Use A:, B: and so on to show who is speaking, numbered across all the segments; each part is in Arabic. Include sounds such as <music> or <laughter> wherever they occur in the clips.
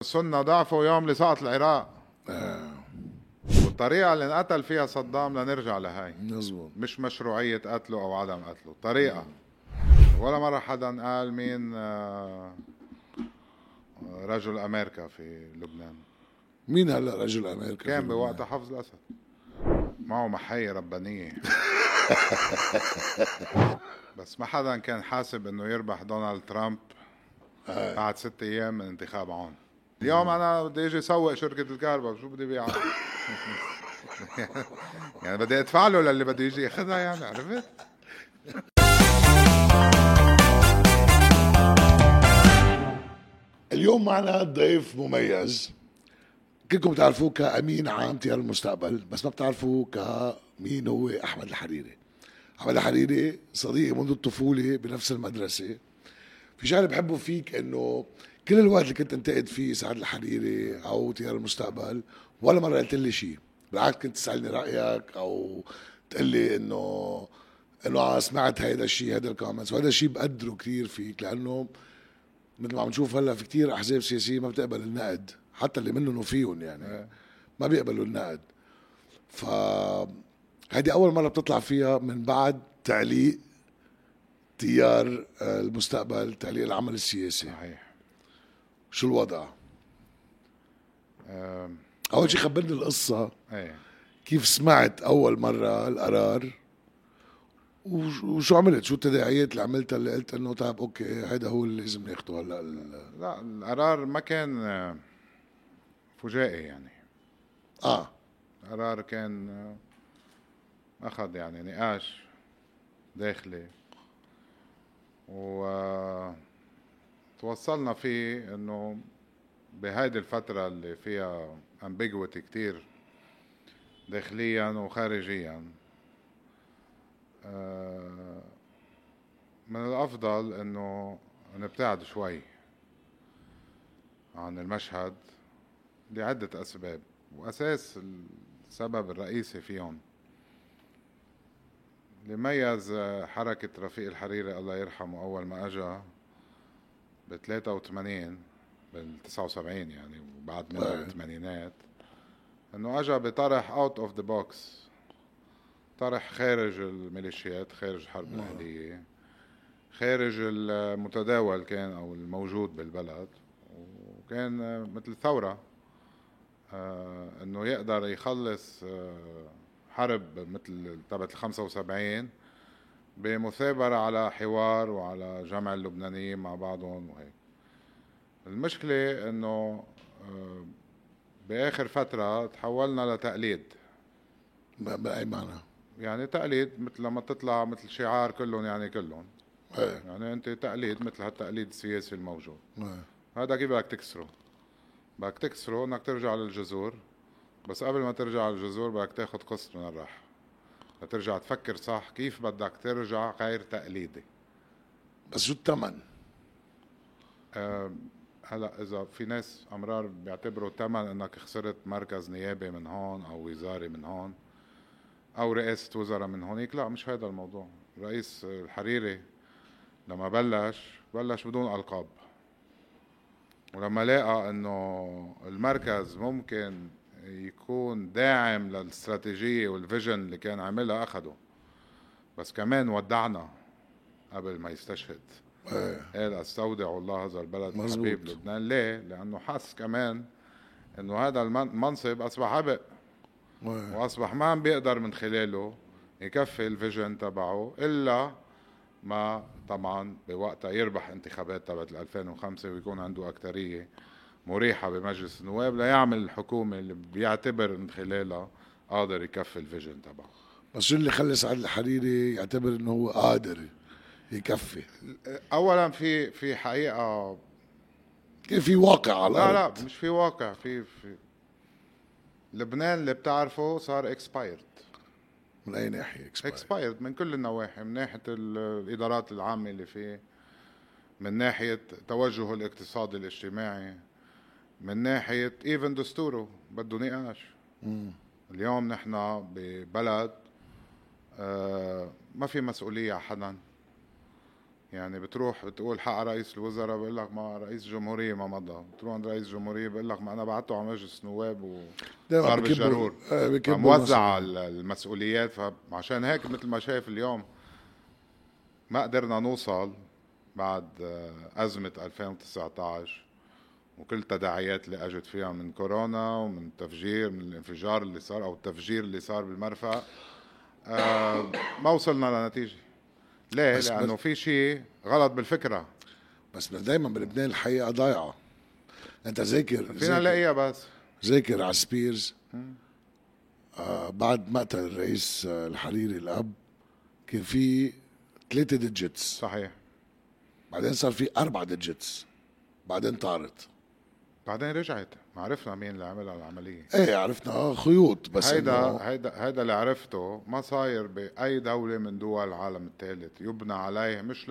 A: السنة ضعفوا يوم لسقط العراق والطريقة اللي انقتل فيها صدام لنرجع لهي
B: مزبوط
A: مش مشروعية قتله أو عدم قتله طريقة ولا مرة حدا قال مين آه، رجل أمريكا في لبنان
B: مين هلا رجل امريكا
A: كان بوقت حفظ الأسد معه محية ربانية بس ما حدا كان حاسب انه يربح دونالد ترامب بعد ست ايام من انتخاب عون اليوم انا بدي اجي اسوق شركة الكهرباء شو بدي بيع <laughs> يعني بدي ادفع له للي بده يجي ياخذها يعني عرفت؟
B: اليوم معنا ضيف مميز كلكم بتعرفوه كأمين عام تيار المستقبل بس ما بتعرفوه كمين هو أحمد الحريري أحمد الحريري صديقي منذ الطفولة بنفس المدرسة في شغلة بحبه فيك إنه كل الوقت اللي كنت انتقد فيه سعد الحريري أو تيار المستقبل ولا مرة قلت لي شيء بالعكس كنت تسألني رأيك أو تقول لي إنه إنه آه سمعت هيدا الشيء هيدا الكومنتس وهذا الشيء بقدره كثير فيك لأنه مثل ما عم نشوف هلا في كتير احزاب سياسيه ما بتقبل النقد حتى اللي منهم فيهم يعني ما بيقبلوا النقد ف هيدي اول مره بتطلع فيها من بعد تعليق تيار آه، المستقبل تعليق العمل السياسي
A: صحيح
B: شو الوضع
A: أم،
B: اول شيء خبرني القصه
A: ايه
B: كيف سمعت اول مره القرار وش- وشو عملت شو التداعيات اللي عملتها اللي قلت انه طيب اوكي هيدا هو اللي لازم ناخده هلا ال-
A: لا القرار ما كان آه، فجائي يعني
B: اه
A: القرار كان آه، أخذ يعني نقاش داخلي و آه، توصلنا فيه إنه بهيدي الفترة اللي فيها ambiguity كتير داخليا وخارجيا آه، من الأفضل إنه نبتعد شوي عن المشهد لعدة أسباب وأساس السبب الرئيسي فيهم اللي ميز آه، حركة رفيق الحريري الله يرحمه أول ما أجا ب 83 بال 79 يعني وبعد من
B: آه.
A: الثمانينات إنه أجا بطرح أوت أوف ذا بوكس طرح خارج الميليشيات خارج الحرب الأهلية خارج المتداول كان أو الموجود بالبلد وكان آه، مثل ثورة آه، انه يقدر يخلص آه، حرب مثل تبعت ال 75 بمثابرة على حوار وعلى جمع اللبنانيين مع بعضهم وهيك المشكلة انه آه، بآخر فترة تحولنا لتقليد
B: ما- باي معنى
A: يعني تقليد مثل لما تطلع مثل شعار كلهم يعني كلهم
B: ايه
A: يعني انت تقليد مثل هالتقليد السياسي الموجود
B: ايه
A: هذا كيف بدك تكسره بدك تكسره انك ترجع للجذور بس قبل ما ترجع على الجذور بدك تاخد قسط من الراحة ترجع تفكر صح كيف بدك ترجع غير تقليدي
B: بس شو الثمن؟
A: هلا اذا في ناس امرار بيعتبروا تمن انك خسرت مركز نيابي من هون او وزاري من هون او رئاسه وزراء من هونيك لا مش هذا الموضوع رئيس الحريري لما بلش بلش بدون القاب ولما لقى انه المركز ممكن يكون داعم للاستراتيجيه والفيجن اللي كان عاملها اخده بس كمان ودعنا قبل ما يستشهد
B: ايه
A: قال استودع الله هذا البلد
B: مزبوط.
A: الحبيب لبنان ليه؟ لانه حس كمان انه هذا المن- المنصب اصبح عبء
B: ايه
A: واصبح ما عم بيقدر من خلاله يكفي الفيجن تبعه الا ما طبعا بوقتها يربح انتخابات تبعت ال 2005 ويكون عنده اكثريه مريحه بمجلس النواب ليعمل الحكومه اللي بيعتبر من خلالها قادر يكفي الفيجن تبعه
B: بس شو اللي خلى سعد الحريري يعتبر انه هو قادر يكفي؟
A: اولا في في حقيقه
B: كان في واقع على
A: لا
B: الارض
A: لا مش في واقع في في لبنان اللي بتعرفه صار اكسبايرد
B: من اي ناحيه اكسباير
A: اكسبايرد من كل النواحي من ناحيه ال- الادارات العامه اللي فيه من ناحيه توجهه الاقتصادي الاجتماعي من ناحيه ايفن دستوره بده نقاش اليوم نحن ببلد آه، ما في مسؤوليه على حدا يعني بتروح بتقول حق رئيس الوزراء بقول لك ما رئيس الجمهوريه ما مضى بتروح عند رئيس الجمهوريه بقول لك ما انا بعته على مجلس النواب و
B: دايماً
A: صار
B: بكبوا-
A: بالشارور.
B: آه، بكبوا
A: موزع المسؤوليات فعشان هيك مثل ما شايف اليوم ما قدرنا نوصل بعد آه، أزمة 2019 وكل التداعيات اللي اجت فيها من كورونا ومن التفجير من الانفجار اللي صار او التفجير اللي صار بالمرفأ آه، ما وصلنا لنتيجة ليه؟
B: بس-
A: لأنه في شيء غلط بالفكرة
B: بس دائما بلبنان الحقيقه ضايعه انت ذاكر
A: فينا
B: ذاكر-
A: نلاقيها بس
B: ذاكر على سبيرز آه بعد مقتل الرئيس آه، الحريري الاب كان في ثلاثة ديجيتس
A: صحيح
B: بعدين صار في أربعة ديجيتس بعدين طارت
A: بعدين رجعت ما عرفنا مين اللي عملها العملية
B: ايه عرفنا خيوط بس إنه-
A: هيدا هيدا هيدا اللي عرفته ما صاير باي دوله من دول العالم الثالث يبنى عليه مش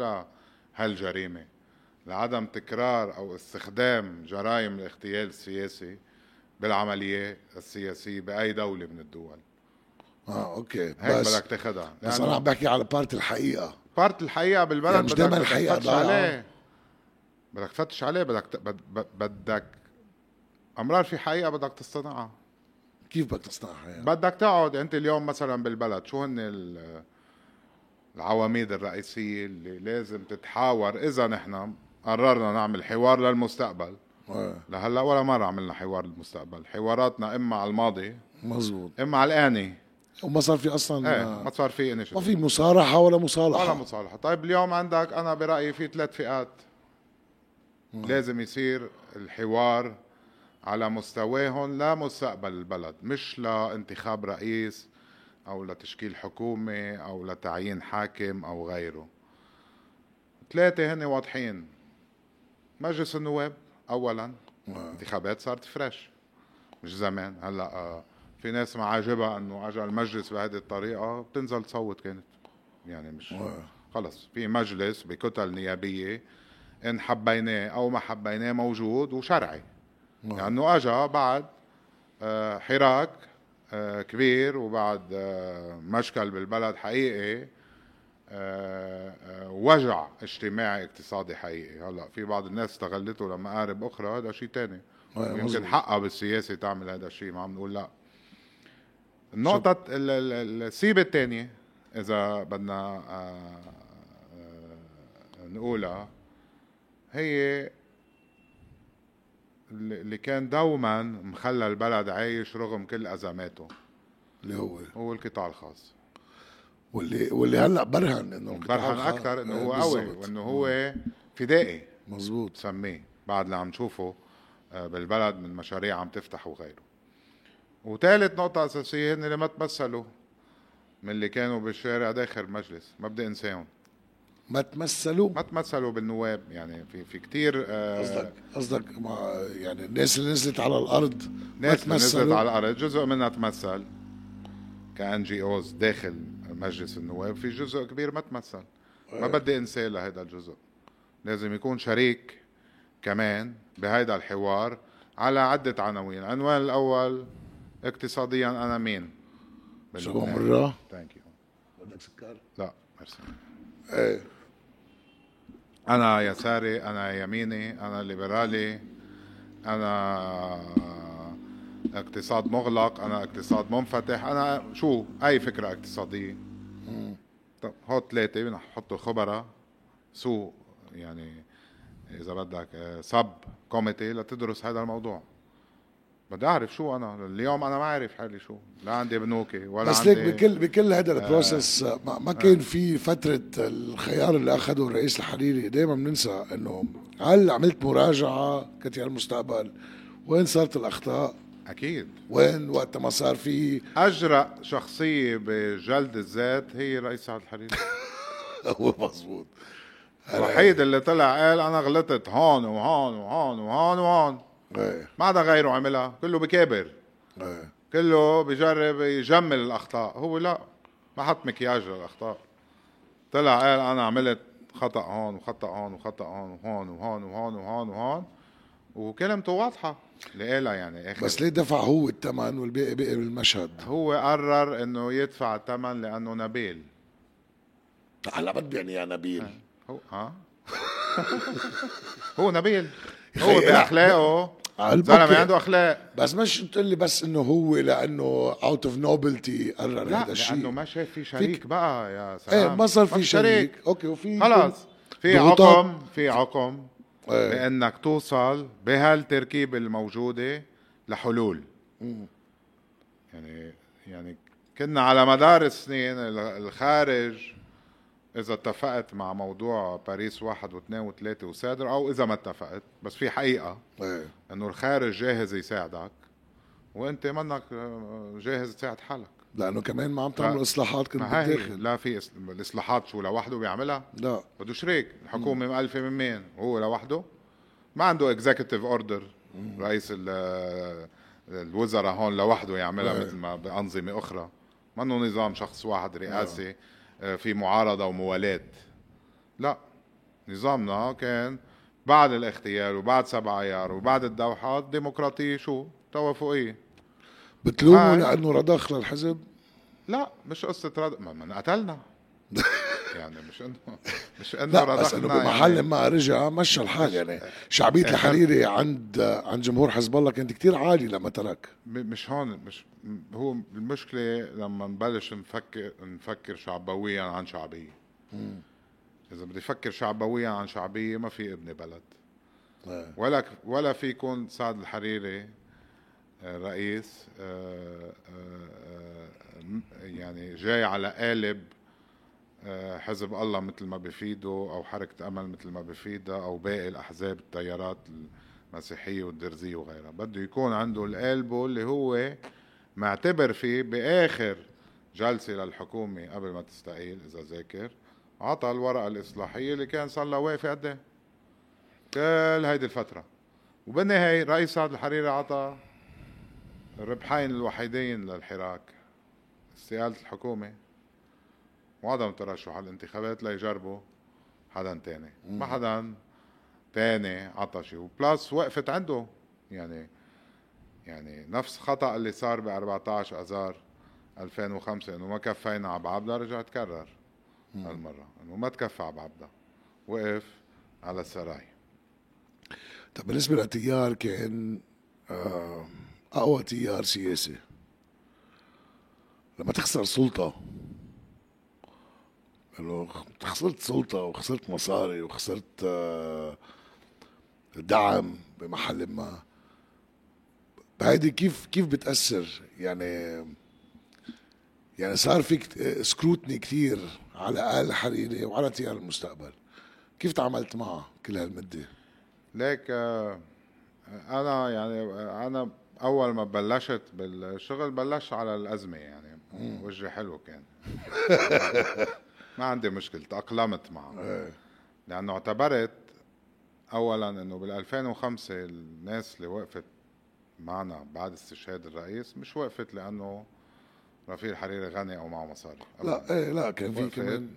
A: لهالجريمه لعدم تكرار او استخدام جرائم الاغتيال السياسي بالعمليه السياسيه باي دوله من الدول
B: اه اوكي
A: هيك
B: بس
A: بدك تاخدها
B: بس انا عم
A: لانه
B: بحكي على بارت الحقيقه
A: بارت الحقيقه بالبلد
B: يعني مش
A: بدك
B: دايماً
A: بدك
B: الحقيقة
A: تفتش
B: ضايعة.
A: عليه بدك تفتش عليه بدك ت- بد- بد- بدك امرار في حقيقه بدك تصطنعها
B: كيف بدك تصنعها يعني؟
A: بدك تقعد انت اليوم مثلا بالبلد شو هن ال- العواميد الرئيسيه اللي لازم تتحاور اذا نحن قررنا نعمل حوار للمستقبل
B: آه،
A: لهلا ولا مره عملنا حوار للمستقبل حواراتنا اما على الماضي
B: مزبوط
A: اما على الاني
B: وما صار في اصلا
A: ايه
B: آه،
A: ما صار في
B: ما
A: initiative.
B: في مصارحه ولا
A: ولا
B: مصالحه
A: مصالحه طيب اليوم عندك انا برايي في ثلاث فئات لازم يصير الحوار على مستواهم لمستقبل البلد مش لانتخاب رئيس او لتشكيل حكومه او لتعيين حاكم او غيره ثلاثه هن واضحين مجلس النواب اولا
B: آه،
A: انتخابات صارت فريش مش زمان هلا آه، في ناس ما عاجبها انه اجى المجلس بهذه الطريقه بتنزل تصوت كانت يعني مش خلص في مجلس بكتل نيابيه ان حبيناه او ما حبيناه موجود وشرعي
B: آه،
A: لانه اجى بعد آه، حراك آه، كبير وبعد آه، مشكل بالبلد حقيقي آه، آه، وجع اجتماعي اقتصادي حقيقي هلا في بعض الناس استغلته لمقارب اخرى هذا شيء تاني
B: آه، مظبوط.
A: يمكن حقها بالسياسه تعمل هذا الشيء ما عم نقول لا النقطة ال- ال- ال- السيبة الثانية إذا بدنا آه، آه، نقولها هي اللي اللي كان دوما مخلى البلد عايش رغم كل أزماته
B: اللي هو
A: هو القطاع الخاص
B: واللي واللي هلا برهن انه القطاع
A: برهن
B: الخاص-
A: أكثر إنه
B: آه،
A: هو قوي
B: بالضبط. آه.
A: وإنه هو فدائي
B: مزبوط
A: بسميه بعد اللي عم نشوفه آه، بالبلد من مشاريع عم تفتح وغيره وثالث نقطة أساسية هن اللي ما تمثلوا من اللي كانوا بالشارع داخل المجلس ما بدي انساهم
B: ما تمثلوا
A: ما تمثلوا بالنواب يعني في في آه، كثير
B: قصدك قصدك مع يعني الناس اللي نزلت على الارض ما
A: ناس نزلت
B: تمثلوا
A: على الارض جزء منها تمثل كان جي اوز داخل مجلس النواب في جزء كبير ما تمثل ما بدي انساه لهذا الجزء لازم يكون شريك كمان بهيدا الحوار على عدة عناوين العنوان الأول اقتصاديا أنا مين
B: شو مرة
A: ثانك يو
B: بدك سكر
A: لا ميرسي
B: ايه
A: انا يساري انا يميني انا ليبرالي انا اقتصاد مغلق انا اقتصاد منفتح انا شو اي فكره اقتصاديه طب هوت ثلاثه بدنا نحطوا خبراء سوق يعني اذا بدك آه، سب كوميتي لتدرس هذا الموضوع بدي اعرف شو انا اليوم انا ما عارف حالي شو لا عندي بنوكي ولا
B: بس
A: عندي
B: ليك بكل بكل هذا البروسس ما, ما كان في فتره الخيار اللي اخذه الرئيس الحريري دائما بننسى انه هل عملت مراجعه كانت على المستقبل وين صارت الاخطاء
A: اكيد
B: وين وقت ما صار في
A: اجرأ شخصيه بجلد الذات هي رئيس سعد الحريري
B: هو مزبوط إيه؟
A: الوحيد اللي طلع قال انا غلطت هون وهون وهون وهون وهون
B: ايه
A: ما حدا غيره عملها كله بكابر
B: ايه
A: كله بجرب يجمل الاخطاء هو لا ما حط مكياج للاخطاء طلع قال انا عملت خطا هون وخطا هون وخطا هون وهون وهون وهون وهون وهون وكلمته واضحه اللي قالها يعني اخر
B: بس ليه دفع هو الثمن والباقي بقي بالمشهد
A: هو قرر انه يدفع الثمن لانه نبيل
B: هلا بده يعني يا نبيل
A: هو ها <laughs> هو نبيل هو
B: خيال.
A: باخلاقه زلمه
B: البكر
A: عنده اخلاق
B: بس مش تقول لي بس انه هو لانه اوت اوف نوبلتي قرر
A: لا
B: هذا
A: لانه
B: الشيء
A: ما شاف في شريك بقى يا
B: ايه
A: سلام
B: ما صار
A: في
B: في شريك اوكي وفي
A: خلاص في
B: ضغوطات.
A: عقم في عقم
B: إيه.
A: بانك توصل بهالتركيبه الموجوده لحلول يعني يعني كنا على مدار السنين ال- الخارج اذا اتفقت مع موضوع باريس واحد واثنين وثلاثه وسادر او اذا ما اتفقت بس في حقيقه
B: ايه
A: انه الخارج جاهز يساعدك وانت منك آه، جاهز تساعد حالك
B: لانه كمان ما عم
A: ف-
B: تعملوا اصلاحات كنت
A: ما هي هي.
B: بالداخل
A: لا في إص- الاصلاحات شو لوحده بيعملها
B: لا
A: بده شريك الحكومه مألفه من مين هو لوحده ما عنده اكزيكتيف اوردر رئيس ال- الوزراء هون لوحده يعملها
B: إيه.
A: مثل ما بانظمه اخرى ما انه نظام شخص واحد رئاسي آه، في معارضه وموالاه لا نظامنا كان بعد الاغتيال وبعد سبع ايار وبعد الدوحات ديمقراطيه شو توافقيه
B: بتلوموا
A: هاي.
B: لانه رضخ للحزب
A: لا مش قصه رد ما ما
B: <laughs>
A: انقتلنا يعني مش انه مش يعني انه
B: لا بس انه
A: رضخنا
B: بمحل ما رجع مشى الحال يعني شعبيه الحريري عند عند جمهور حزب الله كانت كتير عاليه لما ترك
A: م- مش هون مش م- هو المشكله لما نبلش نفكر نفكر شعبويا عن شعبيه اذا بدي افكر شعبويا عن شعبيه ما في ابني بلد
B: إيه.
A: ولا ك- ولا في يكون سعد الحريري آه، رئيس آه، آه، آه، م- يعني جاي على قالب آه، حزب الله مثل ما بفيده او حركه امل مثل ما بفيدها او باقي الاحزاب التيارات المسيحيه والدرزيه وغيرها بده يكون عنده القلبه اللي هو معتبر فيه باخر جلسه للحكومه قبل ما تستقيل اذا ذاكر عطى الورقه الاصلاحيه اللي كان صار لها واقف قد إيه؟ كل هيدي الفتره وبالنهايه رئيس سعد الحريري عطى الربحين الوحيدين للحراك استقاله الحكومه وعدم ترشح على الانتخابات ليجربوا حدا تاني ما حدا تاني عطى شيء وبلاس وقفت عنده يعني يعني نفس خطا اللي صار ب 14 اذار 2005 انه ما كفينا على بعبدا رجع تكرر هالمره انه ما تكفى على بعبدا وقف على السراي
B: طب بالنسبه للتيار كان آه، اقوى تيار سياسي لما تخسر سلطه انه خ- خسرت سلطه وخسرت مصاري وخسرت آه، دعم بمحل ما هيدي كيف كيف بتاثر يعني يعني صار في كت- سكروتني كتير على آل الحريري وعلى تيار المستقبل كيف تعاملت معه كل هالمده؟
A: ليك آه، انا يعني آه، انا اول ما بلشت بالشغل بلشت على الازمه يعني وجهي حلو كان <laughs> ما عندي مشكله تاقلمت معه
B: إيه.
A: لانه اعتبرت اولا انه بال 2005 الناس اللي وقفت معنا بعد استشهاد الرئيس مش وقفت لانه رفيق الحريري غني او معه مصاري
B: لا ايه لا كان في
A: وقفت
B: كمان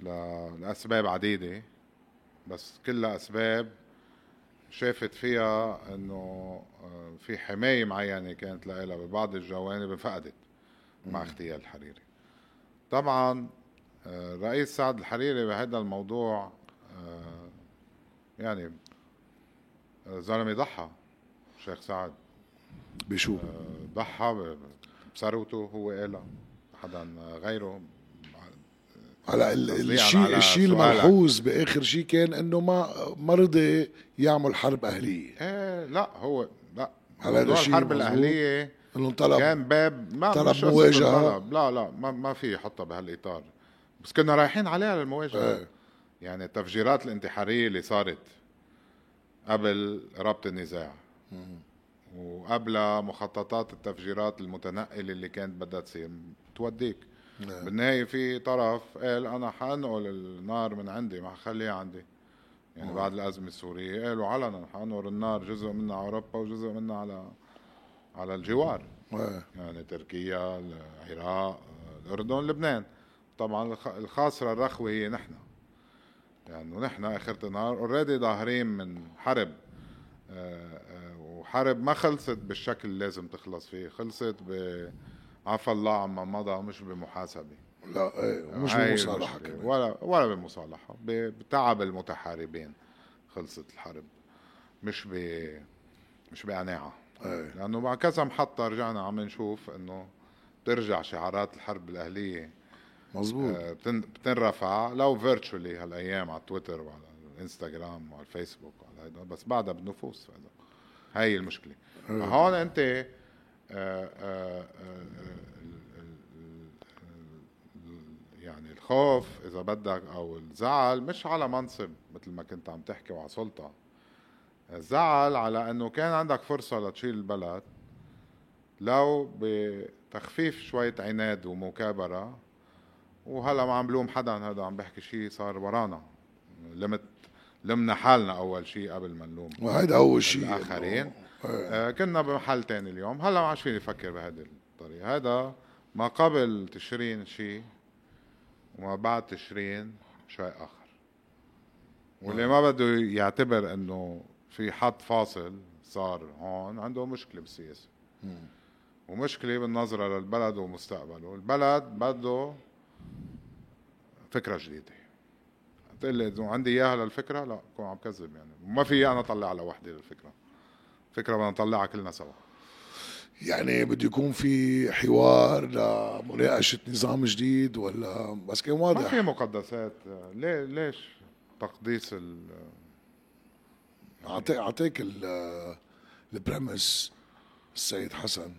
A: ل- لأسباب عديدة بس كلها أسباب شافت فيها إنه آه، في حماية معينة كانت لها ببعض الجوانب انفقدت مع اغتيال الحريري طبعا آه، الرئيس سعد الحريري بهذا الموضوع آه، يعني آه، زلمة ضحى شيخ سعد
B: بشو
A: آه، ضحى ب- بثروته هو قالها حدا غيره
B: هلا ال-
A: قصدي يعني
B: الشيء
A: على
B: الشيء
A: سؤالك.
B: الملحوظ باخر شيء كان انه ما ما رضي يعمل حرب اهليه
A: ايه لا هو لا
B: هلا
A: موضوع
B: هذا شيء
A: الحرب
B: مزبوط.
A: الاهليه
B: انه انطلب
A: كان باب ما
B: طلب
A: مش قصة
B: مواجهة.
A: طلب. لا لا ما, ما في يحطها بهالاطار بس كنا رايحين عليها للمواجهه
B: إيه.
A: يعني التفجيرات الانتحاريه اللي صارت قبل ربط النزاع وقبل مخططات التفجيرات المتنقله اللي كانت بدها تصير توديك
B: نعم.
A: بالنهايه في طرف قال انا حانقل النار من عندي ما حخليها عندي يعني بعد الازمه السوريه قالوا علنا حانقل النار جزء منها على اوروبا وجزء منها على على الجوار
B: إيه.
A: يعني تركيا العراق الاردن لبنان طبعا الخ- الخاسره الرخوه هي نحن لانه نحن اخر النهار اوريدي ظاهرين من حرب آه، آه، وحرب ما خلصت بالشكل اللي لازم تخلص فيه خلصت بعفى الله عما مضى مش بمحاسبه
B: لا ايه مش
A: هاي
B: بمصالحه
A: المشكلة.
B: كمان
A: ولا ولا بالمصالحة ب- بتعب المتحاربين خلصت الحرب مش ب مش بقناعة
B: ايه
A: لأنه مع كذا محطة رجعنا عم نشوف إنه بترجع شعارات الحرب الأهلية
B: مزبوط
A: آه، بتن- بتنرفع لو فيرتشولي هالايام على تويتر وعلى الانستغرام وعلى الفيسبوك وعلى هيدا بس بعدها بالنفوس فهذا هاي المشكله
B: إيه.
A: هون انت آه، آه، آه، ال- ال- ال- يعني الخوف اذا بدك او الزعل مش على منصب مثل ما كنت عم تحكي وعلى سلطه الزعل على انه كان عندك فرصه لتشيل البلد لو بتخفيف شويه عناد ومكابره وهلا ما عم بلوم حدا هذا عم بحكي شيء صار ورانا لمت لمنا حالنا اول شيء قبل ما نلوم
B: وهيدا اول شيء
A: الاخرين
B: إيه.
A: آه كنا بمحل تاني اليوم هلا ما عادش فيني افكر بهذه الطريقه هذا ما قبل تشرين شيء وما بعد تشرين شيء اخر واللي ما بده يعتبر انه في حد فاصل صار هون عنده مشكله بالسياسه ومشكله بالنظره للبلد ومستقبله البلد بده فكره جديده تقول لي إذا عندي اياها للفكره لا كون عم كذب يعني ما في انا اطلعها لوحدي للفكره فكره بدنا نطلعها كلنا سوا
B: يعني بده يكون في حوار لمناقشه نظام جديد ولا بس كان
A: ما في
B: واضح
A: مقدسات ليه ليش تقديس ال
B: اعطيك اعطيك ال- البريمس السيد حسن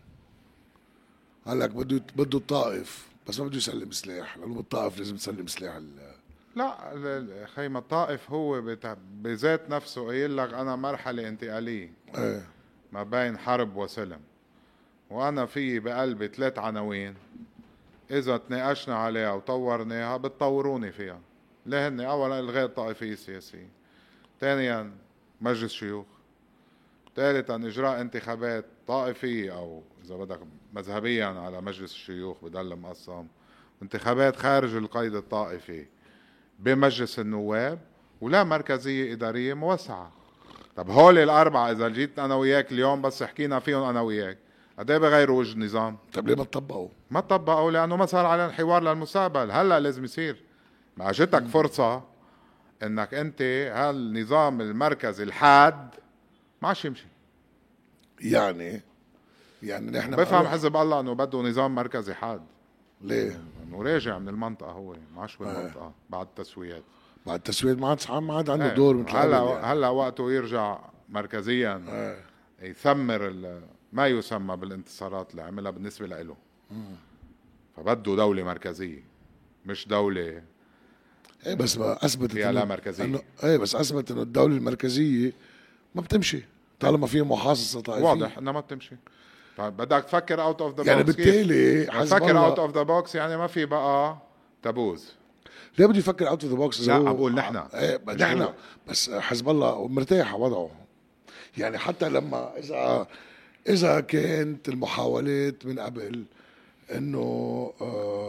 B: قال لك بده بده الطائف بس ما بده يسلم سلاح لانه بالطائف لازم تسلم سلاح ال-
A: لا ال- ال- خيمة الطائف هو بت- بذات نفسه قايل لك انا مرحله انتقاليه
B: ايه
A: ما بين حرب وسلم وانا في بقلبي ثلاث عناوين اذا تناقشنا عليها وطورناها بتطوروني فيها ليه هن اولا الغاء الطائفيه السياسيه ثانيا مجلس شيوخ ثالثا اجراء انتخابات طائفيه او اذا بدك مذهبيا على مجلس الشيوخ بضل مقسم انتخابات خارج القيد الطائفي بمجلس النواب ولا مركزيه اداريه موسعه طب هول الاربعه اذا جيت انا وياك اليوم بس حكينا فيهم انا وياك قد ايه بغيروا وجه النظام؟
B: طب طيب ليه ما تطبقوا؟
A: ما طبقوا لانه ما صار علينا حوار للمستقبل، هلا لازم يصير. ما اجتك فرصه انك انت هالنظام المركزي الحاد ما عادش يمشي.
B: يعني يعني نحن
A: بفهم حزب الله انه بده نظام مركزي حاد،
B: ليه؟
A: انه راجع من المنطقه هو ما عادش بالمنطقه بعد التسويات.
B: بعد التسويد ما عاد ما عاد عنده
A: إيه،
B: دور مثل
A: هلا
B: قبل يعني.
A: هلا وقته يرجع مركزيا
B: إيه.
A: يثمر ال- ما يسمى بالانتصارات اللي عملها بالنسبه لإله فبده دوله مركزيه مش دوله
B: ايه بس ما اثبتت
A: فيها لا
B: إنه-
A: مركزية.
B: إنه- ايه بس اثبت انه الدوله المركزيه ما بتمشي طالما في محاصصه طائفيه
A: واضح طيب، انها ما بتمشي فبدك تفكر اوت اوف ذا
B: يعني
A: بوكس
B: بالتالي حزب
A: تفكر اوت
B: الله
A: اوف ذا بوكس يعني ما في بقى تابوز
B: ليه بده يفكر اوت اوف ذا بوكس
A: لا، عم بقول نحن.
B: ايه
A: مش
B: نحن
A: هو.
B: بس حزب الله مرتاح على وضعه يعني حتى لما اذا اذا كانت المحاولات من قبل انه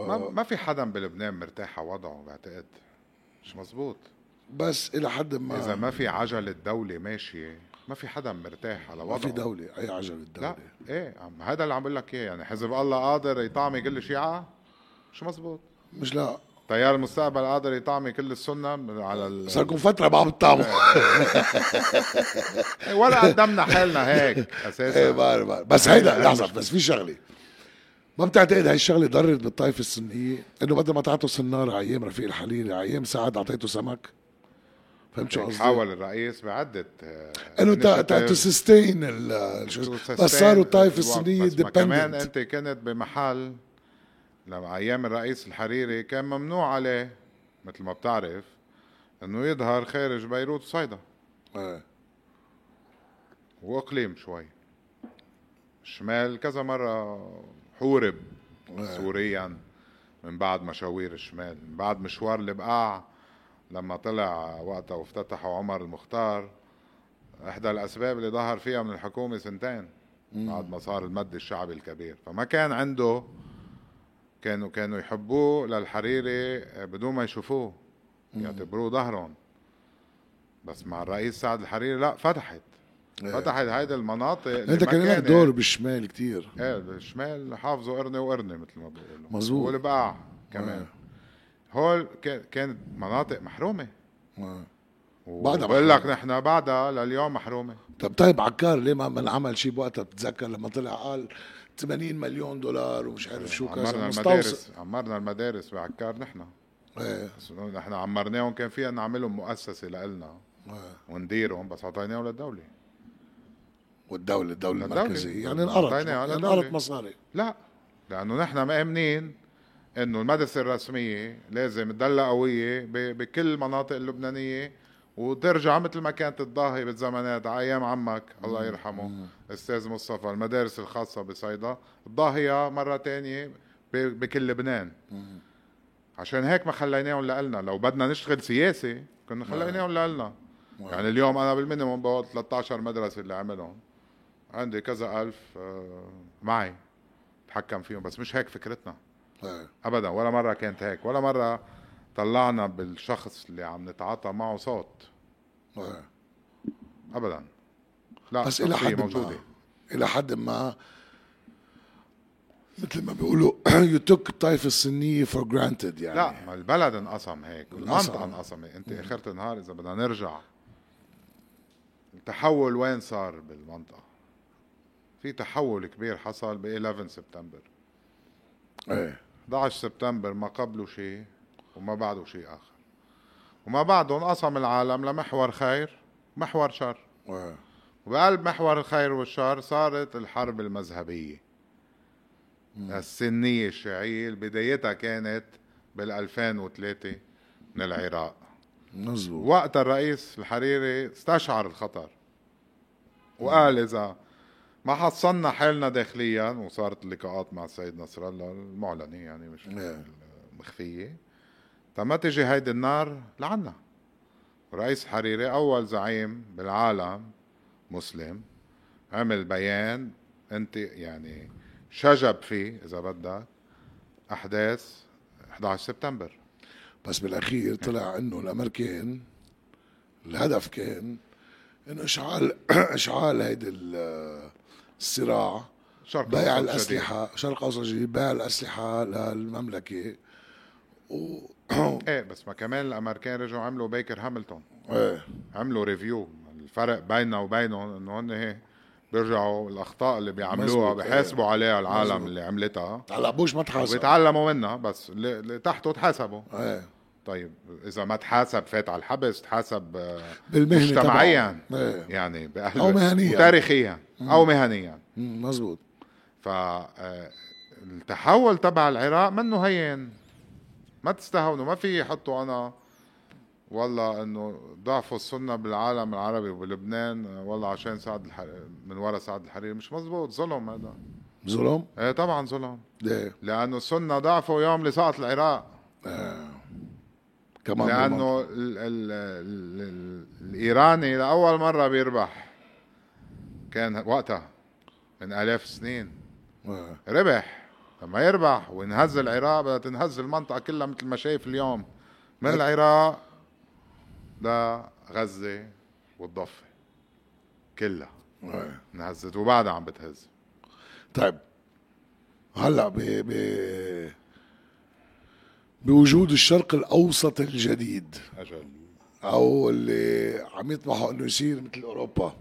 A: ما,
B: آه
A: ما في حدا بلبنان مرتاح على وضعه بعتقد مش مزبوط
B: بس الى حد
A: اذا
B: ما
A: ما في عجله دوله ماشيه ما في حدا مرتاح على وضعه
B: ما في دوله اي عجله الدوله
A: لا ايه عم- هذا اللي عم بقول لك اياه يعني حزب الله قادر يطعمي كل شيعه مش مزبوط
B: مش لا
A: تيار المستقبل قادر يطعمي كل السنه من- على ال...
B: صار لكم فتره ما عم تطعموا <laughs>
A: إيه، ولا قدمنا حالنا
B: <laughs>
A: هيك
B: ايه
A: اساسا
B: بعرف بعرف بس هيدا لحظه بس في شغله ما بتعتقد هاي الشغله ضرت بالطائفه السنيه انه بدل ما تعطوا سناره على ايام رفيق الحريري على ايام سعد اعطيته سمك فهمت شو
A: هيك
B: قصدي؟
A: إيه، حاول الرئيس بعدة آه،
B: انه
A: initiative
B: تو سستين
A: to sustain
B: بس صاروا
A: الوقت.
B: الطائفه السنيه
A: بس ما كمان
B: ديبندنت
A: انت كنت بمحل لما ايام الرئيس الحريري كان ممنوع عليه مثل ما بتعرف انه يظهر خارج بيروت وصيدا
B: آه.
A: واقليم شوي الشمال كذا مره حورب سوريا من بعد مشاوير الشمال من بعد مشوار البقاع لما طلع وقتها وافتتحوا عمر المختار احدى الاسباب اللي ظهر فيها من الحكومه سنتين بعد ما صار المد الشعبي الكبير فما كان عنده كانوا كانوا يحبوه للحريري بدون ما يشوفوه يعتبروه ظهرهم بس مع الرئيس سعد الحريري لا فتحت فتحت هيدي المناطق يعني إيه، اللي
B: انت
A: ما
B: آه. يعني كان لك
A: كانت-
B: إيه. دور بالشمال كتير
A: ايه بالشمال حافظوا قرنه وقرنه مثل ما بيقولوا
B: مزبوط.
A: والبقاع
B: آه.
A: كمان هول كان- كانت مناطق محرومه
B: آه. بعدها
A: بعدها بقول لك نحن بعدها لليوم محرومه
B: طب طيب عكار ليه ما ما انعمل شيء بوقتها بتتذكر لما طلع قال 80 مليون دولار ومش عارف شو
A: عمرنا
B: كذا مستوصف
A: المدارس عمرنا المدارس بعكار نحن
B: ايه
A: بس نحن عمرناهم كان فينا نعملهم مؤسسه لنا
B: آه.
A: ونديرهم بس اعطيناهم للدوله
B: والدوله الدوله
A: الدولة.
B: المركزيه يعني انقرض
A: أعطينا على
B: يعني
A: الدولة.
B: انقرض مصاري
A: لا لانه نحن مأمنين انه المدرسه الرسميه لازم تضلها قويه ب- بكل المناطق اللبنانيه وترجع مثل ما كانت الضاهي بالزمانات على ايام عمك الله يرحمه استاذ مصطفى المدارس الخاصه بصيدا الضاهيه مره تانية ب- بكل لبنان عشان هيك ما خليناهم لنا لو بدنا نشتغل سياسي كنا خليناهم لنا يعني اليوم انا بالمينيموم بقعد 13 مدرسه اللي عملهم عندي كذا الف آه، معي تحكم فيهم بس مش هيك فكرتنا
B: ايه
A: ابدا ولا مره كانت هيك ولا مره طلعنا بالشخص اللي عم نتعاطى معه صوت
B: ايه
A: ابدا لا
B: بس الى
A: شخصية
B: حد
A: موجوده
B: ما الى حد ما مثل ما بيقولوا <clears throat> يو توك الطائفه الصينيه فور جرانتد يعني
A: لا ما البلد انقسم هيك
B: انقسم.
A: المنطقه انقسمت انت اخرة النهار اذا بدنا نرجع التحول وين صار بالمنطقه في تحول كبير حصل ب 11 سبتمبر
B: ايه
A: 11 سبتمبر ما قبله شيء وما بعده شيء اخر وما بعده انقسم العالم لمحور خير محور شر
B: ايه
A: وبقلب محور الخير والشر صارت الحرب المذهبية السنية الشيعية اللي بدايتها كانت بال 2003 من العراق
B: مزبوط
A: وقت الرئيس الحريري استشعر الخطر وقال إذا ما حصلنا حالنا داخليا وصارت اللقاءات مع السيد نصر الله المعلنة يعني مش
B: إيه.
A: مخفية تما تجي هيدي النار لعنا رئيس حريري أول زعيم بالعالم مسلم عمل بيان أنت يعني شجب فيه إذا بدك أحداث 11 سبتمبر
B: بس بالاخير طلع انه الامريكان الهدف كان انه اشعال <clears throat> اشعال هيدي ال- الصراع
A: شرق
B: بيع
A: أوسط
B: الاسلحه شرق اوسط جديد بيع الاسلحه للمملكه و
A: شديد. ايه بس ما كمان الامريكان رجعوا عملوا بيكر هاملتون
B: ايه
A: عملوا ريفيو الفرق بيننا وبينهم انه هن هي إيه، بيرجعوا الاخطاء اللي بيعملوها
B: مزبوط، إيه.
A: بحاسبوا عليها العالم
B: مزبوط.
A: اللي عملتها
B: هلا بوش ما تحاسب
A: وبيتعلموا منها بس اللي اللي تحته تحاسبوا
B: ايه
A: طيب اذا ما تحاسب فات على الحبس تحاسب آه،
B: بالمهنه
A: مجتمعيا
B: تبعه. ايه
A: يعني بأهل
B: إيه. أو مهنياً.
A: تاريخيا او مهنيا
B: مم، مزبوط
A: فالتحول آه، تبع العراق منه هين ما تستهونوا ما في يحطوا انا والله انه ضعفوا السنه بالعالم العربي وبلبنان آه، والله عشان سعد الحريري من ورا سعد الحريري مش مزبوط ظلم هذا
B: ظلم
A: ايه طبعا ظلم
B: ايه
A: لانه السنه ضعفوا يوم اللي سقط العراق
B: كمان بالمنطقة.
A: لانه ال ال ال ال الايراني لاول مره بيربح كان وقتها من الاف السنين
B: إيه.
A: ربح لما يربح وينهز العراق بدها تنهز المنطقه كلها مثل ما شايف اليوم من العراق لغزه والضفه كلها
B: إيه.
A: انهزت وبعدها عم بتهز
B: طيب هلا ب ب بوجود الشرق الاوسط الجديد
A: اجل
B: او اللي عم يطمحوا انه يصير مثل <laughs> اوروبا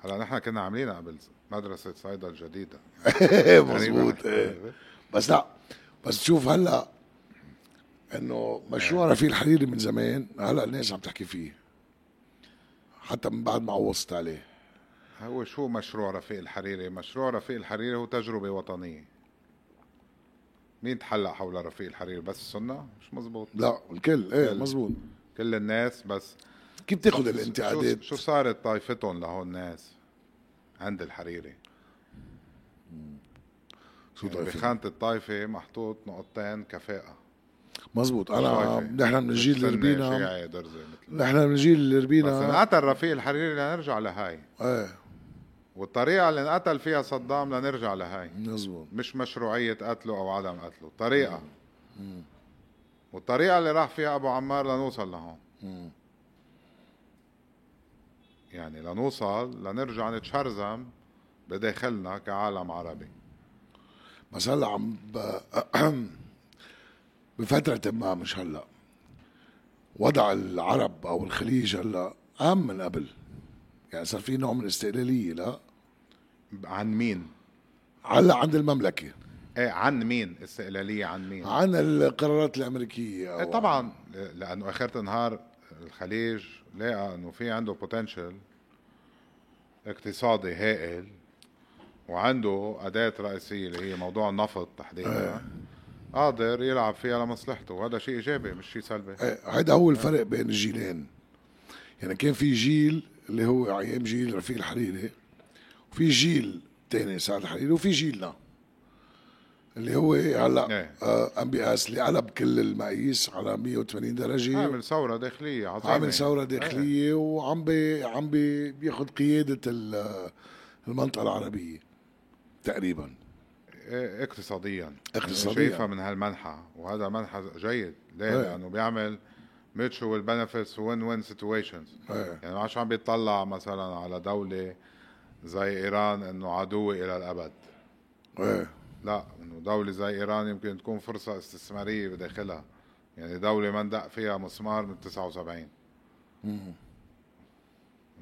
A: هلا نحن كنا عاملينها قبل مدرسه صيدا يعني الجديده
B: مزبوط إيه. بس لا بس تشوف هلا انه مشروع رفيق الحريري من زمان هلا الناس عم تحكي فيه حتى من بعد ما عوضت عليه
A: هو شو مشروع رفيق الحريري؟ مشروع رفيق الحريري هو تجربة وطنية. مين تحلق حول رفيق الحريري بس السنة؟ مش مزبوط
B: لا الكل ايه مزبوط
A: كل الناس بس
B: كيف تاخذ الانتقادات
A: شو, شو صارت طائفتهم لهون الناس عند الحريري؟
B: شو
A: يعني
B: طايفة؟
A: بخانة الطائفة محطوط نقطتين كفاءة
B: مزبوط
A: شايفة.
B: انا نحن من الجيل اللي
A: سنة
B: ربينا
A: شيعي درزي مثل
B: نحن من الجيل اللي
A: بس
B: ربينا
A: انقتل رفيق الحريري لنرجع لهاي
B: ايه
A: والطريقة اللي انقتل فيها صدام لنرجع لهاي
B: مزبوط
A: مش مشروعية قتله أو عدم قتله طريقة والطريقة اللي راح فيها أبو عمار لنوصل لهون يعني لنوصل لنرجع نتشرزم بداخلنا كعالم عربي
B: بس هلا عم ب... <clears throat> بفترة ما مش هلا وضع العرب أو الخليج هلا أهم من قبل يعني صار في نوع من الاستقلالية لا
A: عن مين؟
B: هلا عند المملكة
A: ايه عن مين؟ استقلاليه عن مين؟
B: عن القرارات الأمريكية
A: إيه
B: أو
A: طبعا لانه اخر نهار الخليج لقى انه في عنده بوتنشل اقتصادي هائل وعنده أداة رئيسية اللي هي موضوع النفط تحديدا قادر يلعب فيها لمصلحته وهذا شيء إيجابي مش شيء سلبي
B: إيه، هيدا هو الفرق بين الجيلين يعني كان في جيل اللي هو ايام جيل رفيق الحريري وفي جيل تاني سعد الحريري وفي جيلنا اللي هو هلا
A: إيه.
B: آه، ام بي اس اللي قلب كل المقاييس على 180 درجه
A: عامل ثورة داخلية إيه. عظيمة
B: عامل ثوره داخليه وعم بي عم بي بياخذ قياده ال- المنطقه العربيه تقريبا
A: إيه، اقتصاديا
B: اقتصادياً.
A: يعني شايفها من هالمنحى وهذا منحى جيد ليه؟
B: إيه.
A: لأنه بيعمل mutual benefits win win situations
B: إيه.
A: يعني معش عم بيطلع مثلا على دولة زي إيران إنه عدوة إلى الأبد
B: ايه
A: لا انه دولة زي ايران يمكن تكون فرصة استثمارية بداخلها يعني دولة ما اندق فيها مسمار من 79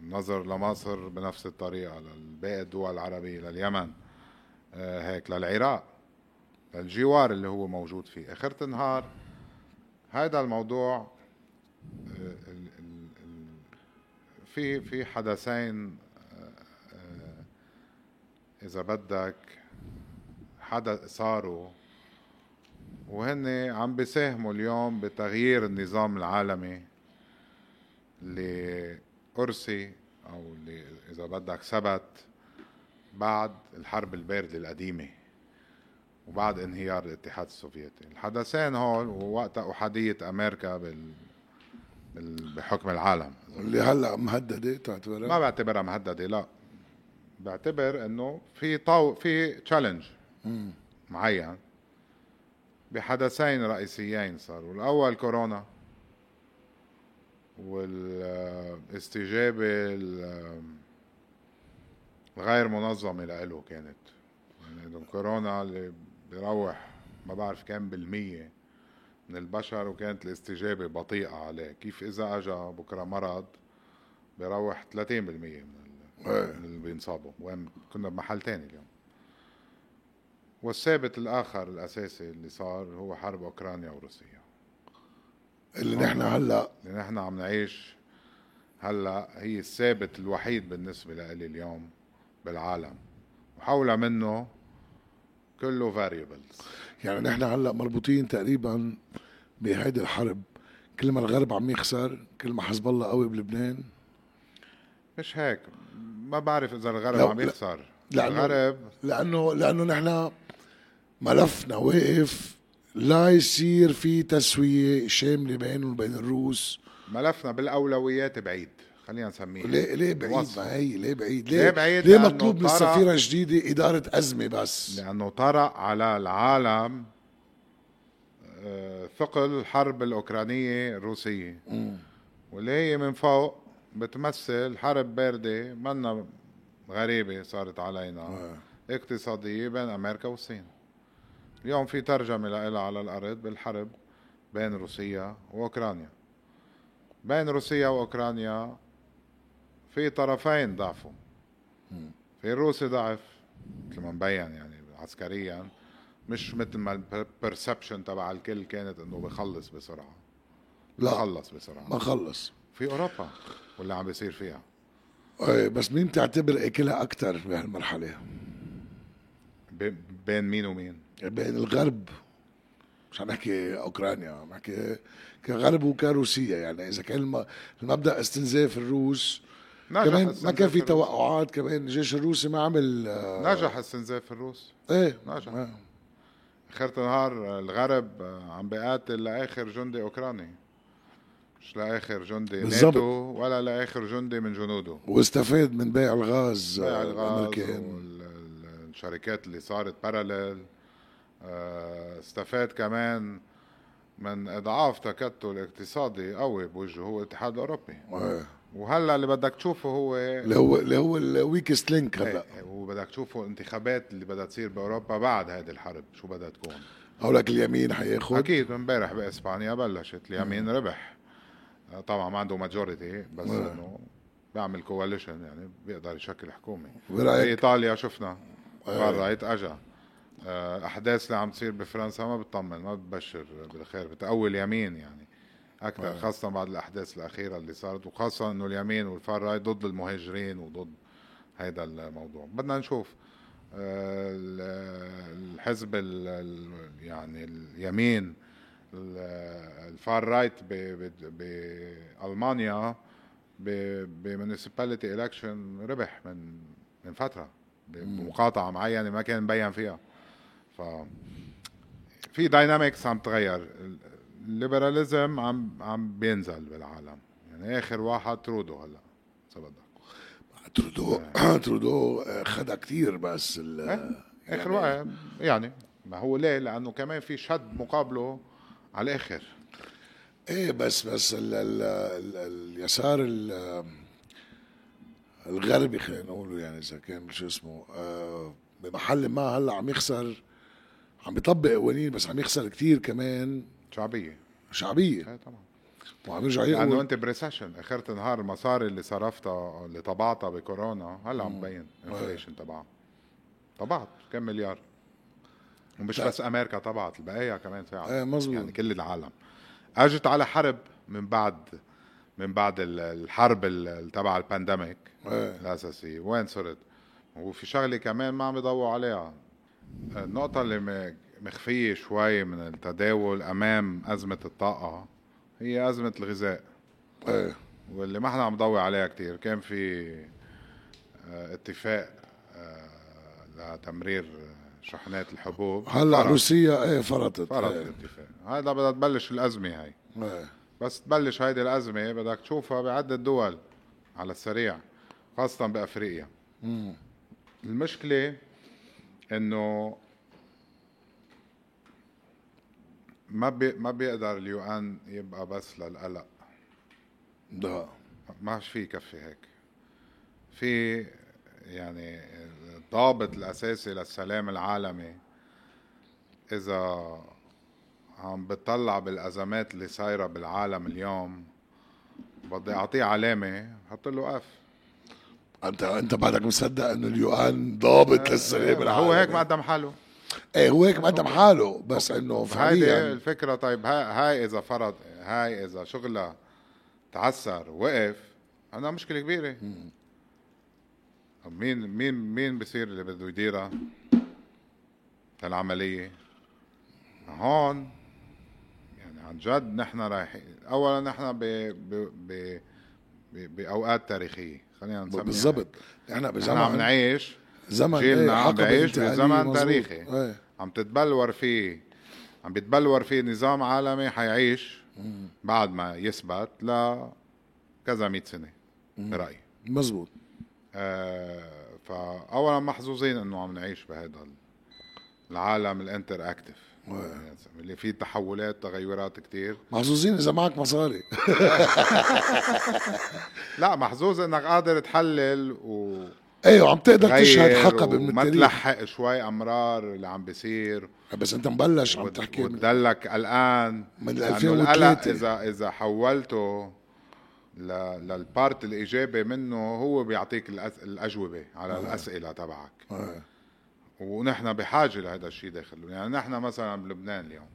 A: النظر لمصر بنفس الطريقة لباقي الدول العربية لليمن آه هيك للعراق للجوار اللي هو موجود فيه اخرة النهار هذا الموضوع آه، ال- ال- ال- في في حدثين آه، آه، اذا بدك حدث صاروا وهن عم بيساهموا اليوم بتغيير النظام العالمي اللي أرسي أو اللي إذا بدك ثبت بعد الحرب الباردة القديمة وبعد انهيار الاتحاد السوفيتي الحدثين هول ووقتها أحادية أمريكا بال... بال... بحكم العالم
B: واللي هلا مهدده تعتبر
A: ما بعتبرها مهدده لا بعتبر انه في طو في تشالنج معين بحدثين رئيسيين صاروا الاول كورونا والاستجابه ال- الغير منظمه لإله كانت يعني إنه كورونا اللي بيروح ما بعرف كم بالميه من البشر وكانت الاستجابه بطيئه عليه كيف اذا اجا بكره مرض بيروح 30% من ال-
B: إيه.
A: من اللي بينصابوا وين كنا بمحل تاني اليوم والثابت الاخر الاساسي اللي صار هو حرب اوكرانيا وروسيا
B: اللي نحن هلا
A: اللي نحن عم نعيش هلا هي الثابت الوحيد بالنسبه لإلي اليوم بالعالم وحول منه كله فاريبلز
B: يعني نحن هلا مربوطين تقريبا بهيدي الحرب كل ما الغرب عم يخسر كل ما حزب الله قوي بلبنان
A: مش هيك ما بعرف اذا
B: لا،
A: الغرب عم
B: لا.
A: يخسر
B: لا، لا.
A: الغرب
B: لانه لانه نحن ملفنا واقف لا يصير في تسويه شامله بينه وبين الروس
A: ملفنا بالاولويات بعيد خلينا نسميه
B: ليه ليه بعيد
A: بوصف.
B: ما هي ليه بعيد
A: ليه بعيد؟
B: ليه
A: لأنه
B: مطلوب من
A: ترى-
B: السفيره الجديده اداره ازمه بس
A: لأنه طرأ على العالم آه، ثقل الحرب الأوكرانية الروسية واللي هي من فوق بتمثل حرب باردة منا غريبة صارت
B: آه.
A: علينا اقتصادية بين أمريكا والصين اليوم في ترجمة لها على الأرض بالحرب بين روسيا وأوكرانيا بين روسيا وأوكرانيا في طرفين ضعفوا في الروسي ضعف مثل ما مبين يعني عسكريا مش مثل ما البرسبشن تبع الكل كانت انه بخلص بسرعه
B: لا
A: بخلص بسرعه
B: ما خلص
A: في اوروبا واللي عم بيصير فيها
B: إيه، بس مين بتعتبر اكلها اكثر بهالمرحله
A: بي- بين مين ومين
B: يعني بين الغرب مش عم نحكي اوكرانيا عم نحكي كغرب وكروسيا يعني اذا كان الم- المبدا استنزاف الروس
A: نجح
B: كمان ما
A: استنزاف
B: كان في
A: الروس.
B: توقعات كمان الجيش الروسي ما عمل آه،
A: نجح استنزاف الروس
B: ايه
A: نجح.
B: آه.
A: اخر نهار الغرب آه، عم بيقاتل لاخر جندي اوكراني مش لاخر جندي
B: بالظبط.
A: ناتو ولا لاخر جندي من جنوده
B: واستفاد من بيع الغاز
A: بيع
B: آه،
A: الغاز
B: الامريكان
A: والشركات اللي صارت بارلل آه، استفاد كمان من اضعاف تكتل اقتصادي قوي بوجهه الاتحاد الاوروبي
B: آه.
A: وهلا اللي بدك تشوفه هو
B: اللي هو اللي هو الويكست لينك هلا
A: إيه، وبدك تشوفه الانتخابات اللي بدها تصير باوروبا بعد هذه الحرب شو بدها تكون
B: هقول لك اليمين حياخد
A: اكيد امبارح باسبانيا بلشت اليمين ربح آه، طبعا ما عنده ماجوريتي بس
B: مم.
A: انه بيعمل كواليشن يعني بيقدر يشكل حكومه
B: برايك
A: بايطاليا شفنا قررت اجا آه، احداث اللي عم تصير بفرنسا ما بتطمن ما بتبشر بالخير بتقوي اليمين يعني اكثر خاصه بعد الاحداث الاخيره اللي صارت وخاصه انه اليمين والفار رايت ضد المهاجرين وضد هيدا الموضوع بدنا نشوف آه، ال- الحزب ال- ال- يعني اليمين ال- الفار رايت ب- ب- بالمانيا بمونسيباليتي الكشن ربح من من فتره ب- بمقاطعه معينه ما كان مبين فيها ف في داينامكس عم تغير الليبراليزم عم عم بينزل بالعالم يعني اخر واحد ترودو هلا اذا بدك
B: ترودو <clears throat> ترودو خدع كتير بس ال-
A: إيه. اخر
B: يعني-
A: واحد يعني ما هو ليه لانه كمان في شد مقابله على الاخر
B: ايه بس بس ال ال ال اليسار ال الغربي خلينا نقوله يعني اذا كان شو اسمه آه، بمحل ما هلا عم يخسر عم بيطبق قوانين بس عم يخسر كتير كمان
A: شعبيه
B: شعبيه
A: ايه طبعا
B: وعم يرجع
A: لانه
B: يقول
A: انت بريسيشن اخرت نهار المصاري اللي صرفتها اللي طبعتها بكورونا هلا عم بين انفليشن تبعها طبعت كم مليار ومش بس امريكا طبعت البقيه كمان ساعه
B: ايه مزبوط
A: يعني كل العالم اجت على حرب من بعد من بعد ال- الحرب ال- تبع البانديميك
B: إيه.
A: الاساسي وين صرت وفي شغله كمان ما عم يضووا عليها النقطه اللي م- مخفيه شوي من التداول امام ازمه الطاقه هي ازمه الغذاء
B: ايه
A: واللي ما احنا عم نضوي عليها كتير كان في آه، اتفاق آه، لتمرير آه، شحنات الحبوب
B: هلا
A: فرض
B: روسيا ايه فرطت
A: فرض
B: إيه.
A: الاتفاق هذا بدها تبلش الازمه هاي
B: إيه.
A: بس تبلش هيدي الأزمة بدك تشوفها بعدة دول على السريع خاصة بأفريقيا المشكلة إنه ما بي ما بيقدر اليو ان يبقى بس للقلق
B: ده
A: ما عادش في يكفي هيك في يعني الضابط الاساسي للسلام العالمي اذا عم بتطلع بالازمات اللي صايره بالعالم اليوم بدي اعطيه علامه حط له اف
B: انت انت بعدك مصدق انه اليوان ضابط للسلام
A: آه، إيه، هو هيك
B: العالمي.
A: مقدم حاله
B: ايه هو هيك مقدم حاله بس انه
A: هاي
B: فعليا
A: الفكره طيب هاي, هاي اذا فرض هاي اذا شغلها تعسر وقف عندها مشكله كبيره طب مين مين مين بصير اللي بده يديرها العمليه هون يعني عن جد نحن رايحين اولا نحن ب ب ب ب- باوقات تاريخيه خلينا نسميها
B: بالضبط احنا
A: نحن عم
B: بزمن
A: نعيش
B: زمن
A: جيلنا
B: إيه،
A: عم
B: حقبة
A: بيعيش
B: انتقالية
A: نعم، بزمن
B: مظبوط.
A: تاريخي.
B: إيه.
A: عم تتبلور فيه عم بيتبلور فيه نظام عالمي حيعيش بعد ما يثبت ل كذا 100 سنه برايي
B: مزبوط
A: آه فاولا محظوظين انه عم نعيش بهذا العالم الانتر اكتف
B: آه.
A: اللي فيه تحولات تغيرات كتير
B: إيه. محظوظين اذا معك مصاري <laughs>
A: لا محظوظ انك قادر تحلل و
B: ايوه عم تقدر تشهد
A: غير
B: حقبه من
A: وما
B: التاريخ
A: تلحق شوي امرار اللي عم بيصير
B: بس انت مبلش عم
A: وت-
B: تحكي من-
A: وتضلك قلقان
B: من
A: لأنه
B: 2003.
A: القلق اذا اذا حولته ل... للبارت الايجابي منه هو بيعطيك الأس... الاجوبه على الاسئله تبعك
B: إيه.
A: ونحن بحاجه لهذا الشيء داخل يعني نحن مثلا بلبنان اليوم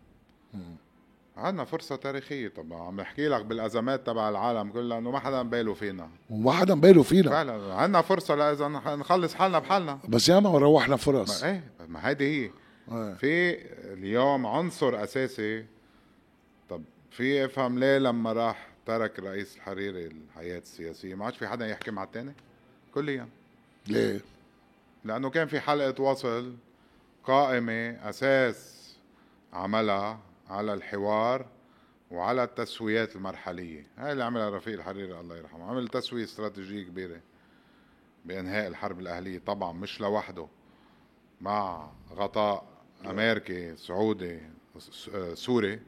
A: عندنا فرصه تاريخيه طبعا عم بحكي لك بالازمات تبع العالم كلها انه ما حدا باله فينا
B: وما حدا باله فينا
A: فعلا عندنا فرصه لاذا نح- نخلص حالنا بحالنا
B: بس ياما روحنا فرص
A: ايه ما هيدي هي
B: إيه.
A: في اليوم عنصر اساسي طب في افهم ليه لما راح ترك رئيس الحريري الحياه السياسيه ما عادش في حدا يحكي مع الثاني كليا
B: ليه
A: لانه كان في حلقه وصل قائمه اساس عملها على الحوار وعلى التسويات المرحليه هاي اللي عملها رفيق الحريري الله يرحمه عمل تسويه استراتيجيه كبيره بانهاء الحرب الاهليه طبعا مش لوحده مع غطاء امريكي سعودي س- سوري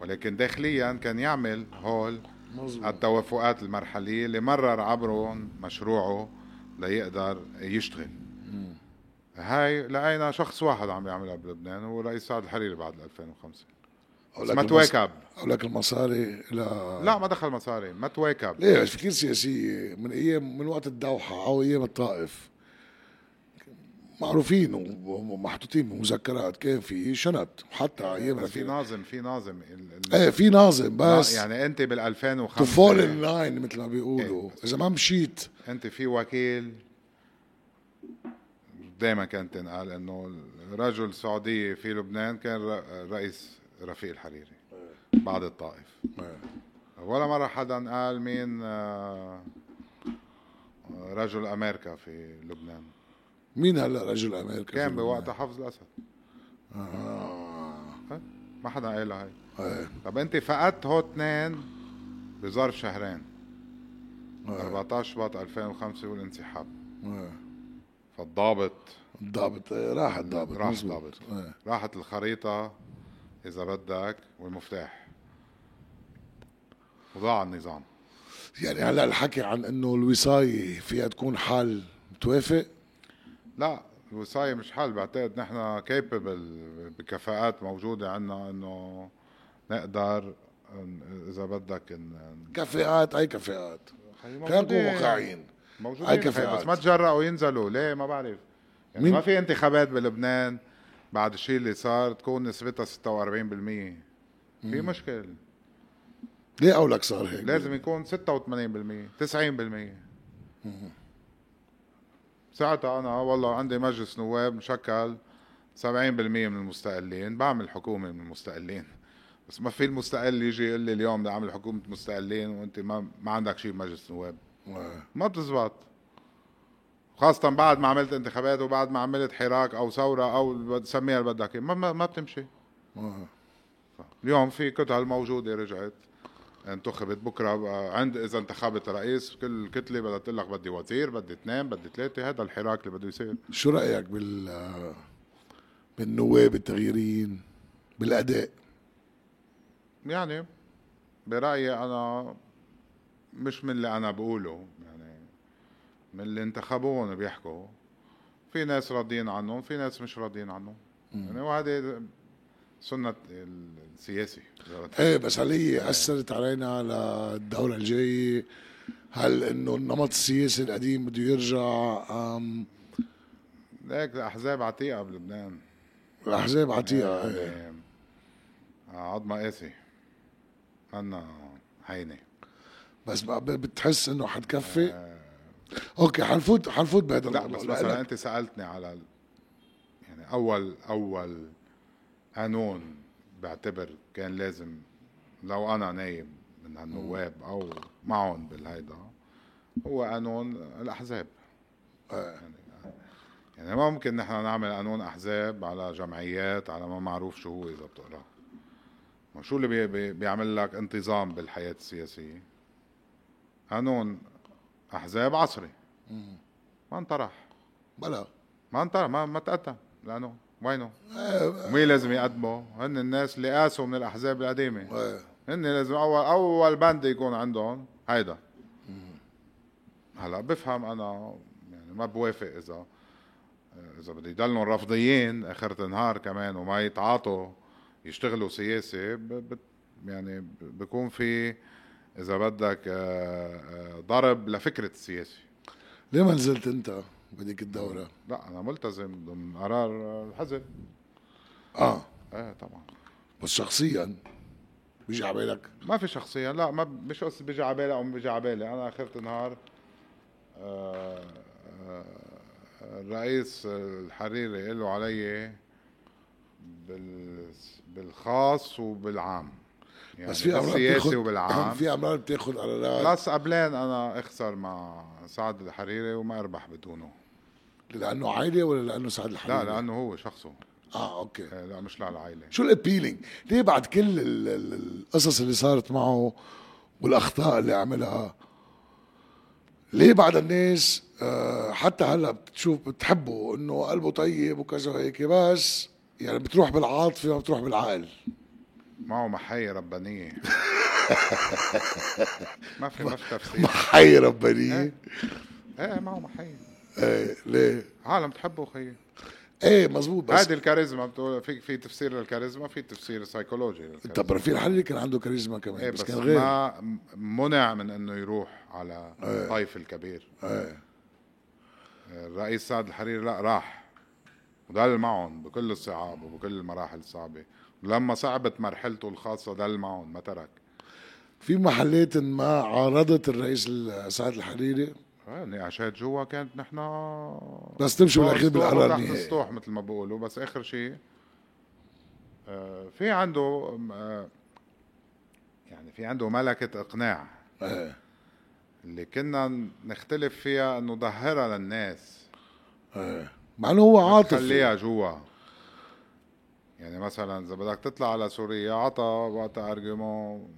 A: ولكن داخليا كان يعمل هول
B: مظبوط
A: التوافقات المرحلية اللي مرر عبرهم مشروعه ليقدر يشتغل هاي لقينا شخص واحد عم يعملها بلبنان هو رئيس سعد الحريري بعد 2005 بس ما تواكب
B: لك المصاري لا
A: لا ما دخل مصاري ما تواكب
B: آه. ليه في كثير سياسية من ايام من وقت الدوحة او ايام الطائف معروفين ومحطوطين بمذكرات كان في شنط وحتى ايام
A: بس في
B: رفيق
A: ناظم في ناظم ال- ال-
B: ايه في ناظم بس
A: يعني انت بال
B: تو فول ان
A: 2005
B: لاين مثل ما بيقولوا
A: إيه.
B: اذا ما مشيت
A: انت في وكيل دائما كانت تنقال انه رجل سعودي في لبنان كان ر- رئيس رفيق الحريري بعد الطائف ولا مرة حدا قال مين آه، رجل أمريكا في لبنان
B: مين هلا رجل امريكا
A: كان بوقتها حفظ الأسد
B: آه.
A: ها؟ ما حدا قالها هاي
B: إيه.
A: طب أنت فقدت هو اثنين بظرف شهرين
B: آه.
A: 14 شباط 2005 والانسحاب
B: إيه.
A: فالضابط
B: الضابط إيه، راح الضابط
A: راح
B: مظبوط.
A: الضابط.
B: إيه.
A: راحت الخريطة إذا بدك والمفتاح وضاع النظام
B: يعني هلا الحكي عن انه الوصايه فيها تكون حل توافق
A: لا الوصاية مش حل بعتقد نحن كيبل بكفاءات موجودة عنا انه نقدر إن- اذا بدك ان
B: كفاءات اي كفاءات خلينا نكون
A: إيه،
B: واقعيين هاي
A: موجودين
B: كفاءات.
A: كفاءات بس ما تجرأوا ينزلوا ليه ما بعرف يعني
B: مين؟
A: ما في انتخابات بلبنان بعد الشيء اللي صار تكون نسبتها 46% في مشكلة
B: ليه قولك صار هيك؟
A: لازم يكون 86% 90% ساعتها انا والله عندي مجلس نواب مشكل 70% من المستقلين بعمل حكومه من المستقلين بس ما في المستقل يجي يقول لي اليوم بدي اعمل حكومه مستقلين وانت ما ما عندك شيء بمجلس نواب
B: إيه.
A: ما بتزبط خاصة بعد ما عملت انتخابات وبعد ما عملت حراك او ثورة او سميها اللي بدك إياه، ما, ما ما بتمشي
B: آه.
A: اليوم في كتل موجودة رجعت انتخبت بكره بقى عند اذا انتخبت رئيس كل كتله بدها تقول لك بدي وزير بدي اثنين بدي ثلاثه هذا الحراك اللي بده يصير
B: شو رايك بال آه، بالنواب التغييريين بالاداء
A: يعني برايي انا مش من اللي انا بقوله يعني من اللي انتخبوهم بيحكوا في ناس راضيين عنهم في ناس مش راضيين عنهم يعني وهذه سنه السياسي
B: ايه بس هل هي اثرت علينا على الدوره الجايه؟ هل انه النمط السياسي القديم بده يرجع أم
A: ليك احزاب عتيقه بلبنان
B: الاحزاب عتيقه ايه
A: يعني عظمة آه، قاسي عنا هينة
B: بس بقى ب- بتحس انه حتكفي اوكي حنفوت حنفوت بهذا
A: لا بس
B: الموضوع
A: مثلا
B: لأنك-
A: انت سألتني على ال- يعني اول اول قانون بعتبر كان لازم لو انا نايب من هالنواب او معهم بالهيدا هو قانون الاحزاب
B: آه.
A: يعني ما ممكن نحن نعمل قانون احزاب على جمعيات على ما معروف شو هو اذا بتقراه ما شو اللي بي بي بيعمل لك انتظام بالحياه السياسيه قانون احزاب عصري ما انطرح
B: بلا
A: ما انطرح ما ما تقدم لانه وينه
B: إيه،
A: مين لازم يقدموا هن الناس اللي قاسوا من الاحزاب القديمه
B: إيه.
A: هن لازم اول اول بند يكون عندهم هيدا هلا بفهم انا يعني ما بوافق اذا اذا بده يضلوا رفضيين اخر النهار كمان وما يتعاطوا يشتغلوا سياسي ب- ب- يعني ب- بكون في اذا بدك آه، آه، ضرب لفكره السياسي
B: ليه ما نزلت انت بديك الدوره؟
A: لا انا ملتزم ضمن قرار الحزب
B: اه
A: ايه طبعا
B: بس شخصيا بيجي على بالك
A: ما في شخصيا لا ما ب- مش قصة بيجي على بالي او ما بيجي على بالي انا اخر النهار آه، آه، الرئيس الحريري له علي بال بالخاص وبالعام يعني
B: بس في امرار
A: بالسياسي
B: بتاخد
A: وبالعام
B: <laughs> في امرار بتاخد قرارات
A: بلس قبلين انا اخسر مع سعد الحريري وما اربح بدونه
B: لانه عائله ولا لانه سعد الحريري؟
A: لا لانه هو شخصه
B: اه اوكي
A: آه، لا مش للعائله
B: شو الابيلينج؟ ليه بعد كل ال- ال- القصص اللي صارت معه والاخطاء اللي عملها ليه بعد الناس آه، حتى هلا بتشوف بتحبه انه قلبه طيب وكذا وهيك بس
A: <laughs>
B: يعني بتروح بالعاطفه ما بتروح بالعقل <laughs>
A: معه محية ربانية ما في ما في تفسير
B: محاية ربانية
A: ايه معه محيي
B: ايه ليه؟
A: عالم تحبه خيي
B: ايه مزبوط بس
A: هذه الكاريزما بتقول في في تفسير للكاريزما في تفسير سايكولوجي
B: انت برفيق الحريري كان عنده كاريزما
A: ايه
B: كمان
A: بس,
B: طيب، بس كان غير
A: ما منع من انه يروح على
B: إيه.
A: الطيف الكبير
B: ايه
A: الرئيس سعد الحريري لا راح وضل معهم بكل الصعاب وبكل المراحل الصعبة لما صعبت مرحلته الخاصة ضل معهم ما ترك
B: في محلات ما عارضت الرئيس ال- سعد الحريري
A: آه، نقاشات جوا كانت نحن
B: بس تمشي
A: فوق
B: بالاخير
A: السطوح
B: بالقرار
A: وتحت
B: النهائي
A: السطوح مثل ما بقولوا بس اخر شيء آه، في عنده آه، يعني في عنده ملكة اقناع
B: ايه
A: اللي كنا نختلف فيها انه ظهرها للناس
B: ايه مع انه هو عاطفي
A: خليها جوا يعني مثلا اذا بدك تطلع على سوريا عطى وقتها ارجيومون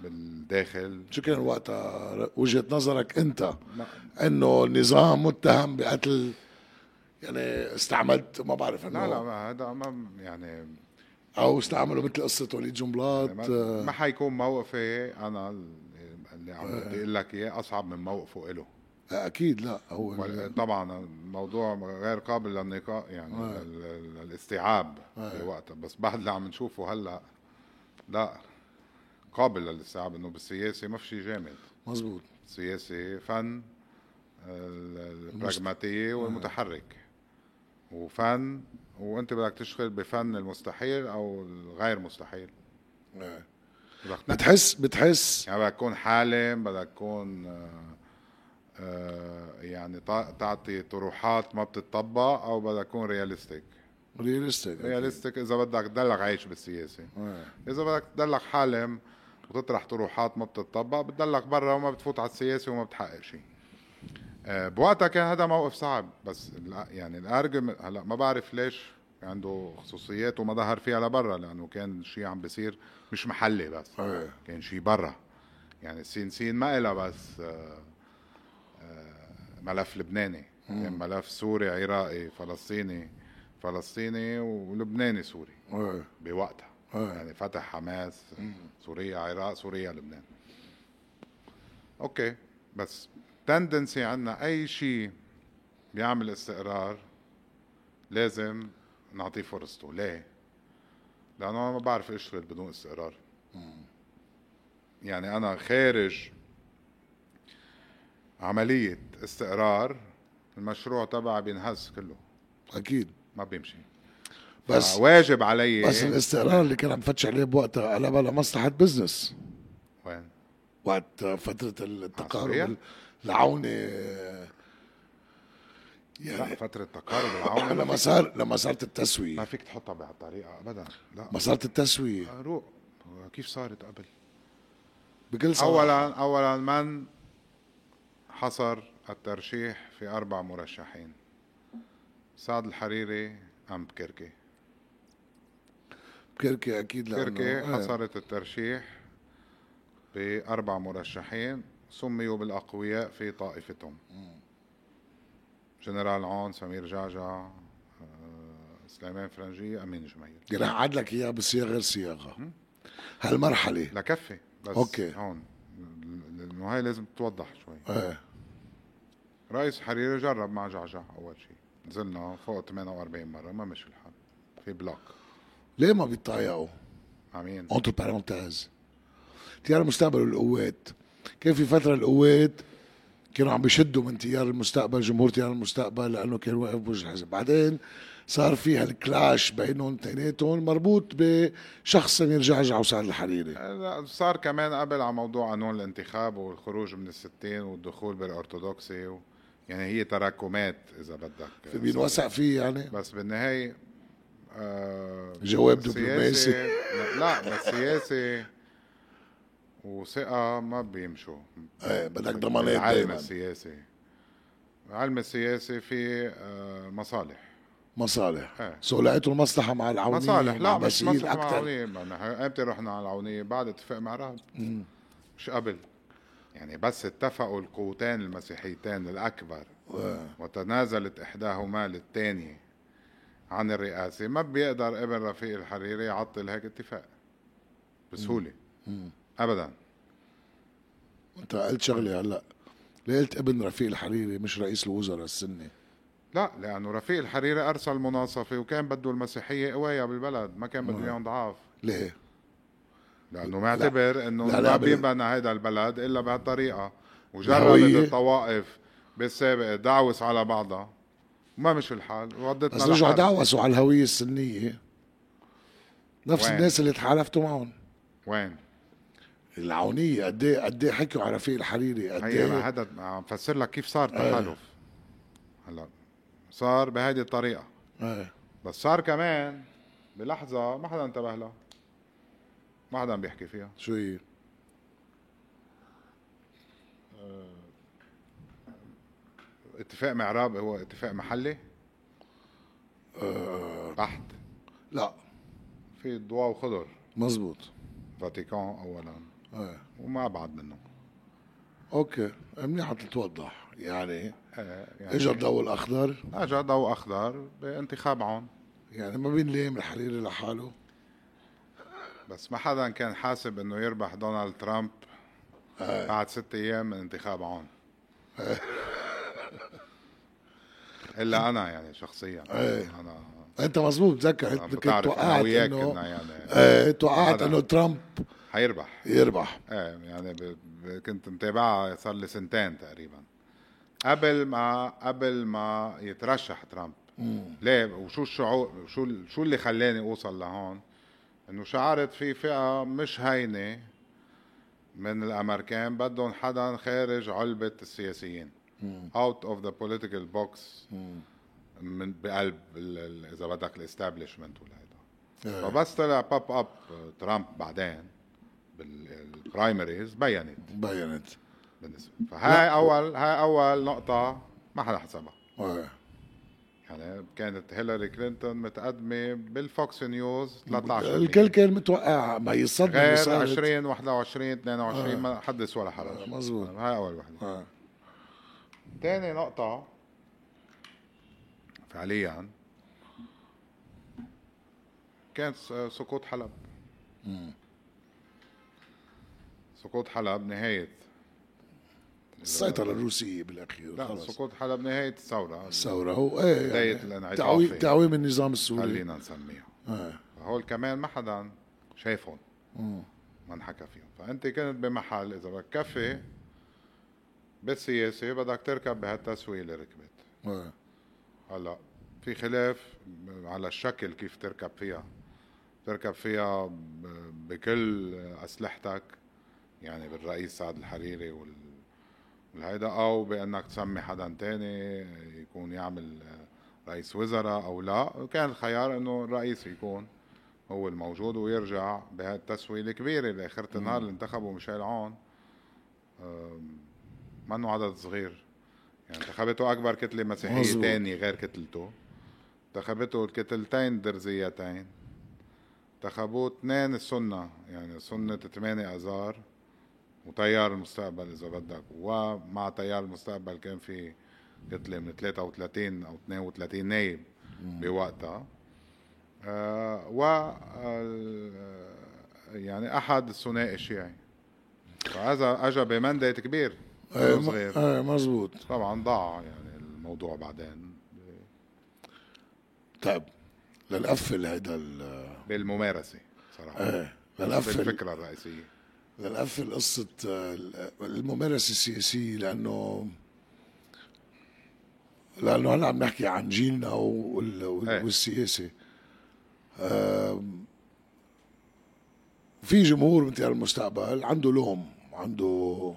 A: بالداخل
B: شو كان وقتها ر- وجهه نظرك انت
A: ما-
B: انه النظام متهم بقتل يعني استعملت ما بعرف انه
A: لا لا ما هذا ما يعني
B: او استعملوا مثل قصه وليد جنبلاط
A: إيه، ما,
B: آه،
A: ما حيكون موقفي انا اللي عم بدي اقول لك اياه اصعب من موقفه له
B: اكيد آه، لا هو
A: طبعا الموضوع غير قابل للنقاش يعني
B: آه.
A: لل- لل- للاستيعاب بوقتها بس بعد اللي عم نشوفه هلا لا قابل للاستيعاب انه بالسياسه ما في شيء جامد
B: مزبوط
A: السياسه فن ال-
B: آه.
A: البراغماتيه والمتحرك وفن وانت بدك تشتغل بفن المستحيل او الغير مستحيل
B: آه.
A: بدك
B: بتحس بتحس
A: يعني بدك تكون حالم بدك تكون آه، آه، يعني تع- تعطي طروحات ما بتطبق او بدك تكون رياليستيك
B: ريالستيك
A: رياليستيك اذا بدك تضلك عايش بالسياسه
B: آه،
A: اذا بدك تضلك حالم وتطرح طروحات ما بتطبق بتضلك برا وما بتفوت على السياسه وما بتحقق شيء آه، بوقتها كان هذا موقف صعب بس الأ- يعني الارجيومنت هلا ما بعرف ليش عنده خصوصيات وما ظهر فيها لبرا لانه كان شيء عم بيصير مش محلي بس
B: أيه.
A: كان شيء برا يعني السين سين ما إلها بس آه، آه، ملف لبناني كان ملف سوري عراقي فلسطيني فلسطيني ولبناني سوري
B: آه،
A: بوقتها
B: أيه.
A: يعني فتح حماس سوريا عراق سوريا لبنان اوكي بس تندنسي عندنا اي شيء بيعمل استقرار لازم نعطيه فرصته ليه لانه انا ما بعرف اشتغل بدون استقرار يعني انا خارج عمليه استقرار المشروع تبعي بينهز كله
B: اكيد
A: ما بيمشي آه،
B: بس
A: واجب علي إيه؟
B: بس الاستقرار اللي كان عم فتش عليه بوقتها قلبها لمصلحه بزنس
A: وين
B: وقت فتره التقارب
A: عصرية؟
B: العونه
A: لا
B: يعني
A: فترة تقارب العون
B: لما صار لما صارت
A: ما
B: التسويه
A: فيك تحطها بهالطريقة أبدا لا
B: ما صارت التسويه
A: روق كيف صارت قبل
B: بكل صراحه
A: أولا أولا من حصر الترشيح في أربع مرشحين سعد الحريري أم بكركي
B: كركي اكيد لأنه-
A: بكركي
B: إيه.
A: حصرت الترشيح بأربع مرشحين سميوا بالأقوياء في طائفتهم جنرال عون سمير جعجع آه، سليمان فرنجي أمين جميل
B: يعني هقعد لك اياها بصياغه غير صياغه هالمرحله
A: لكفي بس
B: أوكي.
A: هون لانه هاي لازم تتوضح شوي
B: ايه
A: رئيس حريري جرب مع جعجع اول شيء نزلنا فوق 48 مره ما مشي الحال في بلوك
B: ليه ما بيتضايقوا؟
A: مع مين؟
B: اونتر بارونتاز تيار المستقبل والقوات كان في فتره القوات كانوا عم بيشدوا من تيار المستقبل جمهور تيار المستقبل لانه كان واقف بوجه الحزب بعدين صار في هالكلاش بينهم تيناتهم مربوط بشخص سمير جعجع وسعد الحريري
A: لا، آه، صار كمان قبل على موضوع قانون الانتخاب والخروج من الستين والدخول بالارثوذكسي و... يعني هي تراكمات اذا بدك
B: بينوسع فيه يعني
A: بس بالنهاية آه
B: جواب
A: السياسة-
B: دبلوماسي.
A: لا- <laughs> لا بس سياسة وثقة ما بيمشوا
B: ايه بدك ضمانات
A: العلم
B: دايما
A: السياسي العلم السياسي في آه، مصالح
B: مصالح
A: إيه.
B: سو لقيتوا المصلحه مع العونيه
A: مصالح
B: مع
A: لا مش
B: بشير
A: مصلحة مع
B: اكثر
A: العونية ما نحن امتى رحنا على العونية بعد اتفاق مع رهب مش قبل يعني بس اتفقوا القوتان المسيحيتان الأكبر وتنازلت إحداهما للثانية عن الرئاسة ما بيقدر ابن رفيق الحريري يعطل هيك اتفاق بسهولة ابدا
B: انت قلت شغله هلا ليه قلت ابن رفيق الحريري مش رئيس الوزراء السني
A: لا لانه رفيق الحريري ارسل مناصفه وكان بده المسيحيه قويه بالبلد ما كان بده اياهم ضعاف
B: ليه؟
A: لانه معتبر انه
B: لا، لا،
A: ما
B: بال-
A: بينبنى هذا البلد الا بهالطريقه وجربت
B: الهوية.
A: الطوائف بالسابق دعوس على بعضها وما مش الحال وردتنا
B: بس رجعوا
A: لحالها.
B: دعوسوا على الهويه السنيه نفس
A: وين؟
B: الناس اللي تحالفتوا معهم
A: وين؟
B: العونيه قد ايه قد ايه حكوا على رفيق الحريري قد آه.
A: هي ما
B: ايه
A: هذا عم فسر لك كيف صار التحالف هلا صار بهيدي الطريقه
B: إيه.
A: بس صار كمان بلحظه ما حدا انتبه لها ما حدا عم بيحكي فيها
B: شو هي؟
A: اتفاق معراب هو اتفاق محلي بحت
B: لا
A: في ضوء وخضر
B: مزبوط
A: فاتيكان اولا
B: ايه
A: وما بعد منه
B: اوكي منيح تتوضح يعني
A: آه، يعني
B: اجى الضوء الاخضر
A: اجى ضوء اخضر بانتخاب عون
B: يعني ما بينلام الحريري لحاله
A: بس ما حدا كان حاسب انه يربح دونالد ترامب بعد ست ايام من انتخاب عون الا انا يعني شخصيا انا
B: انت مزبوط بتذكر
A: أنا
B: انت كنت
A: بتعرف انا
B: توقعت
A: وياك
B: انه
A: كنا يعني
B: ايه توقعت
A: هذا.
B: انه ترامب
A: حيربح
B: يربح
A: ايه يعني ب... ب... كنت متابعها صار لي سنتين تقريبا قبل ما قبل ما يترشح ترامب ليه وشو الشعور شو ال- شو اللي خلاني اوصل لهون انه شعرت في فئه مش هينه من الامريكان بدهم حدا خارج علبه السياسيين اوت اوف ذا بوليتيكال بوكس من بقلب ال- ال- اذا بدك الاستابلشمنت ولا هيدا
B: إيه.
A: فبس طلع باب اب ترامب بعدين بالبرايمريز بينت
B: بينت
A: بالنسبه فهاي اول هاي اول نقطه ما حدا حسبها
B: ايه
A: يعني كانت هيلاري كلينتون متقدمه بالفوكس نيوز 13
B: الكل كان متوقع ما يصدم اللي
A: غير
B: صارت.
A: 20 21
B: آه.
A: 22 ما حدث ولا حرج يعني
B: مزبوط.
A: هاي اول وحده
B: آه.
A: تاني نقطة فعليا كان س- سقوط حلب سقوط حلب نهاية
B: السيطرة الروسية بالأخير
A: لا
B: خلص
A: سقوط حلب نهاية الثورة
B: الثورة هو ايه
A: بداية
B: يعني
A: الانعطاف
B: تعويم
A: هي.
B: تعويم النظام السوري
A: خلينا نسميها
B: آه.
A: هول كمان ما حدا شايفهم ما انحكى فيهم فانت كنت بمحل اذا بدك كفي بالسياسة بدك تركب بهالتسوية اللي ركبت
B: آه.
A: هلا في خلاف على الشكل كيف تركب فيها تركب فيها ب- بكل اسلحتك يعني بالرئيس سعد الحريري وال والهيدا او بانك تسمي حدا تاني يكون يعمل رئيس وزراء او لا كان الخيار انه الرئيس يكون هو الموجود ويرجع بهالتسويه الكبيره اللي اخرة النهار اللي انتخبوا ميشيل عون أم، منه عدد صغير يعني انتخبته اكبر كتله مسيحيه
B: مظبوط.
A: تاني غير كتلته انتخبته الكتلتين درزيتين انتخبوه اثنين السنه يعني سنه 8 اذار وتيار المستقبل اذا بدك ومع تيار المستقبل كان في كتله من 33 او 32 نايب بوقتها آه و آه، يعني احد الثنائي الشيعي فاذا اجى بمنديت كبير
B: ايه م-
A: صغير
B: ايه مزبوط
A: طبعا ضاع يعني الموضوع بعدين
B: طيب للقفل هيدا ال-
A: بالممارسه صراحه
B: ايه للقفل
A: بالفكره الرئيسيه
B: لنقفل قصة آه، الممارسة السياسية لأنه لأنه هلا عم نحكي عن جيلنا وال-
A: إيه.
B: وال- والسياسة آم، في جمهور مثل المستقبل عنده لوم عنده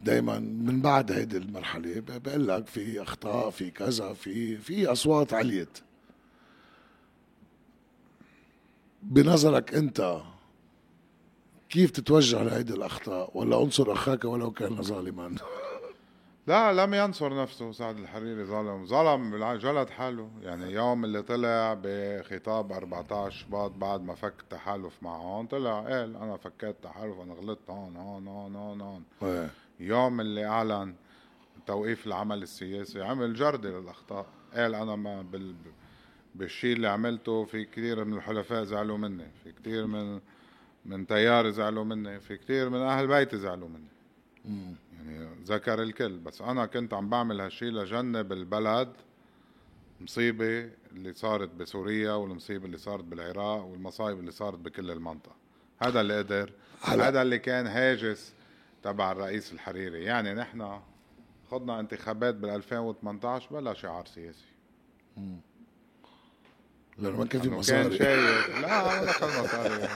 B: دائما من بعد هيدي المرحلة ب- بقول لك في أخطاء في كذا في في أصوات عليت بنظرك أنت كيف تتوجه لهيدي الاخطاء ولا انصر اخاك ولو كان ظالما
A: لا لم ينصر نفسه سعد الحريري ظلم ظلم بالع- جلد حاله يعني يوم اللي طلع بخطاب 14 شباط بعد ما فك التحالف مع هون طلع قال انا فكيت التحالف انا غلطت هون هون هون هون هون
B: <laughs> إيه.
A: يوم اللي اعلن توقيف العمل السياسي عمل جردة للاخطاء قال انا ما بال بالشيء اللي عملته في كثير من الحلفاء زعلوا مني في كثير من من تيار زعلوا مني في كتير من اهل بيتي زعلوا مني
B: مم.
A: يعني ذكر الكل بس انا كنت عم بعمل هالشي لجنب البلد مصيبة اللي صارت بسوريا والمصيبة اللي صارت بالعراق والمصايب اللي صارت بكل المنطقة هذا اللي قدر
B: هلا.
A: هذا اللي كان هاجس تبع الرئيس الحريري يعني نحن خضنا انتخابات بال 2018 بلا شعار سياسي
B: لانه ما كان في
A: إنه كان
B: مصاري
A: شايف لا ولا خلص مصاري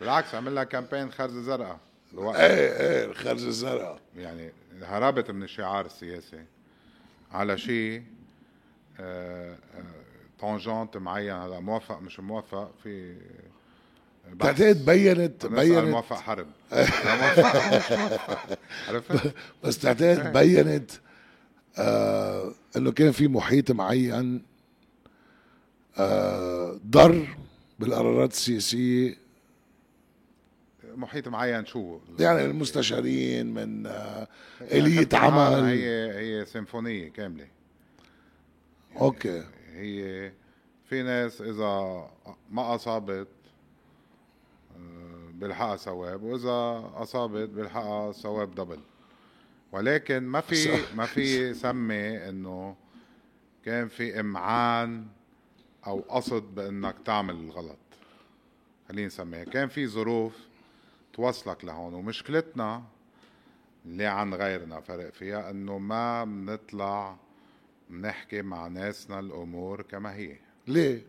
A: بالعكس عملنا كامبين خرزة
B: <laughs>
A: زرقاء الوقت
B: ايه ايه الخرز الزرقاء
A: يعني هربت من الشعار السياسي على شيء طونجونت معين هلا موافق مش موافق في بحث.
B: بعدين بينت
A: نسأل
B: بينت
A: موافق حرب لا موافق مش موافق.
B: <laughs>
A: عرفت؟
B: بس تعتقد
A: إيه.
B: بينت آه انه كان في محيط معين آه ضر بالقرارات السياسيه
A: محيط معين شو؟
B: يعني من المستشارين من آه
A: يعني
B: اليه عمل
A: هي هي سيمفونيه كامله
B: اوكي
A: هي في ناس اذا ما اصابت آه، بيلحقها ثواب واذا اصابت بيلحقها ثواب دبل ولكن ما في
B: صح.
A: ما في سمي انه كان في امعان او قصد بانك تعمل الغلط خلينا نسميها كان في ظروف توصلك لهون ومشكلتنا اللي عن غيرنا فرق فيها انه ما بنطلع نحكي مع ناسنا الامور كما هي
B: ليه؟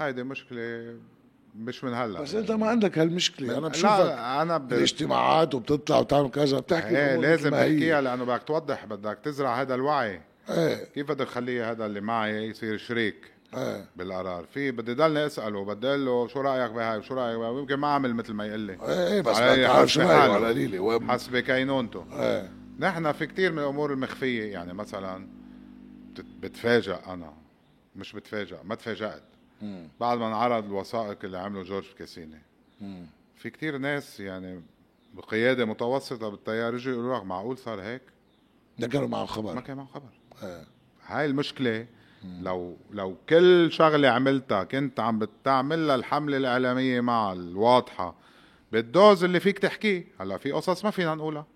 A: هيدي مشكله مش من هلا
B: بس انت ما عندك هالمشكله انا بشوفك
A: لا انا ب...
B: بالاجتماعات وبتطلع وبتعمل كذا بتحكي
A: ايه
B: الأمور
A: لازم
B: مثل ما هي.
A: احكيها لانه بدك توضح بدك تزرع هذا الوعي
B: ايه
A: كيف بدك تخلي هذا اللي معي يصير شريك
B: ايه
A: بالقرار في بدي ضلني اساله بدي اقول له شو رايك بهاي وشو رايك بهاي يمكن ما اعمل مثل ما يقول لي
B: ايه بس
A: على
B: ما تعرف شو
A: حسب
B: هي
A: حاله.
B: على قليله وين-
A: حسب كينونته
B: ايه
A: نحن في كتير من الامور المخفيه يعني مثلا بت- بتفاجأ انا مش بتفاجأ ما تفاجأت
B: مم.
A: بعد ما انعرض الوثائق اللي عمله جورج كاسيني
B: مم.
A: في كتير ناس يعني بقياده متوسطه بالتيار يجوا يقولوا لك معقول صار هيك
B: ذكروا معه
A: ما
B: خبر
A: كان معهم خبر
B: ايه
A: هاي المشكله لو لو كل شغله عملتها كنت عم بتعمل لها الحمله الاعلاميه مع الواضحه بالدوز اللي فيك تحكيه هلا في قصص ما فينا نقولها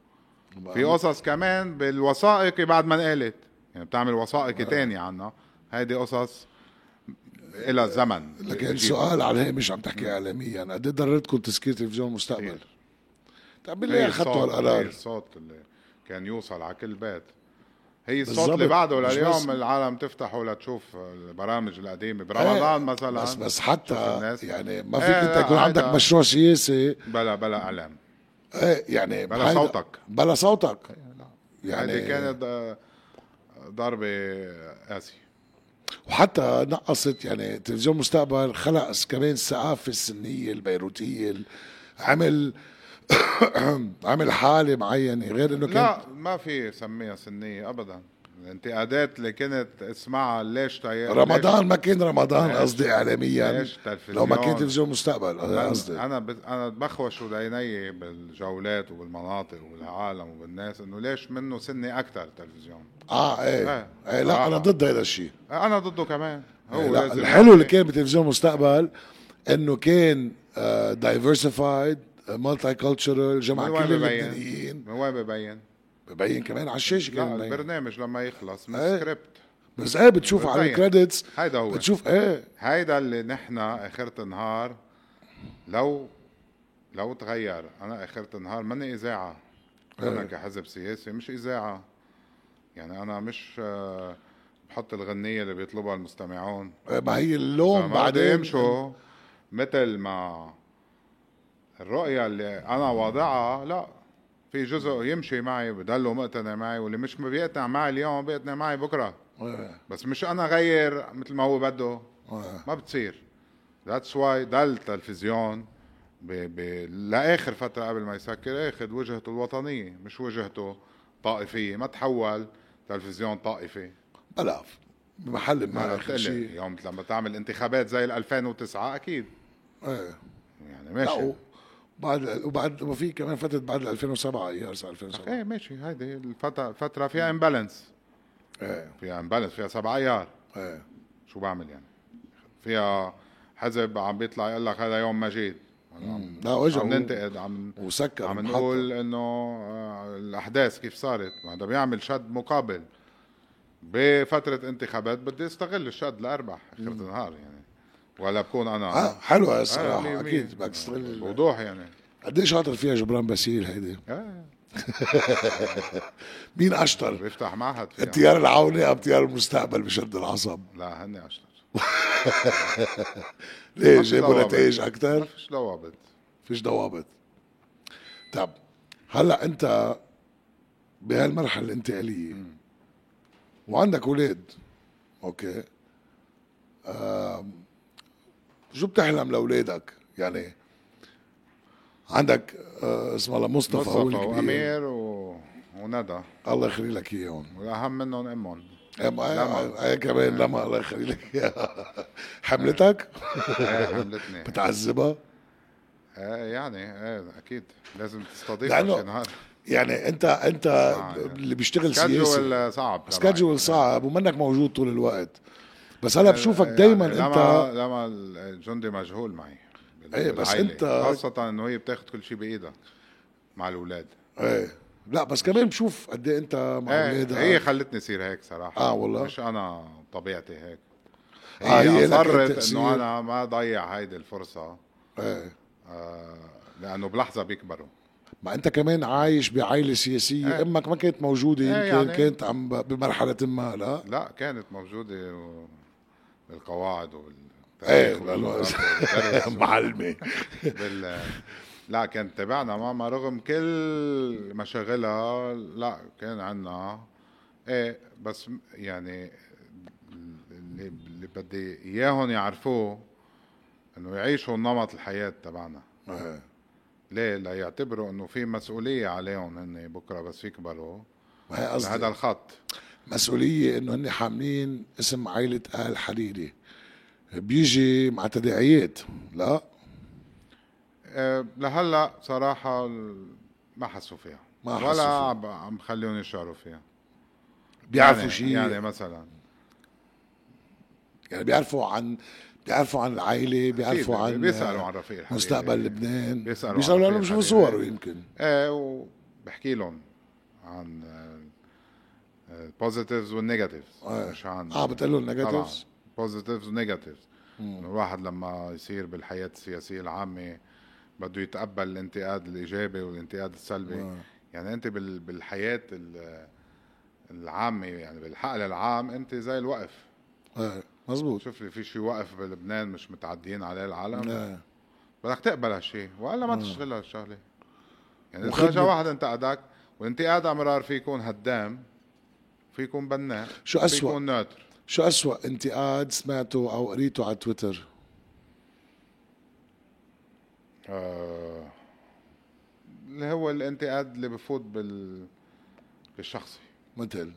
A: في قصص كمان بالوثائقي بعد ما انقالت يعني بتعمل وثائقي تاني عنا هيدي قصص إلى زمن
B: لكن سؤال على هي مش عم تحكي اعلاميا قد ايه ضرتكم تسكير تلفزيون المستقبل؟
A: كتير. إيه،
B: طيب بالله اخذتوا
A: هي
B: هالقرار
A: الصوت اللي كان يوصل على كل بيت هي الصوت
B: بالظبط.
A: اللي بعده
B: مش
A: لليوم
B: بس- إيه.
A: العالم تفتحه لتشوف البرامج القديمه برمضان مثلا
B: بس بس حتى
A: الناس.
B: يعني ما
A: إيه،
B: فيك انت يكون
A: هيدا-
B: عندك مشروع سياسي
A: بلا بلا اعلام
B: ايه يعني
A: بلا
B: هيدا-
A: صوتك.
B: بلا صوتك
A: يعني
B: يعني
A: هذه كانت آه، ضربه قاسيه
B: وحتى نقصت يعني تلفزيون مستقبل خلق كمان الثقافه السنيه البيروتيه ال- عمل <coughs> عمل حاله معينه غير انه كان
A: لا ما في سميها سنيه ابدا الانتقادات اللي كنت اسمعها ليش تاي
B: رمضان ما كان رمضان
A: ليش؟
B: قصدي اعلاميا
A: ليش تلفزيون؟
B: لو ما كان تلفزيون مستقبل
A: ليش-
B: قصدي
A: انا ب... انا بخوش عيني بالجولات وبالمناطق وبالعالم وبالناس انه ليش منه سني اكثر تلفزيون
B: اه ايه
A: إيه.
B: ايه لا
A: آه.
B: انا ضد هذا الشيء
A: انا ضده كمان هو
B: لا
A: لازم
B: الحلو اللي كان بتلفزيون مستقبل انه كان آه، دايفرسيفايد مالتي كلتشرال
A: من
B: جمع
A: وين
B: كل
A: ببين؟
B: اللبنانيين
A: من وين ببين؟
B: ببين كمان على الشاشه
A: لا
B: كان ببين.
A: البرنامج لما يخلص من
B: إيه.
A: السكريبت
B: بس ايه بتشوف على
A: ببين.
B: الكريدتس
A: هيدا هو
B: بتشوف ايه
A: هيدا اللي نحن اخرة النهار لو لو تغير انا اخرة النهار ماني اذاعة انا
B: إيه.
A: كحزب سياسي مش اذاعة يعني انا مش آه، بحط الغنية اللي بيطلبها المستمعون
B: إيه، ما هي اللون
A: ما بده
B: بعدين
A: يمشوا مثل ما الرؤية اللي أنا واضعها لا في جزء يمشي معي بضله مقتنع معي واللي مش بيقتنع معي اليوم بيقتنع معي بكرة
B: إيه،
A: بس مش أنا غير مثل ما هو بده
B: إيه.
A: ما بتصير ذاتس واي ضل التلفزيون ب... ب... لاخر فتره قبل ما يسكر اخذ وجهته الوطنيه مش وجهته طائفيه ما تحول تلفزيون طائفي
B: بلا بمحل ما
A: ما
B: اخر شيء
A: يوم لما تعمل انتخابات زي ال 2009 اكيد
B: ايه
A: يعني
B: لا
A: ماشي
B: و- بعد وبعد وفي كمان فتره بعد 2007 يارس 2007
A: ايه ماشي هيدي الفتره فتره فيها امبالانس
B: ايه
A: فيها امبالانس فيها سبع ايار
B: ايه
A: شو بعمل يعني فيها حزب عم بيطلع يقول لك هذا يوم مجيد هلا عم-
B: لا وجع
A: عم ننتقد عم
B: وسكر
A: عم
B: المحطة.
A: نقول انه آه، الاحداث كيف صارت ما هذا بيعمل شد مقابل بفتره انتخابات بدي استغل الشد لاربح اخر النهار يعني ولا بكون انا
B: اه حلوة هاي
A: آه، مية
B: الصراحة
A: مية.
B: اكيد بدك تستغل
A: وضوح يعني
B: قديش شاطر فيها جبران باسيل هيدي
A: آه،
B: مين اشطر
A: بيفتح معهد فيها.
B: التيار العوني ام تيار المستقبل بشد العصب
A: لا هن اشطر
B: ليه
A: ما في
B: جابوا
A: ضوابط.
B: نتائج
A: ما
B: اكثر
A: فيش ضوابط
B: فيش ضوابط طب هلا انت بهالمرحله الانتقاليه وعندك اولاد اوكي آم. شو بتحلم لاولادك يعني عندك آه اسمه الله مصطفى,
A: مصطفى
B: هو الكبير.
A: وامير و... وندى
B: الله يخلي لك اياهم
A: والاهم منهم امهم لما.
B: ايه كمان لما الله يخلي لك اياها حملتك <laughs>
A: ايه حملتني
B: بتعذبها
A: ايه يعني ايه اكيد لازم تستضيفها
B: لأنه
A: شي نهار
B: يعني انت انت
A: يعني.
B: اللي بيشتغل سياسي
A: سكادجول صعب إيه،
B: سكادجول صعب ومنك موجود طول الوقت بس هلا بشوفك
A: يعني
B: دائما انت
A: لما لما الجندي مجهول معي بال-
B: إيه، بس
A: بالعيلة.
B: أنت-
A: خاصة انه هي بتاخد كل شيء بايدك مع الاولاد
B: ايه لا بس كمان بشوف قد ايه انت مع
A: ايه
B: اولادك
A: هي خلتني صير هيك صراحة
B: آه، والله.
A: مش انا طبيعتي هيك هي,
B: آه، هي لك
A: اصرت
B: التأثير.
A: انه انا ما ضيع هيدي الفرصة
B: ايه
A: آه لانه بلحظة بيكبروا
B: ما انت كمان عايش بعائله سياسيه
A: ايه.
B: امك ما كانت موجوده
A: ايه
B: يمكن
A: يعني.
B: كانت عم ب- بمرحله
A: <laughs>
B: ما لا <laughs>
A: لا كانت موجودة و... بالقواعد وال
B: ايه لأنه-
A: والدرس
B: معلمه
A: بال <laughs> لا كان تبعنا ماما رغم كل مشاغلها لا كان عنا ايه بس م- يعني اللي, اللي بدي اياهم يعرفوه انه يعيشوا نمط الحياة تبعنا
B: ايه.
A: ليه لا يعتبروا انه في مسؤولية عليهم هن بكره بس يكبروا
B: ما هي قصدي
A: هذا الخط
B: مسؤوليه انه هن حاملين اسم عائله ال حريري بيجي مع تداعيات لا
A: آه، لهلا صراحة ال- ما حسوا فيها
B: ما حسوا
A: ولا يعني-
B: فيها.
A: عم- عم خليهم يشعروا فيها
B: بيعرفوا
A: يعني-
B: شيء
A: يعني مثلا
B: يعني بيعرفوا عن بيعرفوا عن العائله بيعرفوا
A: أكيد،
B: عن
A: بيسألوا عن رفيق الحبيبي.
B: مستقبل لبنان
A: بيسألوا عن
B: بيسألوا لانه
A: رفيق
B: بيشوفوا
A: الحبيبي.
B: صوره يمكن
A: ايه وبحكي لهم عن آه، البوزيتيفز والنيجاتيفز
B: إيه.
A: مش عن
B: اه بتقول لهم negatives؟
A: بوزيتيفز ونيجاتيفز الواحد لما يصير بالحياة السياسية العامة بده يتقبل الانتقاد الإيجابي والانتقاد السلبي
B: آه.
A: يعني أنت بال- بالحياة ال- العامة يعني بالحقل العام أنت زي الوقف
B: ايه مزبوط
A: شوف لي في شي وقف بلبنان مش متعديين عليه العالم
B: ايه
A: بدك تقبل هالشيء والا ما تشتغل هالشغله يعني اذا
B: وخدمة-
A: اجى واحد انتقدك والانتقاد امرار في يكون هدام في يكون بناء
B: شو
A: في
B: أسوأ؟
A: يكون ناتر
B: شو أسوأ انتقاد سمعته او قريته على تويتر؟
A: آه اللي هو الانتقاد اللي بفوت بال بالشخصي
B: مثل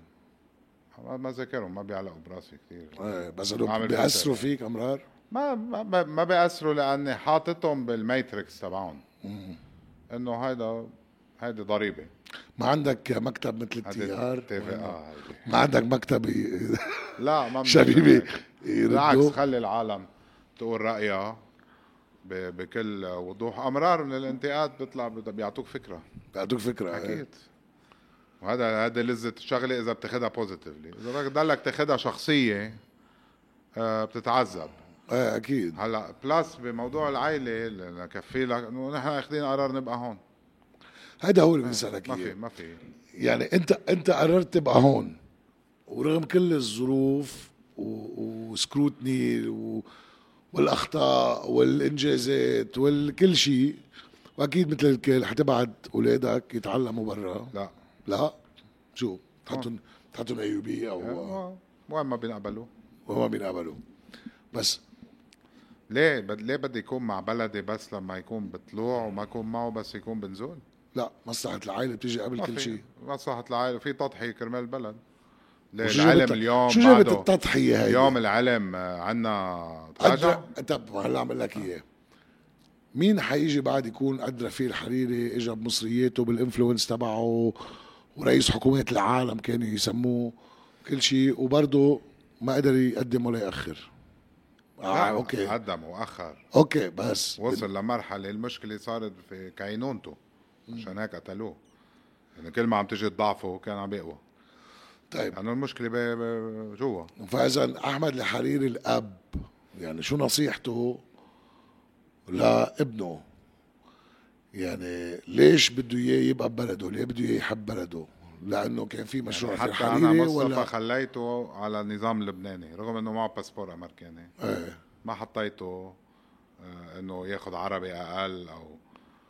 A: ما ما ذاكرهم ما بيعلقوا براسي كثير
B: ايه بس انه
A: عامل
B: بيأثروا فيك امرار؟
A: ما ما ما- ما بيأثروا لاني حاططهم بالماتريكس تبعهم انه هيدا هيدي ضريبه
B: ما عندك مكتب مثل
A: هيدي
B: التيار
A: اتفاق- آه، هيدي.
B: ما عندك
A: <laughs>
B: مكتب ي-
A: لا ما
B: شبيبه
A: بالعكس
B: يردوا
A: خلي العالم تقول رأيها ب- بكل وضوح أمرار من الانتقاد بيطلع بت- بيعطوك فكرة
B: بيعطوك فكره
A: أكيد وهذا هذا لذة الشغلة إذا بتاخدها بوزيتيفلي إذا بدك تضلك تاخدها شخصية آه، بتتعذب
B: ايه اكيد
A: هلا بلس بموضوع العائلة اللي كفي لك إنه نحن اخذين قرار نبقى هون
B: هيدا هو اللي بنسألك
A: آه. ما
B: اياه
A: في ما في
B: يعني انت انت قررت تبقى هون ورغم كل الظروف و- وسكروتني و- والاخطاء والانجازات والكل شيء واكيد مثل الكل حتبعت اولادك يتعلموا برا
A: لا
B: لا شو تحطهم تحطهم ايوبي او
A: آه، وين ما بينقبلوا
B: وما بينقبلوا بس
A: ليه بد... ليه بدي يكون مع بلدي بس لما يكون بطلوع وما يكون معه بس يكون بنزول
B: لا مصلحه العائله بتيجي قبل
A: ما
B: كل
A: في-
B: شيء
A: مصلحة العائلة في تضحية كرمال البلد ليه
B: وشو
A: العلم
B: جابت-
A: اليوم
B: شو جابت
A: بعده-
B: التضحيه هاي
A: اليوم العلم آه، عنا تراجع
B: أدرى طب هلا عم بقول لك اياه مين حيجي بعد يكون أدرى فيه الحريري اجى بمصرياته بالانفلونس تبعه ورئيس حكومة العالم كانوا يسموه كل شيء وبرضه ما قدر يقدم ولا يأخر آه اوكي
A: قدم واخر
B: اوكي بس
A: وصل لمرحله المشكله صارت في كينونته عشان هيك قتلوه يعني كل ما عم تجي تضعفه كان عم يقوى
B: طيب
A: لانه المشكله يعني ب- ب- جوا يعني
B: فاذا احمد الحريري الاب يعني شو نصيحته لابنه يعني ليش بده اياه يبقى ببلده ليه بده اياه يحب بلده لانه كان في مشروع يعني في
A: حتى انا
B: الحريري
A: مصطفى
B: ولا
A: خليته على النظام اللبناني رغم انه معه باسبور امريكاني
B: ايه
A: ما حطيته آه، انه ياخذ عربي اقل او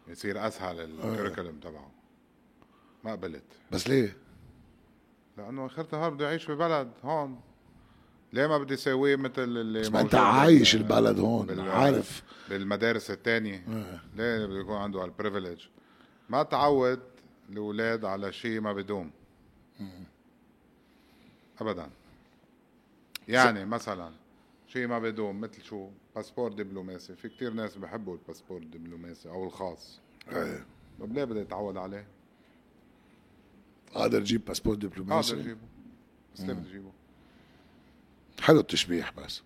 A: يصير اسهل
B: إيه.
A: الكريكولم تبعه ما قبلت
B: بس ليه
A: لانه اخر النهار بده يعيش ببلد هون ليه ما بدي اسويه مثل اللي
B: بس ما انت
A: موجود يعني
B: عايش
A: بال-
B: البلد هون
A: بال-
B: عارف
A: بالمدارس الثانيه ليه بده يكون عنده هالبريفليج ما تعود الاولاد على شيء ما بدوم ابدا يعني مثلا شيء ما بدوم مثل شو باسبور دبلوماسي في كتير ناس بحبوا الباسبور الدبلوماسي او الخاص
B: ايه
A: طب ليه بده يتعود عليه؟
B: قادر تجيب باسبور
A: قادر
B: دبلوماسي
A: يجيبه بس ليه بده يجيبه؟
B: حلو التشبيح بس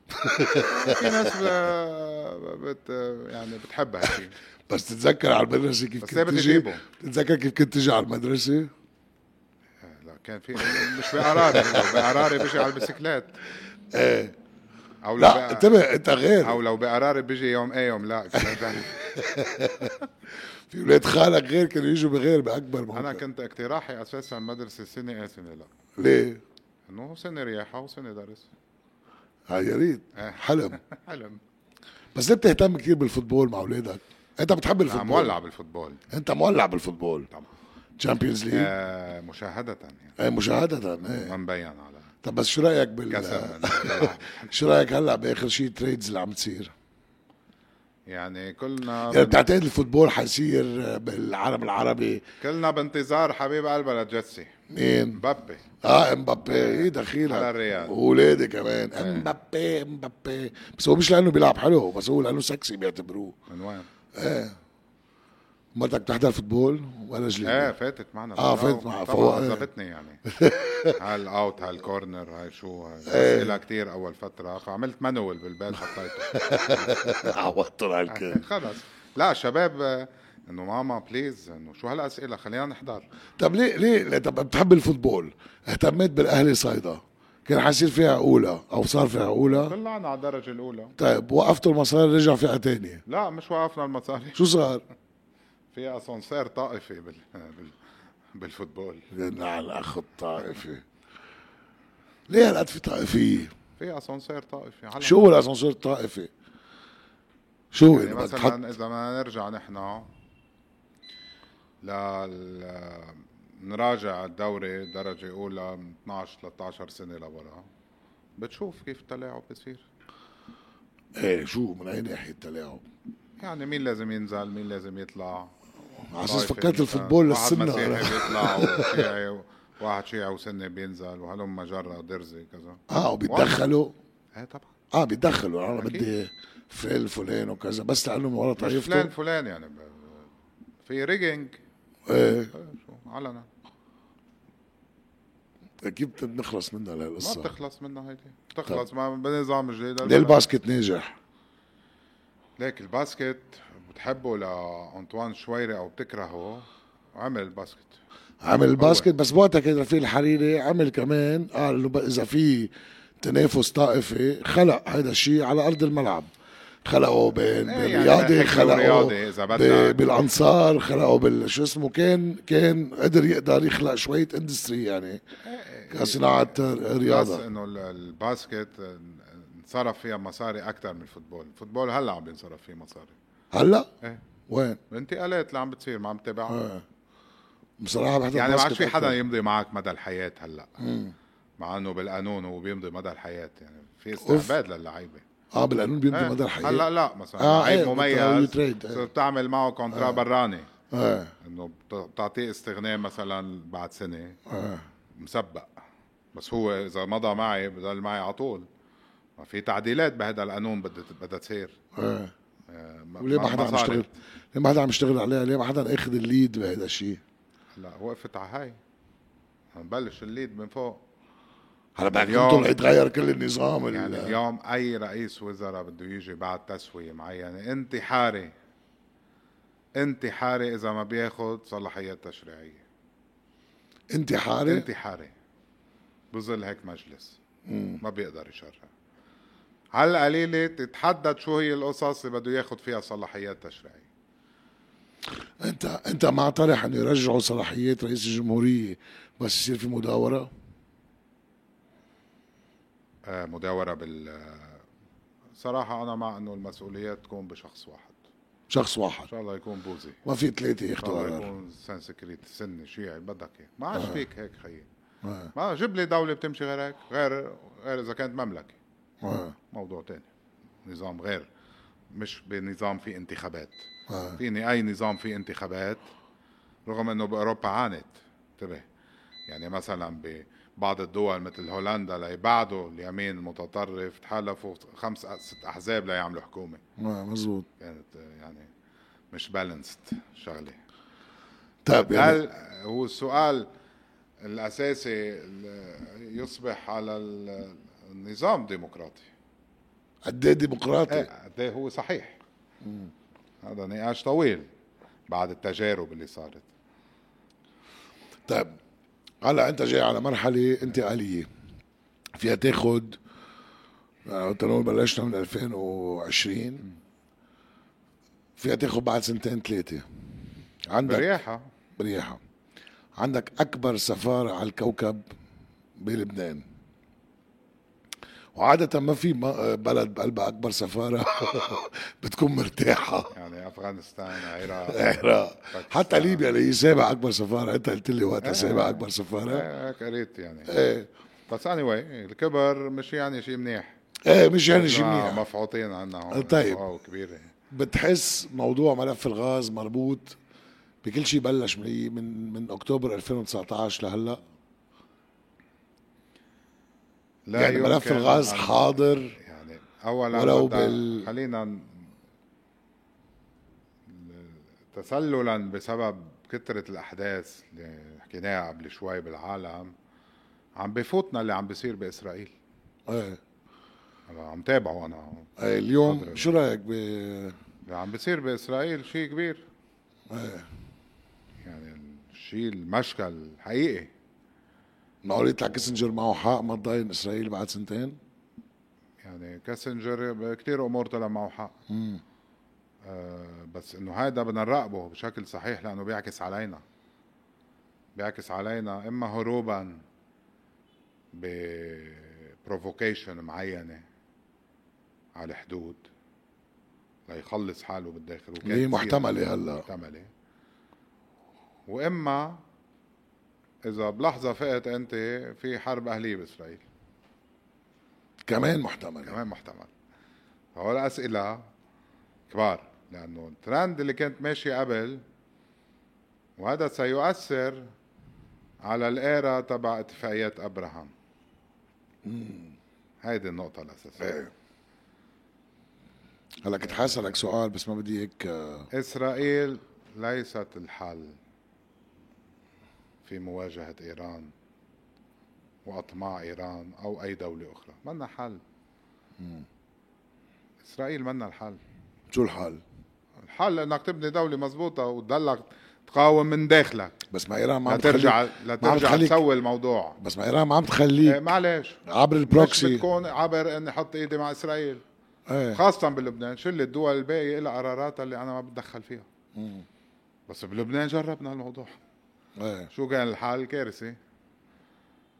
A: في ناس ب- بت يعني بتحب هالشيء
B: بس تتذكر على المدرسه كيف
A: بس
B: كنت
A: ليه بدي
B: تجي
A: أجيبه؟
B: تتذكر كيف كنت تجي على المدرسه
A: لا كان في مش بقراري لو بقراري بيجي على البسكليت
B: ايه
A: او لو
B: لا
A: بق-
B: انتبه انت غير
A: او لو بقراري بيجي يوم ايه يوم لا كان-
B: في ولاد خالك غير كانوا يجوا بغير باكبر ما
A: انا كنت اقتراحي اساسا مدرسه سنه ايه سنه لا
B: ليه؟
A: انه سنه رياحه وسنه درس
B: ها يا ريت
A: إيه. <laughs>
B: حلم
A: حلم
B: بس ليه بتهتم كثير بالفوتبول مع اولادك؟ انت بتحب
A: أنا
B: الفوتبول
A: مولع بالفوتبول
B: انت مولع بالفوتبول
A: طبعا
B: تشامبيونز ليج
A: آه، مشاهده يعني
B: ايه مشاهدة ايه
A: ما مبين على
B: طب بس شو رايك بال
A: كسر من-
B: شو رايك هلا باخر شيء تريدز اللي عم تصير؟
A: يعني كلنا
B: يعني بتعتقد الفوتبول حيصير بالعالم العربي
A: كلنا بانتظار حبيب قلبنا لجيسي
B: مين؟
A: مبابي
B: اه امبابي ايه دخيلك
A: آه. على الريال. آه.
B: واولادي كمان امبابي امبابي بس هو مش لانه بيلعب حلو بس هو لانه سكسي بيعتبروه
A: من وين؟
B: مرتك بتحضر فوتبول ولا جليد؟
A: ايه فاتت معنا
B: آه، فاتت معها. فوق-
A: فوق
B: إيه.
A: عذبتني
B: <laughs>
A: يعني هالاوت هالكورنر هاي شو
B: آه.
A: هاي اسئله كثير اول فتره فعملت مانوال بالبال حطيته
B: <laughs> عوضتهم على الكل
A: خلص لا شباب آه، انه ماما بليز انه شو هالاسئله خلينا نحضر
B: طب ليه ليه ليه- طب بتحب الفوتبول اهتميت بالاهلي صيدا كان حيصير فيها اولى او صار فيها اولى
A: طلعنا على الدرجه الاولى
B: طيب وقفتوا المصاري رجع فيها تانية
A: لا مش وقفنا المصاري <laughs>
B: شو صار؟
A: في اسانسير طائفي بال... آه، بال... بالفوتبول
B: على الاخ الطائفي ليه هالقد في طائفية؟
A: في اسانسير طائفي على
B: شو هو الاسانسير الطائفي؟ شو هو؟
A: يعني
B: يعني بتحط
A: مثلا اذا ما نرجع نحن لل نراجع الدوري درجة أولى من 12 13 سنة لورا بتشوف كيف التلاعب بصير
B: ايه شو من اي ناحية التلاعب؟
A: يعني مين لازم ينزل مين لازم يطلع
B: على اساس فكرت الفوتبول للسنة
A: واحد
B: أنا.
A: مسيحي بيطلع وشيعي واحد شيعي وسني بينزل وهلم جرة درزي كذا
B: اه وبيتدخلوا
A: ايه طبعا
B: اه بيتدخلوا انا
A: أكيد.
B: بدي فعل فلان وكذا بس لانه من ورا
A: مش
B: طائفته
A: فلان فلان يعني ب- في ريجينج إيه،
B: ايه
A: شو علنا
B: كيف بدنا نخلص منها
A: ما
B: لهالقصة؟
A: بتخلص منها
B: طيب.
A: هيدي بتخلص ما بنظام جديد
B: ليه الباسكت ناجح؟
A: ليك الباسكت بتحبه لانطوان شويري او بتكرهه عمل الباسكت
B: عمل الباسكت بس وقتها كان رفيق الحريري عمل كمان قال انه بقى اذا في تنافس طائفي خلق هذا الشيء على ارض الملعب خلقوا
A: يعني
B: بين بالرياضي
A: حكي
B: خلقوا
A: رياضي إذا بدك.
B: ب- بالانصار خلقوا بال شو اسمه كان كان قدر يقدر يخلق شويه اندستري يعني كصناعه
A: إيه، بس
B: رياضه
A: انه ال- الباسكت انصرف فيها مصاري اكثر من الفوتبول، الفوتبول هلا عم بينصرف فيه مصاري
B: هلا
A: ايه
B: وين؟
A: الانتقالات اللي عم بتصير ما عم تتابعها
B: بصراحه بحضر
A: يعني ما عادش
B: آه، باسكت
A: في
B: أكتر.
A: حدا يمضي معك مدى الحياه هلا مع انه بالقانون هو بيمضي مدى الحياه يعني في استعباد للعيبه
B: اه بالقانون بيمضي
A: إيه.
B: مدى الحياه
A: هلا لا مثلا
B: آه، إيه،
A: لعيب
B: بت-
A: مميز
B: يتريد، إيه.
A: صرت تعمل معه كونترا براني
B: آه.
A: انه بت- بتعطيه استغناء مثلا بعد سنه
B: آه.
A: مسبق بس هو اذا مضى معي بضل معي على طول ما في تعديلات بهذا القانون بدها بدها تصير
B: آه.
A: آه،
B: وليه ما حدا عم
A: صارت.
B: يشتغل ليه ما حدا عم يشتغل عليها ليه ما حدا اخذ الليد بهذا الشيء
A: لا وقفت على هاي هنبلش الليد من فوق
B: هلا بعد
A: اليوم-
B: كنتم يعني يتغير كل النظام ال-
A: يعني اليوم اي رئيس وزراء بده يجي بعد تسويه معينه انتحاري انتحاري اذا ما بياخذ صلاحيات تشريعيه
B: انتحاري
A: انتحاري بظل هيك مجلس ما بيقدر يشرع على القليله تتحدد شو هي القصص اللي بده ياخذ فيها صلاحيات تشريعيه
B: انت انت مع طرح انه يرجعوا صلاحيات رئيس الجمهوريه بس يصير في مداوره
A: آه، مداوره بال صراحه انا مع انه المسؤوليات تكون بشخص واحد
B: شخص
A: ان
B: واحد
A: شاء الله يكون بوزي
B: ما في ثلاثه
A: ان
B: ياخذوا
A: شاء الله
B: قرار
A: يكون سنسكريت سني شيعي بدك اياه ما عادش فيك هيك خيي
B: آه،
A: ما جيب لي دوله بتمشي غير هيك غير غير اذا كانت مملكه
B: آه،
A: موضوع تاني نظام غير مش بنظام في انتخابات
B: آه.
A: فيني اي نظام في انتخابات رغم انه باوروبا عانت انتبه يعني مثلا ببعض الدول مثل هولندا ليبعدوا اليمين المتطرف تحالفوا خمس أ- ست احزاب ليعملوا حكومه
B: آه، مزبوط
A: كانت يعني مش بالانسد شغله
B: طيب يعني
A: هل هو السؤال الاساسي ال- يصبح على ال- النظام ديمقراطي
B: قد ايه ديمقراطي
A: ايه قد إيه هو صحيح هذا نقاش طويل بعد التجارب اللي صارت
B: طيب هلا انت جاي على مرحله انتقاليه فيها تاخذ قلت لهم بلشنا من 2020 فيها تاخذ بعد سنتين ثلاثه عندك
A: برياحة
B: بريحة عندك أكبر سفارة على الكوكب بلبنان وعادة ما في م- آه، بلد بقلبها أكبر سفارة <laughs> بتكون مرتاحة
A: يعني افغانستان
B: <laughs>
A: العراق
B: العراق حتى ليبيا اللي هي سابع أكبر سفارة أنت قلت لي وقتها سابع أكبر سفارة
A: إيه، هيك قريت يعني
B: إيه
A: بس اني واي الكبر مش يعني شيء منيح
B: إيه مش يعني شيء
A: آه،
B: منيح
A: مفعوطين عنا هون
B: طيب.
A: واو كبيرة
B: بتحس موضوع ملف الغاز مربوط بكل شيء بلش من إيه؟ من من أكتوبر 2019 لهلا
A: لا
B: يعني ملف
A: يمكن
B: الغاز
A: أن-
B: حاضر
A: يعني اولا
B: ولو
A: بدأ-
B: بال-
A: خلينا ن- تسللا بسبب كثرة الأحداث اللي حكيناها قبل شوي بالعالم عم بفوتنا اللي عم بيصير بإسرائيل
B: إيه
A: أنا عم تابعه أنا
B: آه، اليوم
A: حاضر.
B: شو رايك ب
A: اللي عم بيصير بإسرائيل شيء كبير
B: آه،
A: يعني الشيء المشكل حقيقي
B: ما هو يطلع كيسنجر معه حق ما تضاين اسرائيل بعد سنتين
A: يعني كاسنجر كثير امور طلع معه حق آه بس انه هيدا بدنا نراقبه بشكل صحيح لانه بيعكس علينا بيعكس علينا اما هروبا ببروفوكيشن معينه على الحدود ليخلص حاله بالداخل وكان
B: اللي هي
A: كتير
B: محتمله هلا
A: محتمله واما اذا بلحظه فقت انت في حرب اهليه باسرائيل
B: كمان محتمله
A: كمان محتمل فهول أسئلة كبار لأنه الترند اللي كانت ماشي قبل وهذا سيؤثر على الإيرا تبع اتفاقيات أبراهام هيدي النقطة الأساسية
B: إيه. هلا كنت حاسألك سؤال بس ما بدي اياك آه،
A: إسرائيل ليست الحل في مواجهة إيران وأطماع إيران أو أي دولة أخرى منا حل إسرائيل منا الحل
B: شو الحال
A: الحل انك تبني دوله مزبوطه وتضلك تقاوم من داخلك
B: بس ما ايران ما
A: لا
B: عم
A: ترجع
B: تخليك-
A: لا
B: ما عم
A: ترجع
B: تخليك-
A: تسوي الموضوع
B: بس ما ايران ما عم
A: إيه،
B: تخليك
A: معلش
B: عبر
A: مش
B: البروكسي
A: بتكون عبر اني احط ايدي مع اسرائيل
B: إيه.
A: خاصه بلبنان شل الدول الباقيه لها قراراتها اللي انا ما بتدخل فيها بس بلبنان جربنا الموضوع
B: ايه
A: شو كان الحال كارثه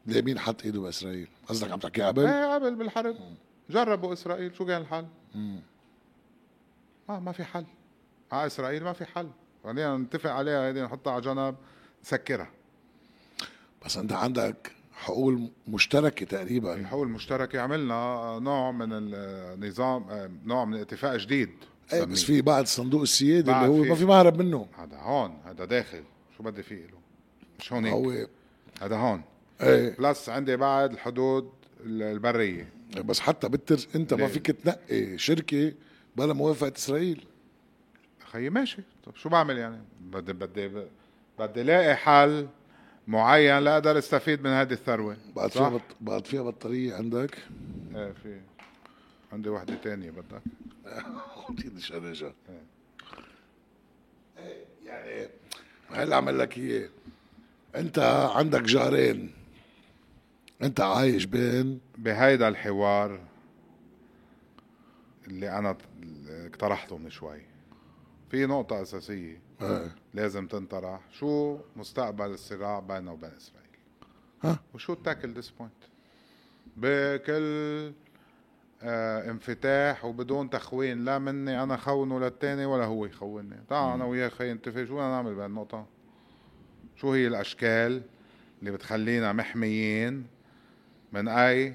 B: ليه مين حط ايده باسرائيل قصدك عم تحكي قبل
A: ايه قبل بالحرب جربوا اسرائيل شو كان الحل ما ما في حل على اسرائيل ما في حل خلينا نتفق عليها هيدي نحطها على جنب نسكرها
B: بس انت عندك حقول مشتركه تقريبا
A: الحقوق المشتركة عملنا نوع من النظام نوع من اتفاق جديد
B: ايه بس في بعد صندوق السيادي
A: بعد
B: اللي هو
A: في-
B: ما في مهرب منه
A: هذا هون هذا داخل شو بدي فيه له مش هونيك
B: هو
A: هذا هون
B: ايه
A: بلس عندي بعد الحدود البرية
B: بس حتى بالتر انت ما
A: ليه؟
B: فيك تنقي شركه بلا موافقه اسرائيل
A: خيي ماشي طب شو بعمل يعني بدي بدي بدي لاقي حل معين لاقدر استفيد من هذه الثروه
B: بعد فيها
A: صح؟
B: بط... بعد فيها بطاريه عندك <laughs>
A: ايه في عندي وحده تانية بدك
B: بدي شرجة
A: إيه.
B: يعني هلا اعمل لك اياه انت عندك جارين انت عايش بين
A: بهيدا الحوار اللي انا ط- اقترحته من شوي في نقطة أساسية
B: آه.
A: لازم تنطرح شو مستقبل الصراع بيننا وبين إسرائيل
B: ها.
A: وشو تاكل ذس بوينت بكل آه انفتاح وبدون تخوين لا مني أنا خونه للتاني ولا هو يخونني تعال أنا وياه خي نتفق شو بدنا نعمل بهالنقطة شو هي الأشكال اللي بتخلينا محميين من أي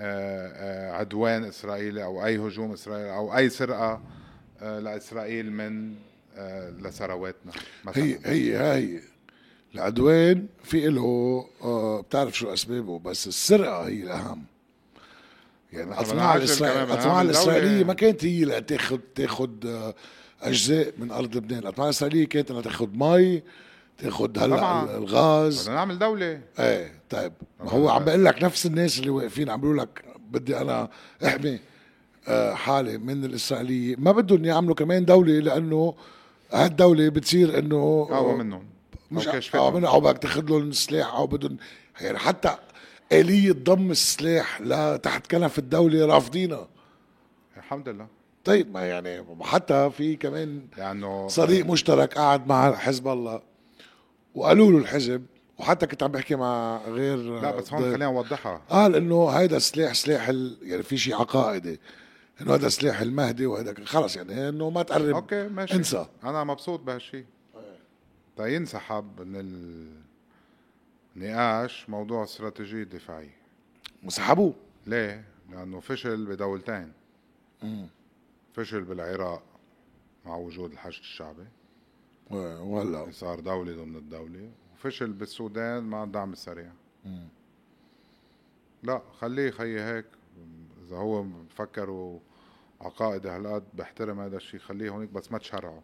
A: آه، آه، عدوان اسرائيلي او اي هجوم اسرائيلي او اي سرقه آه، لاسرائيل من آه، لثرواتنا مثلا
B: هي هي هاي العدوان في له آه بتعرف شو اسبابه بس السرقه هي الاهم يعني
A: طبعاً
B: الاطماع
A: العشر
B: الاسرائيليه
A: كمان،
B: الاطماع
A: أهم دولة.
B: الاسرائيليه ما كانت هي لتاخذ تاخذ آه اجزاء من ارض لبنان الاطماع الاسرائيليه كانت انها تاخذ مي تاخذ هلا
A: طبعاً.
B: الغاز
A: بدنا نعمل دوله
B: ايه طيب ما
A: طبعاً.
B: هو عم بقول لك نفس الناس اللي واقفين عم بيقولوا لك بدي انا احمي آه، حالي من الاسرائيليه ما بدهم يعملوا كمان دوله لانه هالدوله بتصير انه
A: قوى منهم
B: مش آه،
A: أو
B: او
A: كشفتهم
B: منهم او بدك تاخذ لهم سلاح او بدهم يعني حتى آلية ضم السلاح لتحت كنف الدولة رافضينها
A: الحمد لله
B: طيب ما يعني حتى في كمان
A: لانه
B: صديق مشترك قعد مع حزب الله وقالوا له الحزب وحتى كنت عم بحكي مع غير
A: لا بس هون خلينا نوضحها
B: قال انه هيدا سلاح سلاح ال... يعني في شيء عقائدي انه هذا سلاح المهدي وهذا خلص يعني انه ما تقرب
A: اوكي ماشي
B: انسى. طيب.
A: انا مبسوط طيب، بهالشيء تينسحب من النقاش موضوع استراتيجيه دفاعيه
B: وسحبوه
A: ليه؟ لأنه فشل بدولتين فشل بالعراق مع وجود الحشد الشعبي
B: و- وهلا
A: صار دولة ضمن الدولة وفشل بالسودان مع الدعم السريع لا خليه خيي هيك إذا هو فكروا عقائد هالقد بحترم هذا الشيء خليه هونيك بس ما تشرعه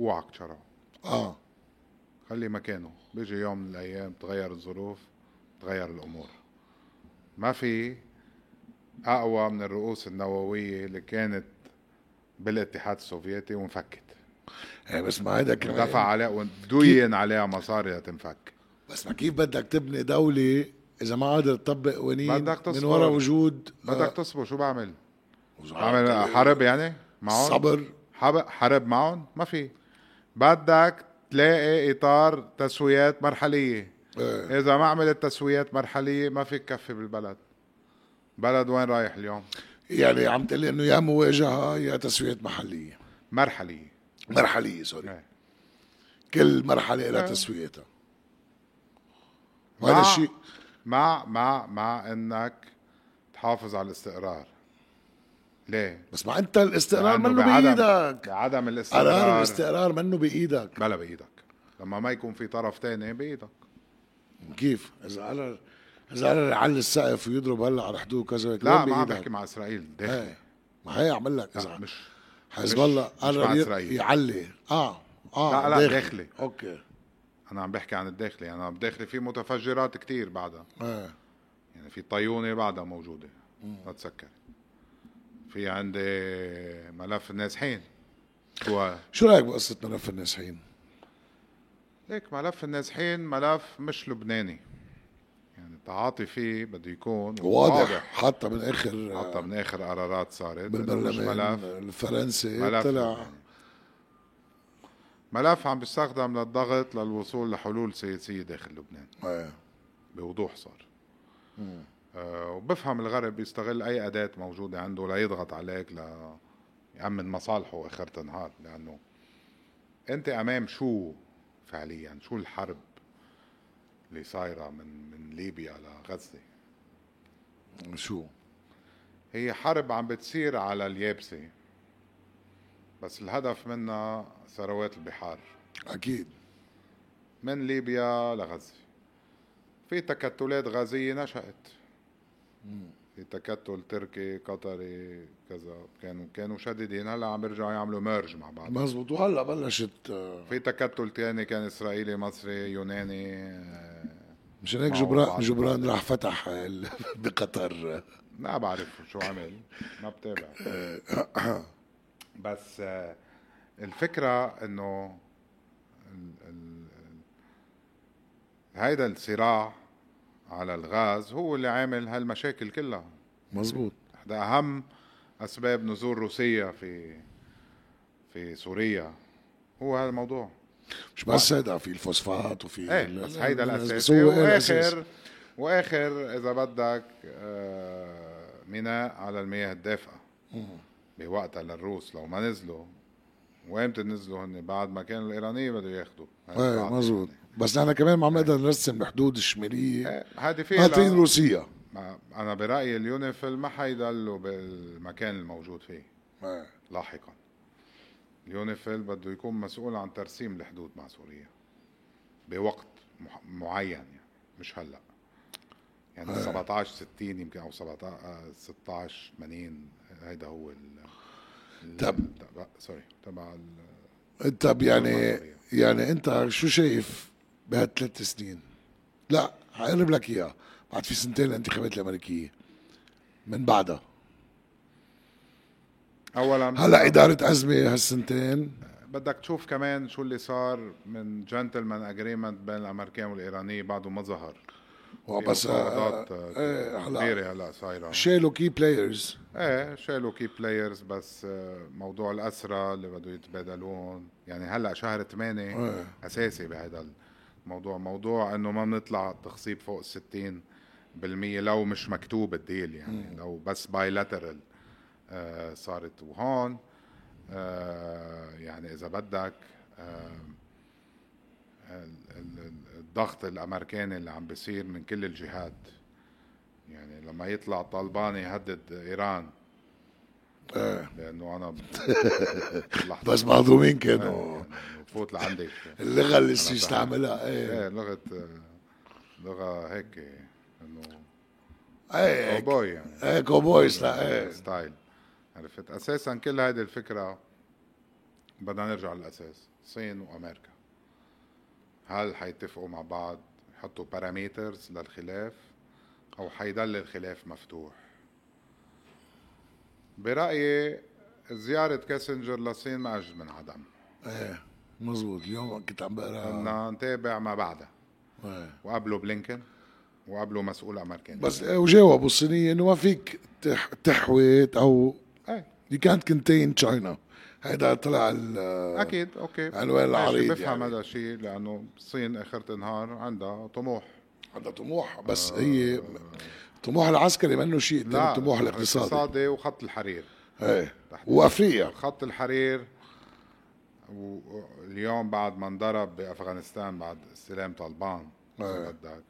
A: اوعك تشرعه
B: اه
A: خليه مكانه بيجي يوم من الايام تغير الظروف تغير الامور ما في اقوى من الرؤوس النوويه اللي كانت بالاتحاد السوفيتي وانفكت
B: يعني بس ما هيدا كمان
A: دفع عليها ودين عليها مصاري لتنفك
B: بس ما كيف بدك تبني دولة إذا ما قادر تطبق قوانين
A: بدك تصبر.
B: من ورا وجود
A: بدك تصبر شو بعمل؟
B: آه،
A: بعمل حرب يعني معهم؟
B: صبر
A: حب- حرب معهم؟ ما في بدك تلاقي اطار تسويات مرحليه
B: آه.
A: اذا ما عملت تسويات مرحليه ما فيك كفي بالبلد بلد وين رايح اليوم؟
B: يعني عم تقلي إنه يا مواجهة يا تسويات محلية
A: مرحلية
B: مرحلية سوري
A: إيه.
B: كل مرحلة لها
A: آه.
B: تسوياتها وهذا
A: مع-
B: الشيء
A: مع مع مع انك تحافظ على الاستقرار ليه؟
B: بس ما أنت الاستقرار
A: لأنه
B: منه
A: بعدم-
B: بإيدك
A: بعدم
B: قرار
A: الاستقرار
B: الاستقرار منه بإيدك
A: بلا بايدك لما ما يكون في طرف تاني بايدك
B: كيف إذا قرر إذا قرر يعلي السقف ويضرب هلا على حدود كذا هيك،
A: لا
B: وين
A: ما عم
B: بإيدك؟
A: بحكي مع اسرائيل داخل
B: إيه. ما هي عم لك
A: لا
B: إذا
A: مش
B: حزب الله
A: مش مع
B: قرر ي-
A: إسرائيل.
B: يعلي اه
A: لا،
B: اه
A: لا،
B: داخلي.
A: داخلي.
B: اوكي
A: انا عم بحكي عن الداخلي انا بداخلي في متفجرات كتير بعدها
B: آه.
A: يعني في طيونة بعدها موجودة ما تسكر في عندي ملف النازحين شو
B: شو رايك بقصه ملف النازحين؟
A: ليك ملف النازحين ملف مش لبناني يعني التعاطي فيه بده يكون
B: واضح حتى من اخر آه،
A: حتى من اخر قرارات صارت إنه مش
B: بالبرلمان
A: ملف
B: الفرنسي
A: ملف
B: طلع
A: لبناني. ملف عم بيستخدم للضغط للوصول لحلول سياسيه داخل لبنان
B: آه.
A: بوضوح صار آه وبفهم الغرب بيستغل اي اداه موجوده عنده ليضغط عليك ل يأمن مصالحه اخر النهار لانه انت امام شو فعليا شو الحرب اللي صايره من من ليبيا لغزه
B: شو؟
A: هي حرب عم بتصير على اليابسه بس الهدف منها ثروات البحار
B: اكيد
A: من ليبيا لغزة في تكتلات غازية نشأت في تكتل تركي قطري كذا كانوا كانوا شديدين هلا عم بيرجعوا يعملوا ميرج مع بعض
B: مزبوط وهلا بلشت آه،
A: في تكتل تاني كان اسرائيلي مصري يوناني آه،
B: مشان هيك
A: معه
B: جبران
A: بعض.
B: جبران راح فتح ال- <laughs> بقطر
A: ما بعرف شو عمل ما بتابع بس آه، الفكرة انه ال- ال- ال- هيدا الصراع على الغاز هو اللي عامل هالمشاكل كلها
B: مزبوط
A: ده اهم اسباب نزول روسيا في في سوريا هو هذا الموضوع
B: مش بس هيدا في الفوسفات وفي
A: ايه
B: ال-
A: بس هيدا
B: ال- بس
A: الاساسي
B: هو إيه الأساس؟
A: واخر واخر اذا بدك آه، ميناء على المياه الدافئه بوقتها للروس لو ما نزلوا وامتى نزلوا هن بعد ما كانوا الايرانيه بدهم ياخذوا
B: ايه مزبوط بس نحن كمان ما عم نقدر نرسم آه، الحدود الشماليه
A: هذه
B: قاطعين
A: إيه، فيها
B: روسيا
A: ما- انا برايي اليونيفيل ما حيضلوا بالمكان الموجود فيه
B: إيه.
A: لاحقا اليونيفيل بده يكون مسؤول عن ترسيم الحدود مع سوريا بوقت مح- معين يعني مش هلا يعني 17 60 يمكن او 17 آه، 16 80 هيدا هو ال ال-
B: طب.
A: تبع سوري تبع ال-
B: طب يعني يعني انت شو شايف بهالثلاث سنين؟ لا حقرب لك اياها بعد في سنتين الانتخابات الامريكيه من بعدها
A: اولا
B: هلا اداره ازمه هالسنتين
A: بدك تشوف كمان شو اللي صار من جنتلمان اجريمنت بين الامريكان والايرانيه بعده ما ظهر في
B: وبس
A: مفاوضات
B: آه،
A: آه،
B: إيه، هلا
A: كبيره هلا صايره
B: شالوا كي بلايرز
A: ايه شالوا كي بلايرز بس آه، موضوع الاسرى اللي بده يتبادلون يعني هلا شهر 8
B: إيه.
A: اساسي بهذا الموضوع موضوع انه ما بنطلع التخصيب فوق ال 60 بالمية لو مش مكتوب الديل يعني لو بس بايلاترال صارت وهون آه، يعني اذا بدك آه، ال- ال- الضغط الامريكاني اللي عم بيصير من كل الجهات يعني لما يطلع طالبان يهدد ايران لانه
B: <laughs>
A: انا لحظه
B: آه، بس مهضومين
A: يعني
B: كانوا
A: بفوت
B: <laughs>
A: لعندك
B: اللغه اللي استعملها ايه
A: ايه لغه لغه هيك انه
B: ايه
A: كوبوي يعني
B: ايه كوبويز لا ايه
A: ستايل عرفت اساسا كل هذه الفكره بدنا نرجع للاساس الصين وامريكا هل حيتفقوا مع بعض يحطوا باراميترز للخلاف او حيضل الخلاف مفتوح برايي زياره كاسنجر للصين ما اجت من عدم
B: ايه مزبوط اليوم كنت عم بقرا
A: بدنا نتابع ما بعدها
B: إيه.
A: وقابله بلينكن وقابله مسؤول امريكاني
B: بس إيه، وجاوبوا الصينيه انه ما فيك تح- تحوي او
A: ايه
B: You can't contain China هيدا طلع ال-
A: اكيد اوكي
B: عنوان العريض
A: ماشي، بفهم
B: يعني.
A: هذا الشيء لانه الصين اخرة النهار عندها طموح
B: عندها طموح بس هي طموح العسكري منه شيء آه. لا الطموح الاقتصادي
A: الاقتصادي وخط الحرير
B: ايه
A: تحت-
B: وافريقيا
A: خط الحرير و- اليوم بعد ما انضرب بافغانستان بعد استلام طالبان إذا
B: إيه.
A: بدك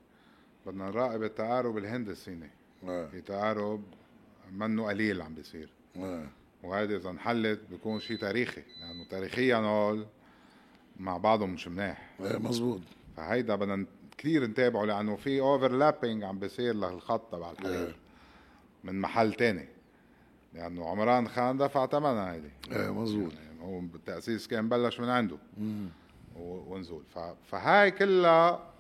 A: بدنا نراقب التقارب الهند الصيني
B: إيه.
A: في تقارب منه قليل عم بيصير
B: إيه.
A: وهذا اذا انحلت بيكون شيء تاريخي لانه تاريخيا هول مع بعضهم مش مناح
B: إيه، مزبوط
A: فهيدا بدنا ن- كثير نتابعه لانه في اوفرلابينج عم بيصير للخط تبع الحرير من محل تاني لانه عمران خان دفع ثمنها هيدي
B: ايه مزبوط
A: يعني هو بالتاسيس كان بلش من عنده و- ونزول ف... فهاي كلها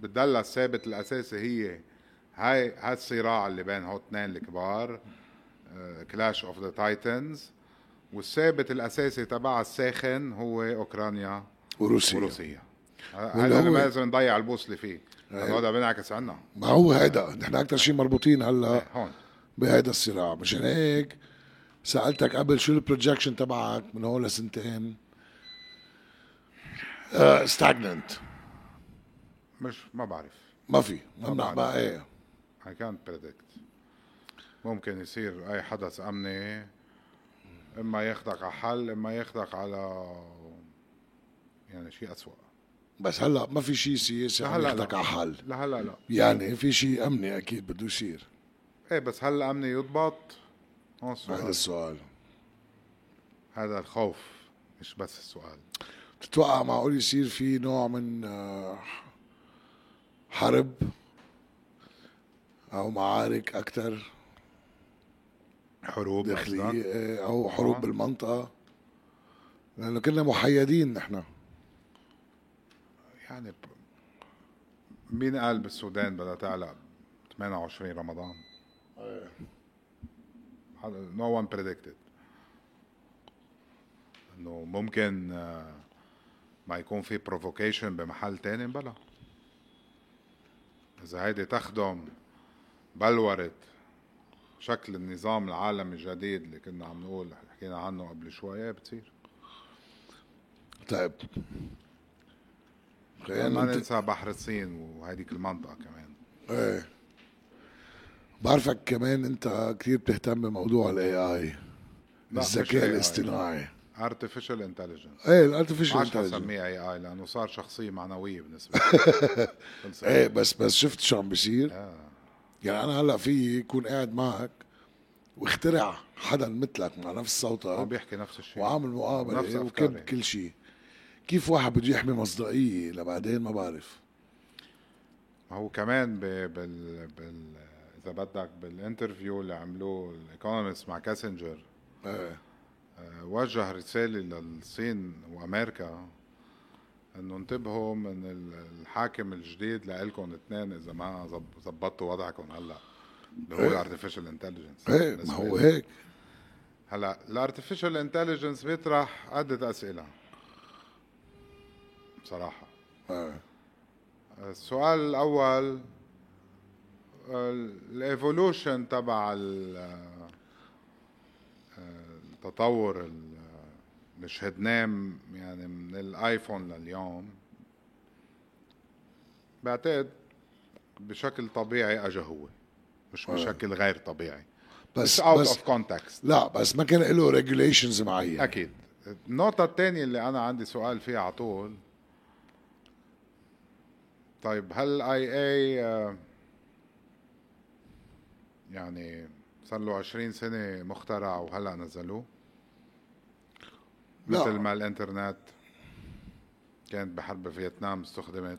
A: بتضلها الثابت الاساسي هي هاي هالصراع اللي بين هو اثنين الكبار آه، كلاش اوف ذا تايتنز والثابت الاساسي تبعها الساخن هو اوكرانيا
B: وروسيا
A: وروسيا
B: واللي
A: هذا اللي
B: هو-
A: ما لازم نضيع البوص اللي فيه هذا بينعكس عنا
B: ما هو هيدا نحن اكثر شيء مربوطين هلا
A: هون
B: بهيدا الصراع مشان هيك سالتك قبل شو البروجكشن تبعك من هون لسنتين آه، ستاجننت
A: مش ما بعرف
B: ما في ممنوع بقى ايه
A: I can't predict ممكن يصير اي حدث امني اما ياخدك على حل اما ياخدك على يعني شيء اسوء
B: بس هلا ما في شيء سياسي
A: هلا
B: هلا
A: لا.
B: لك على حل
A: لهلا لا
B: يعني في شيء امني اكيد بده يصير
A: ايه بس هل الامني يضبط هون
B: هذا
A: السؤال
B: السؤال
A: هذا الخوف مش بس السؤال
B: بتتوقع معقول يصير في نوع من آه، حرب او معارك اكثر
A: حروب
B: داخلية
A: داخلية
B: آه، أو حروب
A: آه.
B: بالمنطقة لأنه كنا محيدين نحن
A: يعني ب- مين قال بالسودان بدها تعلق 28 رمضان نو ون بريدكتد انه ممكن آه، ما يكون في بروفوكيشن بمحل تاني بلا اذا هيدي تخدم بلورة شكل النظام العالمي الجديد اللي كنا عم نقول حكينا عنه قبل شوية بتصير
B: طيب خلينا
A: ما
B: ننت-
A: ننسى بحر الصين وهيديك المنطقة كمان
B: ايه بعرفك كمان انت كثير بتهتم بموضوع الاي اي
A: لا، مش
B: الذكاء
A: AI. إيه،
B: الاصطناعي
A: artificial intelligence
B: ايه الارتفيشال
A: عشان
B: انتليجنس
A: اسميها اي اي لانه صار شخصيه معنويه بالنسبه لي
B: <laughs> ايه بس بس شفت شو عم بيصير
A: آه.
B: يعني انا هلا في يكون قاعد معك واخترع حدا مثلك مع نفس
A: عم
B: صوتك
A: بيحكي نفس الشيء
B: وعامل
A: نفس
B: مقابله وكب
A: أفكاري.
B: كل شيء كيف واحد بده يحمي مصداقيه لبعدين ما بعرف
A: ما هو كمان ب... بال... بال اذا بدك بالانترفيو اللي عملوه الايكونومست مع كاسنجر
B: ايه
A: آه، وجه رساله للصين وامريكا انه انتبهوا من ال- الحاكم الجديد لإلكم الاثنين اذا ما زب- زبطتوا وضعكم هلا اللي هو
B: إيه.
A: الارتفيشال انتليجنس
B: ايه ما هو هيك
A: هلا الارتفيشال انتليجنس بيطرح عدة أسئلة بصراحة
B: إيه.
A: السؤال الأول الايفولوشن تبع ال- آه، التطور ال- اللي شهدناه م- يعني من الايفون لليوم بعتقد بشكل طبيعي اجا هو مش بشكل غير طبيعي
B: بس
A: بس اوت
B: بس
A: اوف كونتكست
B: لا بس ما كان له ريجوليشنز معينه
A: اكيد النقطة الثانية اللي أنا عندي سؤال فيها على طول طيب هل آه، اي اي يعني صار له 20 سنة مخترع وهلا نزلوه
B: لا.
A: مثل ما الانترنت كانت بحرب فيتنام استخدمت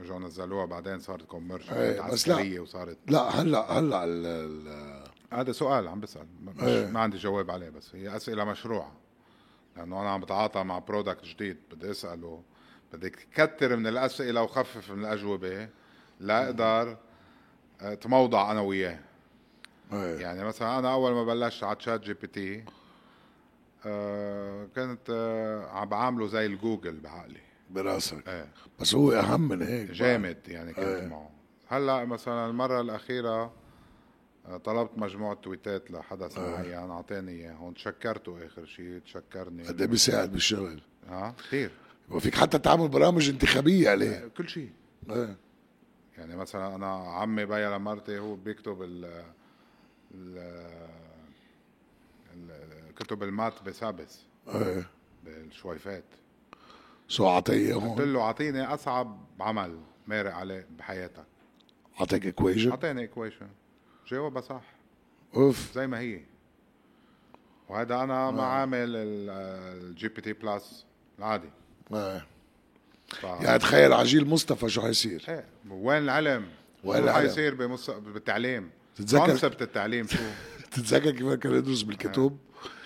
A: رجعوا نزلوها بعدين صارت كوميرشال
B: إيه، بس لا.
A: عسكرية وصارت
B: لا هلا هلا ال- ال-
A: هذا سؤال عم بسال ما- مش
B: إيه.
A: ما عندي جواب عليه بس هي اسئله مشروعه لانه انا عم بتعاطى مع برودكت جديد بدي اساله بدي كتر من الاسئله وخفف من الاجوبه لاقدر آه، تموضع انا وياه
B: ايه
A: يعني مثلا انا اول ما بلشت على تشات جي بي تي آه، كنت آه، عم بعامله زي الجوجل بعقلي
B: براسك
A: ايه
B: بس هو اهم من هيك
A: جامد يعني
B: إيه.
A: كنت معه هلا مثلا المره الاخيره آه، طلبت مجموعه تويتات لحدث
B: إيه.
A: معين اعطاني اياه هون تشكرته اخر شيء تشكرني
B: قد ايه بيساعد بالشغل
A: اه كثير آه،
B: وفيك حتى تعمل برامج انتخابيه عليه
A: كل شيء
B: ايه
A: يعني مثلا انا عمي بيا لمرتي هو بيكتب ال ال- ال- كتب المات بسابس
B: ايه
A: بالشويفات
B: سو اعطيه
A: قلت
B: اياهم
A: له اعطيني اصعب عمل مارق عليه بحياتك
B: اعطيك اكويجن
A: اعطيني ايكويشن جاوبها صح
B: اوف
A: زي ما هي وهذا
B: آه.
A: انا ما عامل الجي بي تي بلس العادي
B: ايه
A: ف...
B: يعني تخيل عجيل مصطفى شو <laughs> حيصير
A: إيه، وين العلم؟
B: وين
A: وين
B: العلم؟
A: حيصير بمص... بالتعليم؟
B: تتذكر-
A: كونسبت التعليم شو؟
B: بتتذكر كيف كان يدرس بالكتب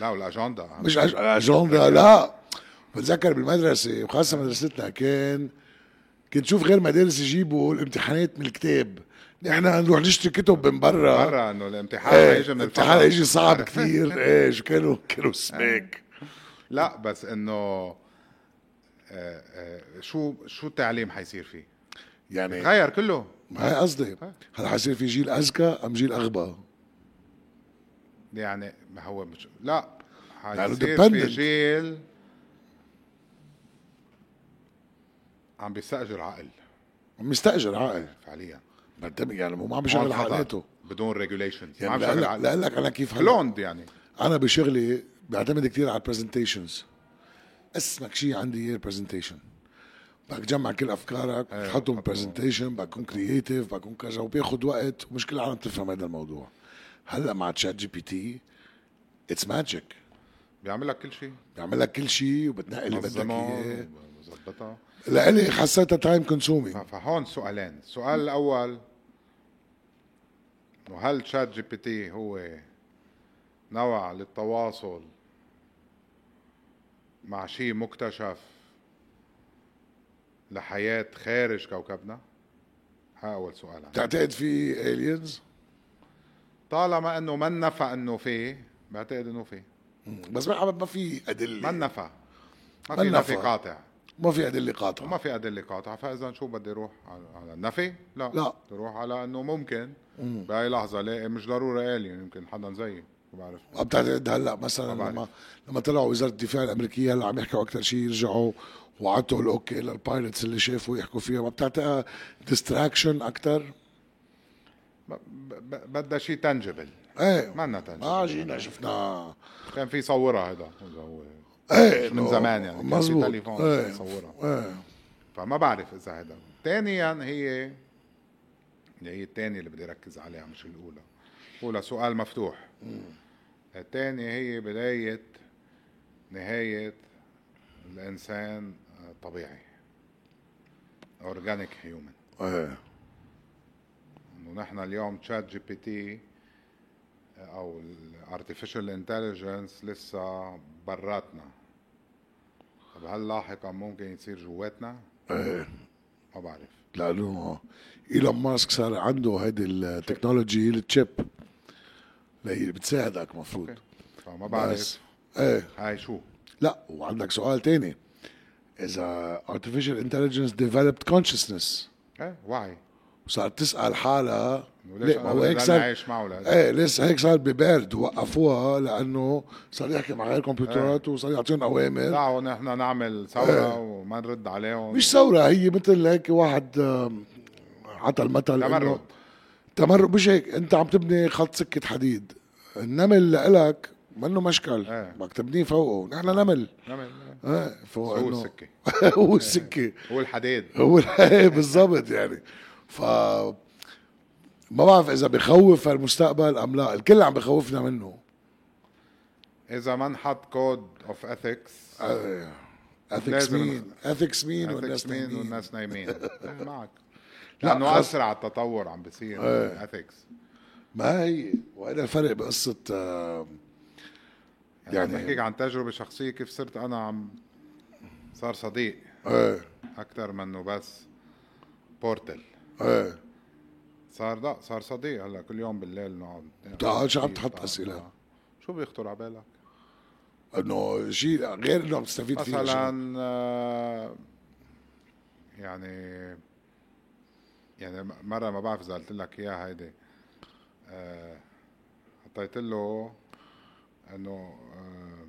A: لا والاجنده
B: <laughs> مش عج- اجنده لا بتذكر بالمدرسه وخاصه مدرستنا كان كنت شوف غير مدارس يجيبوا الامتحانات من الكتاب نحن نروح نشتري كتب من برا
A: برا انه الامتحان
B: ايه
A: حيجي من
B: الامتحان
A: الفضاء.
B: يجي <laughs> صعب كثير ايه شو كانوا كانوا سماك
A: لا بس انه آه، آه، شو شو التعليم حيصير فيه؟
B: يعني
A: غير كله
B: ما هي قصدي هل حيصير في جيل اذكى ام جيل اغبى؟
A: يعني ما هو مش لا
B: لأنه
A: حيصير في
B: dependent.
A: جيل عم بيستاجر عقل
B: مستاجر عقل
A: فعليا
B: مرتب يعني مو ما عم
A: عن
B: بيشغل
A: خطأ،
B: حالاته
A: بدون ريجوليشنز ما
B: يعني
A: عم شغل
B: لقلك,
A: عقل
B: لقلك انا كيف هلا
A: كلوند يعني
B: انا بشغلي بعتمد كثير على البرزنتيشنز اسمك شيء عندي اياه البرزنتيشن بدك تجمع كل افكارك
A: أيوة،
B: تحطهم
A: بحطهم.
B: برزنتيشن بدك تكون كرييتيف بدك تكون كذا وبياخذ وقت ومش كل العالم بتفهم هذا الموضوع هلا مع تشات جي بي تي اتس ماجيك
A: بيعمل لك كل شيء
B: بيعمل لك كل شيء وبتنقي اللي بدك اياه
A: منظمه وبظبطها
B: لإلي حسيتها تايم كونسومينج
A: فهون سؤالين السؤال الاول وهل تشات جي بي تي هو نوع للتواصل مع شيء مكتشف لحياة خارج كوكبنا؟ ها أول سؤال عندي.
B: بتعتقد في الينز
A: طالما انه ما نفى انه فيه بعتقد انه فيه
B: بس ما ما في
A: ما
B: ادله
A: نفى ما
B: ما
A: في نفي
B: نفى.
A: قاطع
B: ما في ادله
A: وما
B: قاطعه
A: في ادله قاطعه فاذا شو بدي روح على- على النفي؟ لا
B: لا.
A: بدي روح على انه ممكن بهاي لحظه لاقي مش ضروره الين يمكن حدا زيي ما بعرف
B: عم بتعتقد هلا مثلا
A: ما
B: لما لما طلعوا وزاره الدفاع الامريكيه هلا عم يحكوا اكثر شيء يرجعوا وعطوا الاوكي للبايلتس اللي شافوا يحكوا فيها ما بتعتقد ديستراكشن اكثر؟
A: ب- ب- ب- بدها شيء تنجبل
B: ايه
A: ما يعني. لنا تنجبل
B: اه جينا شفنا
A: كان في صورها هذا هذا هو
B: ايه
A: من زمان يعني كان في
B: مزبوط.
A: تليفون
B: ايه.
A: صورها
B: ايه
A: فما بعرف اذا هذا ثانيا يعني هي اللي هي الثانية اللي بدي ركز عليها مش الاولى الاولى سؤال مفتوح الثانية هي بداية نهاية الانسان طبيعي اورجانيك هيومن
B: ايه
A: انه نحن اليوم تشات جي بي تي او الارتفيشال انتليجنس لسه براتنا طب هل لاحقا ممكن يصير جواتنا؟
B: ايه
A: ما بعرف
B: لانه ايلون ماسك صار عنده هيدي التكنولوجي التشيب اللي هي بتساعدك مفروض
A: فما
B: بس
A: بعرف
B: ايه
A: هاي شو
B: لا وعندك سؤال تاني اذا artificial intelligence developed consciousness
A: ايه وعي
B: وصارت تسال حالها
A: إنه ليش
B: ليه ما هو
A: انا
B: هيك
A: هيك
B: صار
A: عايش معه لهذا
B: ايه لسه هيك صار ببارد وقفوها لانه صار يحكي مع غير كمبيوترات
A: إيه.
B: وصار يعطيهم اوامر
A: دعوا نحن نعمل ثوره وما نرد عليهم
B: إيه؟ مش ثوره هي مثل هيك واحد آم، عطى المثل إنه-
A: تمرد
B: تمرد مش هيك انت عم تبني خط سكه حديد النمل لإلك منه مشكل
A: إيه.
B: بدك تبنيه فوقه نحن نمل
A: نعمل
B: ايه فوق
A: هو
B: إنه-
A: السكه
B: <laughs> هو السكه
A: هو الحديد
B: هو <laughs> ال- بالضبط يعني ف ما بعرف اذا بخوف المستقبل ام لا الكل عم بخوفنا منه
A: اذا ما نحط كود اوف اثكس
B: آه، اثكس
A: لازم
B: مين اثكس مين والناس
A: اثكس مين
B: مين
A: والناس
B: <laughs>
A: نايمين أنا معك
B: لا، إيه.
A: لانه
B: خلص.
A: اسرع التطور عم بيصير اثكس
B: ما هي وهذا الفرق بقصه آه،
A: يعني
B: يعني-
A: بحكيك عن تجربه شخصيه كيف صرت انا عم صار صديق
B: ايه
A: اكثر من انه بس بورتل
B: ايه
A: صار لا صار صديق هلا كل يوم بالليل نقعد
B: تعال، شو عم تحط
A: تعال،
B: أسئلة؟
A: تعال. شو بيخطر على بالك؟
B: انه شيء غير انه عم تستفيد فيه أشياء.
A: مثلا آه، يعني يعني مره ما بعرف اذا قلت لك اياها هيدي آه، حطيت له انه آه،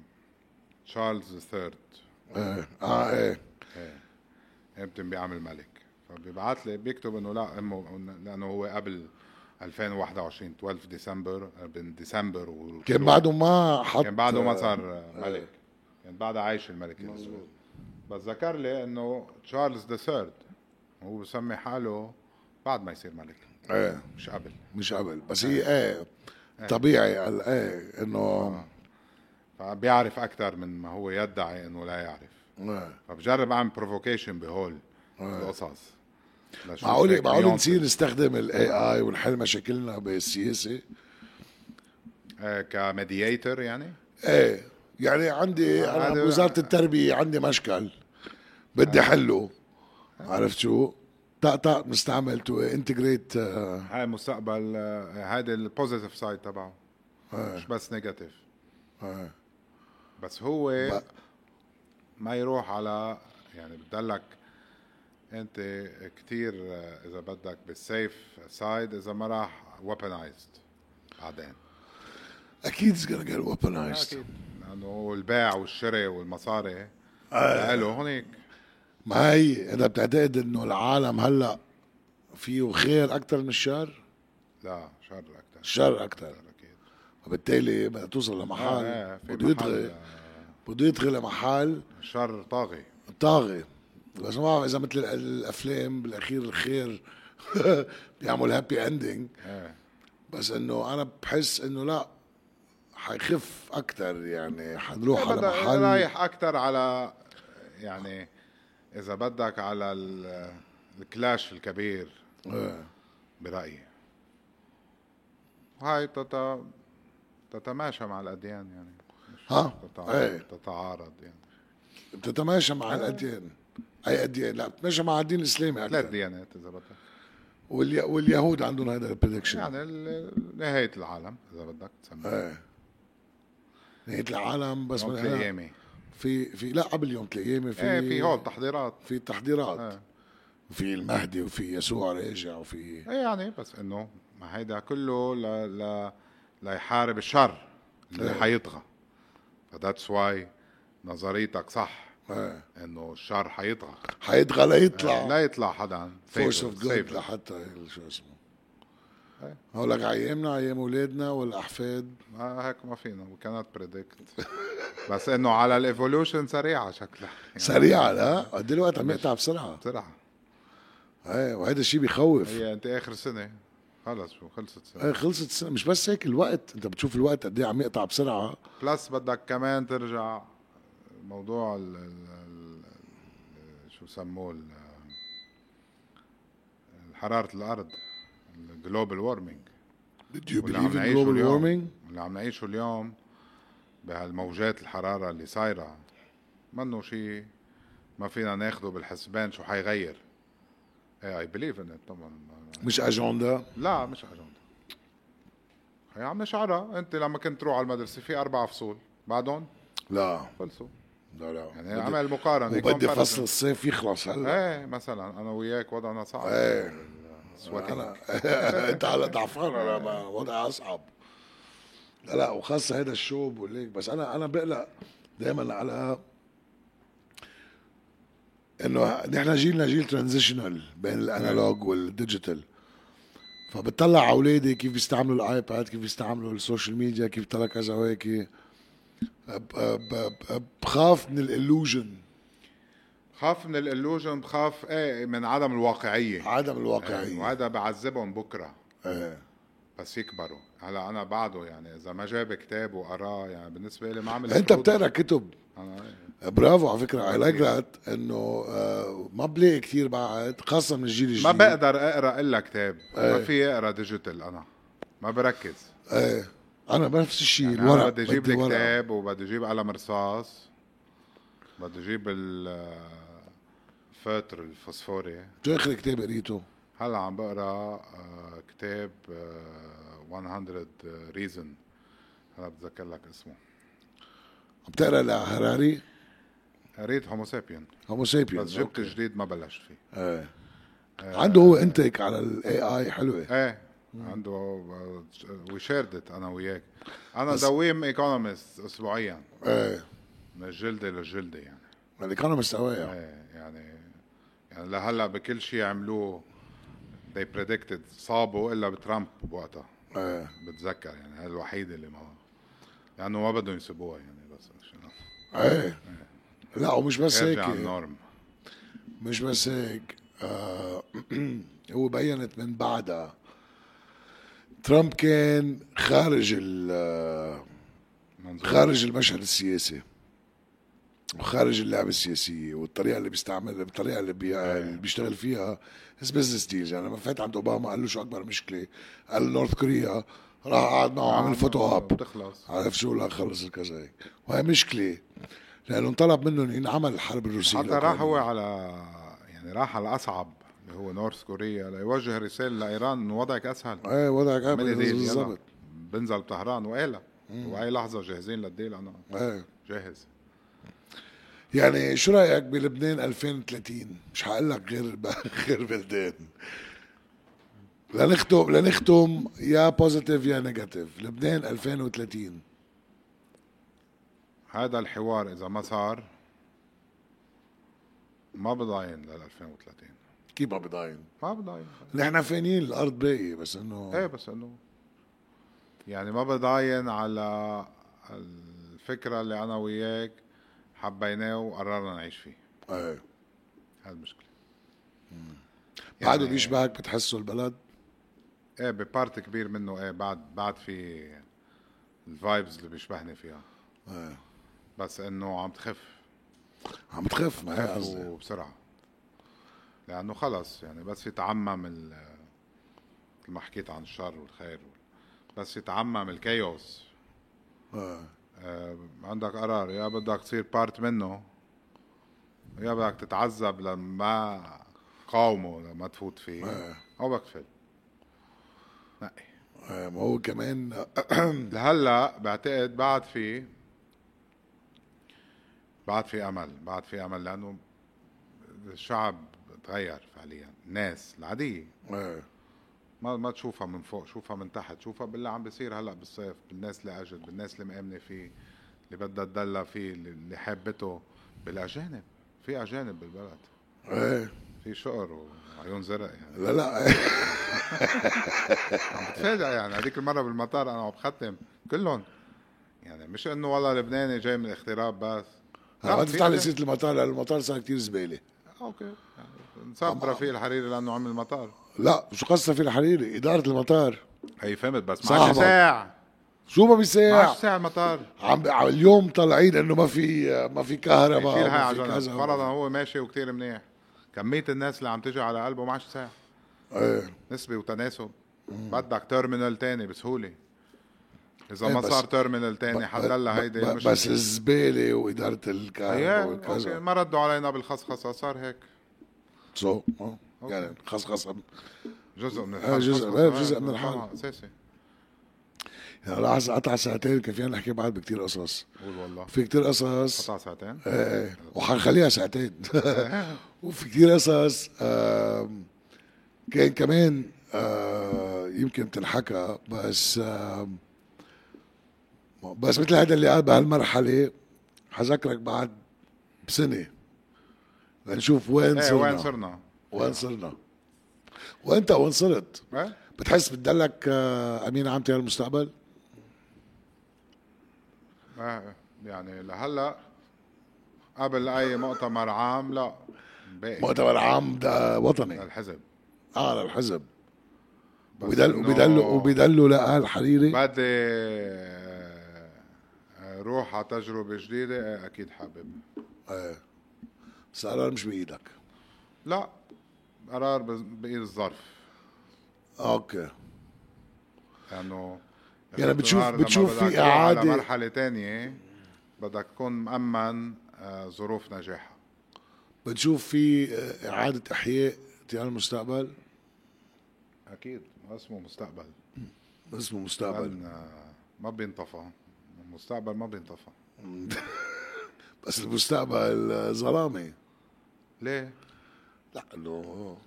A: تشارلز الثيرد
B: ايه اه ايه
A: هامبتون بيعمل ملك فبيبعت لي بيكتب انه لا امه لانه هو قبل 2021 12 ديسمبر آه، بين ديسمبر و
B: كان بعده ما حط
A: كان بعده ما صار
B: آه.
A: ملك كان بعده عايش الملك الاسود بس ذكر لي انه تشارلز ذا ثيرد هو بسمي حاله بعد ما يصير ملك
B: ايه
A: مش قبل
B: مش قبل بس هي
A: آه.
B: ايه طبيعي قال ايه انه
A: فبيعرف اكثر من ما هو يدعي انه لا يعرف
B: إيه.
A: فبجرب اعمل بروفوكيشن بهول القصص لشوف
B: آه. معقول
A: هيك
B: معقول
A: نيونس.
B: نصير نستخدم الاي اي ونحل مشاكلنا بالسياسه
A: آه، كميدياتور يعني
B: ايه يعني عندي انا
A: هذا-
B: بوزاره التربيه عندي مشكل بدي حله عرفت شو طق طق بنستعمل تو انتجريت
A: هاي مستقبل آه، هذا البوزيتيف سايد تبعه
B: آه.
A: مش بس نيجاتيف بس هو ما يروح على يعني بتضلك انت كتير آه، اذا بدك بالسيف سايد اذا ما راح ويبنايزد بعدين
B: اكيد از gonna get weaponized
A: اكيد لانه البيع والشراء
B: آه.
A: والمصاري له هونيك
B: ما هي اذا بتعتقد انه العالم هلا فيه خير اكثر من الشر
A: لا شر اكثر
B: الشر اكثر
A: اكيد
B: وبالتالي بدها توصل
A: آه،
B: لمحل
A: في
B: بده
A: محل،
B: يطغي بده يطغي لمحل
A: الشر طاغي
B: طاغي بس ما بعرف اذا مثل ال- الافلام بالاخير الخير <laughs> بيعمل هابي اندنج
A: ايه
B: بس انه انا بحس انه لا حيخف اكثر يعني حنروح على
A: بدأ
B: محل
A: إيه، رايح اكثر على يعني اذا بدك على ال- آه، الكلاش الكبير
B: إيه.
A: برايي هاي تتا تتماشى مع الاديان يعني مش
B: ها؟
A: تتعارض,
B: إيه.
A: تتعارض يعني
B: بتتماشى مع الاديان اي اديان لا بتتماشى مع الدين الاسلامي
A: ثلاث
B: أكثر.
A: ديانات اذا إيه بدك
B: والي... واليهود عندهم هذا البريدكشن
A: يعني ال- نهايه العالم اذا بدك تسميها
B: ايه نهاية العالم بس
A: يوم
B: من هنا
A: القيامه
B: في في لا قبل يوم الايام في
A: ايه في هول تحضيرات
B: في تحضيرات
A: إيه.
B: في المهدي وفي يسوع راجع وفي
A: ايه يعني بس انه ما هيدا كله ل ل ليحارب الشر اللي
B: إيه.
A: حيطغى فذاتس واي نظريتك صح
B: إيه.
A: انه الشر حيطغى
B: حيطغى ليطلع
A: آه، لا يطلع حدا
B: فورس
A: Favor-
B: اوف جود
A: favor.
B: لحتى شو اسمه
A: إيه.
B: هقول لك ايامنا ايام اولادنا والاحفاد
A: ما هيك ما فينا وي كانت بريدكت <laughs> بس انه على الايفولوشن سريعه شكلها يعني
B: سريعه لا قد إيه الوقت عم يقطع بسرعه
A: بسرعه
B: ايه وهذا الشيء بيخوف
A: هي انت اخر سنه خلص شو خلصت سنه
B: ايه خلصت السنة مش بس هيك الوقت انت بتشوف الوقت قد ايه عم يقطع بسرعه
A: بلس بدك كمان ترجع موضوع ال ال ال شو سموه ال- ال- حراره الارض الجلوبال وورمينج
B: Do you
A: واللي عم
B: believe in
A: نعيشه
B: global
A: اليوم.
B: warming؟
A: اللي عم نعيشه اليوم بهالموجات الحراره اللي صايره منه شيء ما فينا ناخده بالحسبان شو حيغير إيه، اي اي بليف ان طبعا
B: مش اجنده
A: لا مش اجنده هي عم نشعرها انت لما كنت تروح على المدرسه في اربع فصول بعدهم
B: لا
A: خلصوا
B: لا لا
A: يعني
B: بدي-
A: عمل مقارنه
B: وبدي
A: comparison.
B: فصل الصيف يخلص هلا
A: ايه مثلا انا وياك وضعنا صعب
B: إيه.
A: سواتي.
B: <laughs> انا انت هلا ضعفان انا ما وضعي اصعب لا لا وخاصه هذا الشو بقول لك بس انا انا بقلق دائما على انه نحن جيلنا جيل ترانزيشنال بين الانالوج والديجيتال فبتطلع على اولادي كيف بيستعملوا الايباد كيف بيستعملوا السوشيال ميديا كيف ترى كذا وهيك ب- ب- ب- بخاف من الالوجن
A: بخاف من الالوجن بخاف ايه من عدم الواقعيه
B: عدم
A: إيه،
B: الواقعيه
A: وهذا بعذبهم بكره
B: إيه.
A: بس يكبروا هلا انا بعده يعني اذا ما جاب كتاب وقراه يعني بالنسبه لي ما عمل
B: انت
A: شروط.
B: بتقرا كتب
A: أنا-
B: برافو على فكره اي لايك ذات انه آه، ما بلاقي كثير بعد خاصه من الجيل الجديد
A: ما بقدر اقرا الا كتاب ما
B: إيه.
A: في اقرا ديجيتال انا ما بركز
B: ايه انا نفس الشيء
A: يعني
B: الورق
A: أنا بدي اجيب لي
B: ورق.
A: كتاب وبدي اجيب قلم رصاص بدي اجيب الفاتر الفوسفوري
B: شو اخر كتاب قريته؟
A: هلا عم بقرا آه، كتاب آه، 100 ريزن هلا بتذكر لك اسمه
B: عم تقرا لهراري
A: قريت هوموسابيان
B: هومو سابيان
A: بس جبت جديد ما بلشت فيه
B: ايه عنده هو انتك على الاي اي حلوه
A: ايه عنده وي شيردت انا وياك انا دويم ايكونومست اسبوعيا
B: ايه
A: من الجلده للجلده يعني
B: الايكونومست قوية
A: ايه يعني يعني لهلا بكل شيء عملوه they predicted صابوا الا بترامب بوقتها
B: ايه
A: بتذكر يعني هي الوحيده اللي ما لانه ما بدهم يسيبوها يعني بس عشان
B: ايه لا ومش بس
A: يرجع
B: هيك
A: النورم
B: مش بس هيك آه <clears throat> هو بينت من بعدها ترامب كان خارج ال آه،
A: منظور.
B: خارج المشهد السياسي وخارج اللعبة السياسية والطريقة اللي بيستعمل الطريقة اللي, بي...
A: آه.
B: اللي بيشتغل فيها از بزنس ديلز يعني لما فات عند اوباما قال له شو أكبر مشكلة قال نورث كوريا راح قعد معه عمل
A: آه.
B: فوتو اب
A: بتخلص
B: عرف شو لا خلص الكذا هيك وهي مشكلة لأنه انطلب منهم ينعمل الحرب الروسية
A: حتى راح هو على يعني راح على الاصعب اللي هو نورث كوريا ليوجه رساله لايران انه وضعك اسهل
B: ايه وضعك
A: اعملي
B: عامل
A: ديل يلا.
B: بالضبط
A: بنزل بطهران وقالها وأي لحظة جاهزين للديل أنا
B: ايه
A: جاهز
B: يعني شو رايك بلبنان 2030 مش هقول لك غير ب- <laughs> غير بلدان لنختم لنختم يا بوزيتيف يا نيجاتيف لبنان 2030
A: هذا الحوار إذا ما صار ما بضاين لل 2030
B: كيف ما بضاين
A: ما بضاين
B: نحن فانيين الارض باقي بس انه
A: إيه بس إنه يعني ما بضاين على الفكرة اللي أنا وياك حبيناه وقررنا نعيش فيه
B: ايه
A: هذا المشكلة
B: بعده بيشبهك بتحسه البلد
A: إيه ببارت كبير منه إيه بعد بعد في الفايبز اللي بيشبهني فيها
B: ايه
A: بس إنه عم تخف
B: عم تخف ما هي قصدي
A: وبسرعة لأنه خلص يعني بس يتعمم ال- مثل ما حكيت عن الشر والخير وال- بس يتعمم الكيوس
B: آه.
A: آه، عندك قرار يا بدك تصير بارت منه يا بدك تتعذب لما قاومه لما تفوت فيه
B: آه.
A: او بدك تفل نقي
B: آه، ما هو كمان
A: لهلا بعتقد بعد في بعد في امل بعد في امل لانه الشعب تغير فعليا الناس العاديه
B: آه.
A: ما ما تشوفها من فوق شوفها من تحت شوفها باللي عم بيصير هلا بالصيف بالناس اللي اجت بالناس اللي مآمنه فيه اللي بدها تدلى فيه اللي- اللي حابته بالاجانب في اجانب بالبلد
B: آه.
A: في شقر وعيون زرق يعني
B: لا لا
A: بتفاجئ يعني هذيك المره بالمطار انا عم بختم كلهم يعني مش انه والله لبناني جاي من الاغتراب بس
B: آه، ما
A: في
B: تفتح لي
A: أجانب.
B: سيره المطار لأن المطار صار كتير زباله
A: اوكي يعني نصاب رفيق الحريري لانه عمل مطار
B: لا شو قصه في الحريري اداره المطار
A: هي فهمت بس ما
B: صاحبك.
A: عادش ساعه
B: شو ما
A: ما عادش
B: بيساع
A: ساعه مطار
B: عم عم- اليوم طالعين انه ما في ما في كهرباء
A: يشيل هاي
B: ما
A: على
B: في
A: جنب
B: كذا
A: فرضا هو ماشي وكتير منيح كمية الناس اللي عم تجي على قلبه ما عادش ساعة
B: ايه
A: نسبة وتناسب بدك تيرمينال تاني بسهولة إذا
B: إيه
A: ما
B: بس-
A: صار تيرمينال تاني حتضلها هيدي
B: ب-
A: يعني المشكلة.
B: بس الزباله واداره الكهرباء
A: ايه أوكي،
B: وكذا
A: ما ردوا علينا بالخصخصة صار هيك
B: سو آه. يعني خصخصه
A: جزء من
B: آه، جزء-
A: الخصخصة.
B: آه، جزء من
A: طبعاً،
B: الحال.
A: أساسي
B: يعني راح قطع ساعتين كان فينا نحكي بعد بكتير قصص
A: قول والله
B: في كتير قصص
A: قطع ساعتين
B: ايه وحنخليها ساعتين <laughs> آه،
A: <laughs>
B: وفي كتير قصص آم، كان كمان آه، يمكن تنحكى بس آم، بس مثل هذا اللي قال بهالمرحله حذكرك بعد بسنه لنشوف وين
A: ايه
B: صرنا
A: وين صرنا؟
B: وين صرنا وانت وين صرت؟
A: إيه؟
B: بتحس بتدلك آه، امين عام تيار المستقبل؟
A: آه، يعني لهلا قبل أي مؤتمر عام لا باقي
B: مؤتمر عام ده وطني
A: الحزب
B: اعلى الحزب
A: بس
B: وبيدل
A: إنه-
B: وبيدل وبيدلوا لقى الحريري
A: بدي آه، آه، روح على تجربة جديدة آه، أكيد حابب
B: ايه بس القرار مش بايدك
A: لا قرار بز- بإيد الظرف
B: اوكي
A: لأنه
B: يعني بتشوف-
A: الاقتدار لما
B: بتشوف في
A: بدك تروح على
B: إعادة-
A: مرحلة تانية بدك تكون مأمن آه، ظروف نجاحها
B: بنشوف في آه، اعاده احياء تيار المستقبل
A: أكيد اسمه مستقبل
B: اسمه مستقبل
A: لأن، آه، ما بينطفى المستقبل ما بينطفى
B: بس المستقبل آه، ظلامه
A: ليه؟
B: لا انه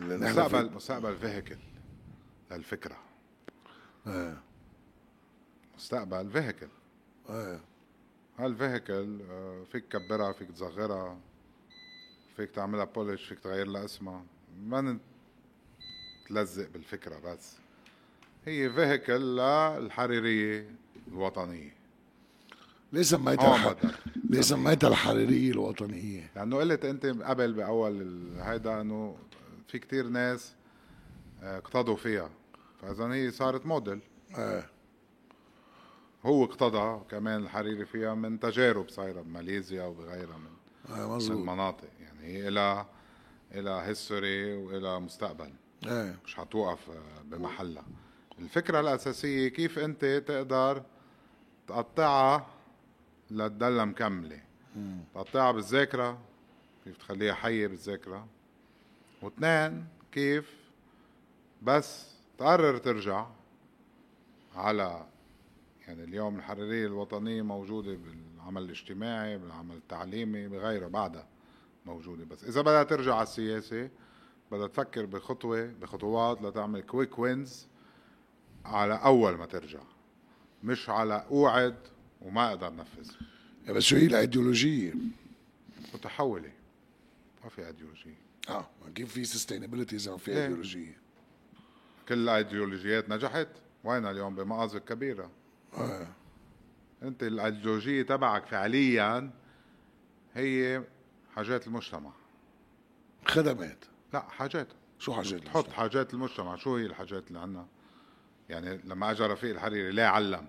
B: اللي نحن
A: المستقبل
B: فيه-
A: مستقبل فيهكل للفكرة
B: ايه
A: مستقبل فيهكل
B: ايه
A: هالفيهيكل آه، فيك تكبرها فيك تصغرها فيك تعملها بولش فيك تغير لها اسمها ما نت- تلزق بالفكرة بس هي فيهيكل للحريرية الوطنيه
B: ليه سميتها
A: هون
B: آه، الح...
A: بدك
B: ليه سميتها الحريريه الوطنيه؟
A: لانه قلت انت قبل باول ال- هيدا انه في كتير ناس آه، اقتضوا فيها فاذا هي صارت موديل
B: ايه
A: هو اقتضى كمان الحريري فيها من تجارب صايره بماليزيا وبغيرها من
B: ايه مظبوط
A: المناطق يعني هي إلى إلى هيستوري وإلى مستقبل
B: ايه
A: مش حتوقف آه، بمحلها الفكرة الأساسية كيف أنت تقدر تقطعها لتضلها مكملة تقطعها بالذاكرة كيف تخليها حية بالذاكرة واثنين كيف بس تقرر ترجع على يعني اليوم الحريرية الوطنية موجودة بالعمل الاجتماعي بالعمل التعليمي بغيره بعدها موجودة بس إذا بدها ترجع على السياسة بدها تفكر بخطوة بخطوات لتعمل كويك وينز على أول ما ترجع مش على أوعد وما أقدر نفذ
B: إيه، بس شو هي الايديولوجيه؟
A: متحولة ما في أيديولوجية
B: اه كيف في سستينابيلتي اذا ما في
A: ليه؟
B: ايديولوجيه؟
A: كل الأيديولوجيات نجحت وين اليوم بمآزق كبيرة
B: ايه
A: أنت الأيديولوجية تبعك فعليا هي حاجات المجتمع
B: خدمات
A: لا حاجات
B: شو حاجات
A: تحط حاجات المجتمع شو هي الحاجات اللي عنا يعني لما اجى رفيق الحريري لا علم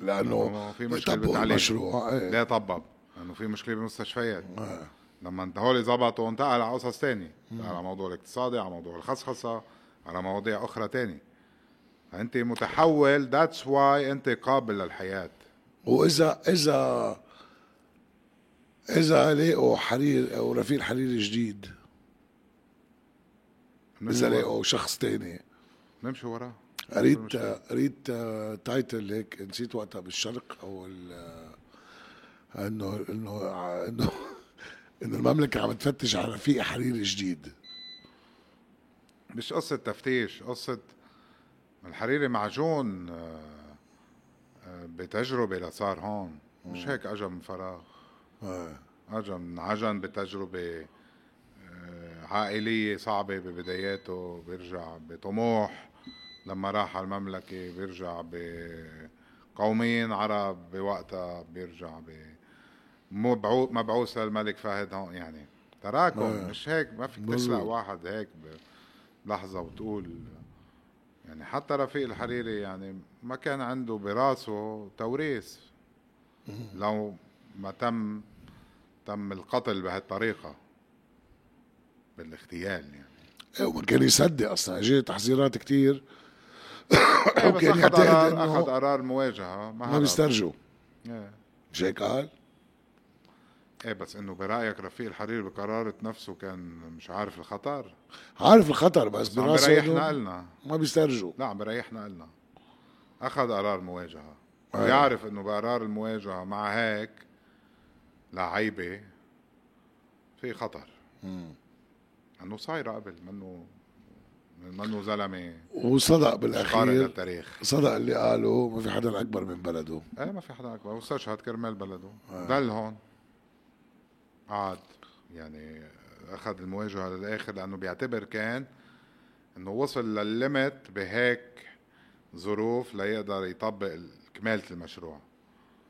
B: لانه
A: في مشكلة
B: طبقوا
A: بالتعليم.
B: المشروع ايه
A: لا طبب لانه في مشكله بالمستشفيات
B: آه.
A: لما انت هول ظبطوا انتقل على قصص تانية على موضوع الاقتصادي على موضوع الخصخصة على مواضيع أخرى تانية انت متحول ذاتس واي انت قابل للحياه
B: واذا اذا اذا لقوا حرير او رفيق حريري جديد
A: بنمشي
B: اذا
A: ورا-
B: لقوا شخص تاني
A: بنمشي وراه
B: قريت قريت تايتل هيك نسيت وقتها بالشرق او ال- انه انه انه انه المملكه عم تفتش على رفيق حريري جديد
A: مش قصة تفتيش قصة الحريري معجون آه، آه، بتجربة لصار هون مش هيك اجا من فراغ
B: آه.
A: اجا من عجن بتجربة آه، عائلية صعبة ببداياته بيرجع بطموح لما راح على المملكة بيرجع بقوميين عرب بوقتها بيرجع ب مبعو- مبعوث للملك فهد هون يعني تراكم
B: آه.
A: مش هيك ما فيك
B: مظبوط.
A: تسرق واحد هيك بلحظة وتقول يعني حتى رفيق الحريري يعني ما كان عنده براسه توريث لو ما تم تم القتل بهالطريقة بالاغتيال يعني
B: إيه، وما كان يصدق اصلا اجى تحذيرات كتير
A: إيه، بس
B: وكان
A: اخذ
B: يعتقد
A: قرار
B: إنه
A: اخذ قرار مواجهة آه، ما
B: ما
A: هرب.
B: بيسترجوا
A: إيه.
B: مش هيك قال؟
A: ايه بس انه برايك رفيق الحريري بقرارة نفسه كان مش عارف الخطر
B: عارف الخطر بس
A: بس عم
B: براسه
A: بيريحنا
B: إنه
A: قلنا
B: ما بيسترجوا
A: لا عم بريحنا قلنا اخذ قرار مواجهه
B: أيوة.
A: ويعرف انه بقرار المواجهه مع هيك لعيبه في خطر انه صايره قبل منه منه زلمه
B: وصدق
A: قارئ
B: بالاخير
A: للتاريخ
B: صدق اللي قالوا ما في حدا اكبر من بلده
A: ايه ما في حدا اكبر واستشهد كرمال بلده ضل هون قعد يعني اخذ المواجهه للاخر لانه بيعتبر كان انه وصل للليمت بهيك ظروف ليقدر يطبق كماله المشروع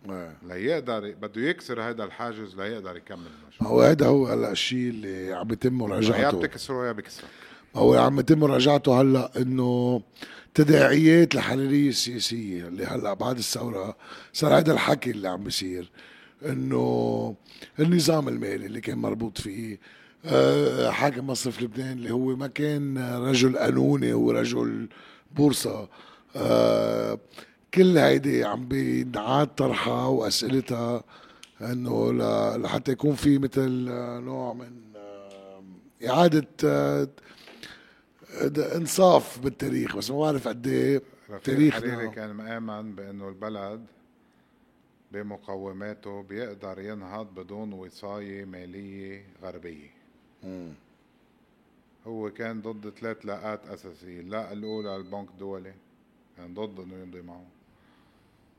B: آه.
A: إيه. ليقدر بده يكسر هذا الحاجز ليقدر يكمل المشروع
B: ما هو هذا هو هلا الشيء اللي عم يتم
A: يا
B: مراجعته
A: بتكسره يا بكسرك
B: هو عم يتم مراجعته هلا انه تداعيات الحريريه السياسيه اللي هلا بعد الثوره صار هذا الحكي اللي عم بيصير انه النظام المالي اللي كان مربوط فيه آه، حاكم مصرف لبنان اللي هو ما كان رجل قانوني ورجل بورصه آه، كل هيدي عم بينعاد طرحها واسئلتها انه ل- لحتى يكون في مثل آه، نوع من آه، اعاده آه، د- انصاف بالتاريخ بس ما بعرف قد ايه
A: رفيق الحريري
B: تاريخنا
A: كان مآمن بأنه البلد بمقوماته بيقدر ينهض بدون وصاية مالية غربية هو كان ضد ثلاث لاءات أساسية اللاء الأولى البنك الدولي كان ضد أنه يمضي معه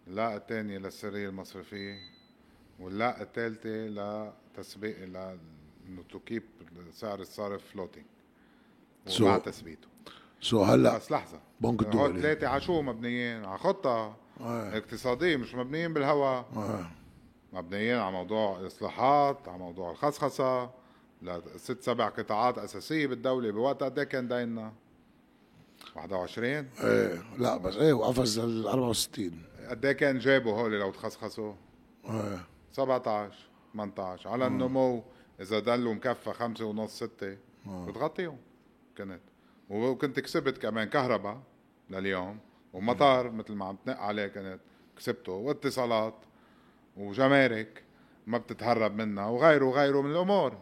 A: اللاء الثانية للسرية المصرفية واللاء الثالثة لتسبيق ل انه تو كيب سعر الصرف فلوتينج
B: So-
A: ومع تثبيته
B: سو هلا
A: بس لحظة
B: بنك
A: هول
B: الدولي.
A: ثلاثة على شو مبنيين؟ على خطة
B: آه.
A: اقتصادية مش مبنيين بالهواء
B: آه.
A: مبنيين على موضوع إصلاحات على موضوع الخصخصة لست سبع قطاعات أساسية بالدولة بوقت قد إيه كان ديننا؟ 21
B: ايه لا بس ايه وقفز لل 64
A: قد إيه كان جابوا هول لو تخصخصوا؟
B: ايه
A: 17 18 على النمو إذا دلوا مكفى خمسة ونص ستة بتغطيهم كنت وكنت كسبت كمان كهرباء لليوم ومطار مثل ما عم تنق عليه كنت كسبته واتصالات وجمارك ما بتتهرب منها وغيره وغيره من الامور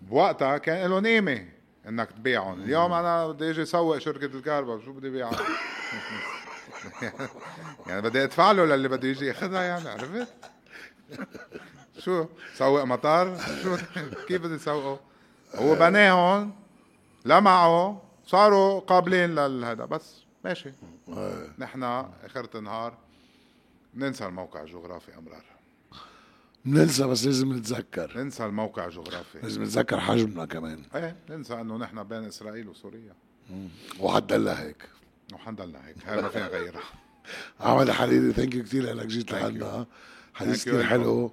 A: بوقتها كان له نيمه انك تبيعهم اليوم انا بدي اجي سوق شركه الكهرباء شو بدي بيعها <laughs> يعني بدي ادفع له للي بده يجي ياخذها يعني عرفت شو سوق مطار شو <laughs> كيف بدي سوقه هو بناهم لمعه صاروا قابلين لهذا بس ماشي
B: آه،
A: نحن اخرة النهار ننسى الموقع الجغرافي امرار
B: بننسى بس لازم نتذكر
A: ننسى الموقع الجغرافي
B: لازم نتذكر حجمنا كمان
A: ايه ننسى انه نحن بين اسرائيل وسوريا
B: وحتى لهيك
A: وحندلنا هيك هاي ما فينا نغيرها
B: احمد الحريري ثانك يو كثير لانك جيت لعنا
A: Thank
B: حديث
A: you
B: كثير
A: welcome.
B: حلو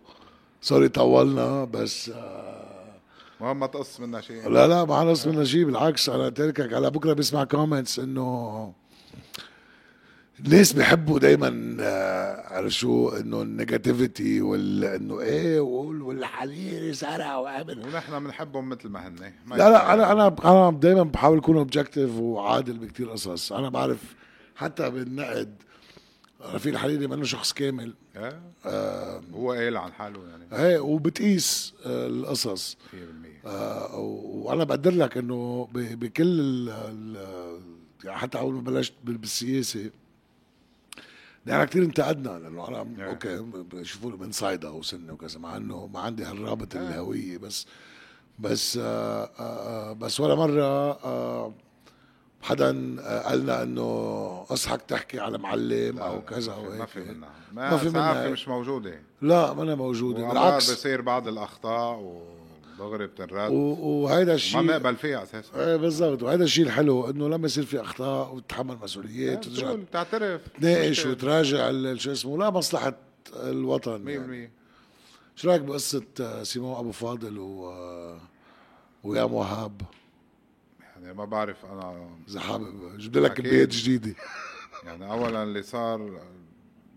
B: سوري طولنا بس آه
A: المهم ما تقص منا شيء
B: لا لا ما خلص منها شيء بالعكس انا تركك على بكره بسمع كومنتس انه الناس بيحبوا دايما آه، عارف شو انه النيجاتيفيتي وال انه ايه وال- والحريري سرع وعمل
A: ونحن بنحبهم مثل ما هن ما
B: لا لا
A: يتغير.
B: انا انا انا دايما بحاول اكون اوبجكتيف وعادل بكتير قصص انا بعرف حتى بالنقد رفيق الحريري منه شخص كامل
A: إيه؟
B: آه
A: هو قال عن حاله يعني
B: هي وبتقيس آه القصص
A: 100%
B: آه وانا بقدر لك انه ب- بكل ال ال يعني حتى اول ما بلشت بال- بالسياسه نحن كثير انتقدنا لانه انا عم-
A: نعم.
B: اوكي بشوفوا من صيدا او سنه وكذا مع انه ما عندي هالرابط
A: نعم.
B: الهويه بس بس آه آه آه، بس ولا مره آه حدا آه، قالنا انه اصحك تحكي على معلم او كذا او
A: ما في
B: هيك
A: منها آه، ما, ما في منها مش موجوده
B: لا ما انا موجوده
A: بالعكس
B: بالعكس
A: بصير بعض الاخطاء ودغري بتنرد
B: و- وهيدا
A: ما
B: الشيء
A: بنقبل فيها اساسا
B: ايه بالضبط وهذا الشيء الحلو انه لما يصير في اخطاء وتتحمل مسؤوليات وترجع
A: يعني بتقول تعترف
B: تناقش
A: آه، مشكلة.
B: وتراجع ال- شو اسمه لا مصلحه الوطن يعني.
A: 100%
B: شو رايك بقصه آه، سيمون ابو فاضل و آه، ويا وهاب
A: يعني ما بعرف انا
B: اذا حابب جبت لك
A: أكيد.
B: كميات جديده
A: يعني اولا اللي صار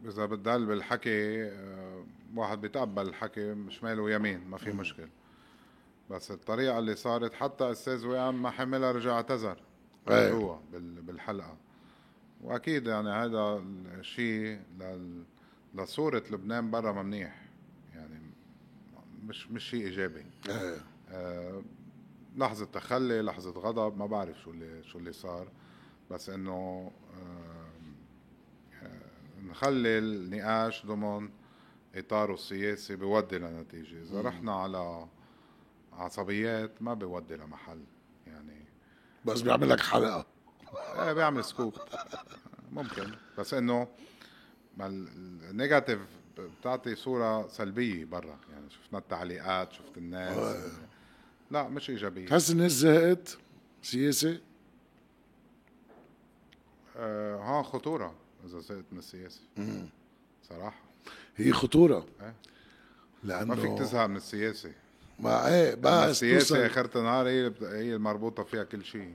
A: اذا بتضل بالحكي آه، واحد بيتقبل الحكي شمال ويمين ما في مشكله بس الطريقه اللي صارت حتى استاذ وئام ما حملها رجع اعتذر
B: إيه.
A: هو بال- بالحلقه واكيد يعني هذا الشيء لل- لصوره لبنان برا ما منيح يعني مش مش شيء ايجابي
B: إيه.
A: آه، لحظة تخلي لحظة غضب ما بعرف شو اللي شو اللي صار بس انه آه، آه، نخلي النقاش ضمن اطاره السياسي بيودي لنتيجة اذا رحنا على عصبيات ما بيودي لمحل يعني
B: بس بيعمل لك حلقه
A: ايه بيعمل سكوب ممكن بس انه ما ال- النيجاتيف بتعطي صورة سلبية برا يعني شفنا التعليقات شفت الناس لا مش ايجابية
B: تحس الناس زهقت سياسه
A: آه، ها خطورة إذا زهقت من السياسة صراحة
B: هي خطوره
A: إيه.
B: لانه
A: ما فيك تزهق من السياسة
B: ما ايه
A: أما
B: بس
A: السياسة
B: توصل-
A: آخرة النهار هي بت- هي المربوطة فيها كل شيء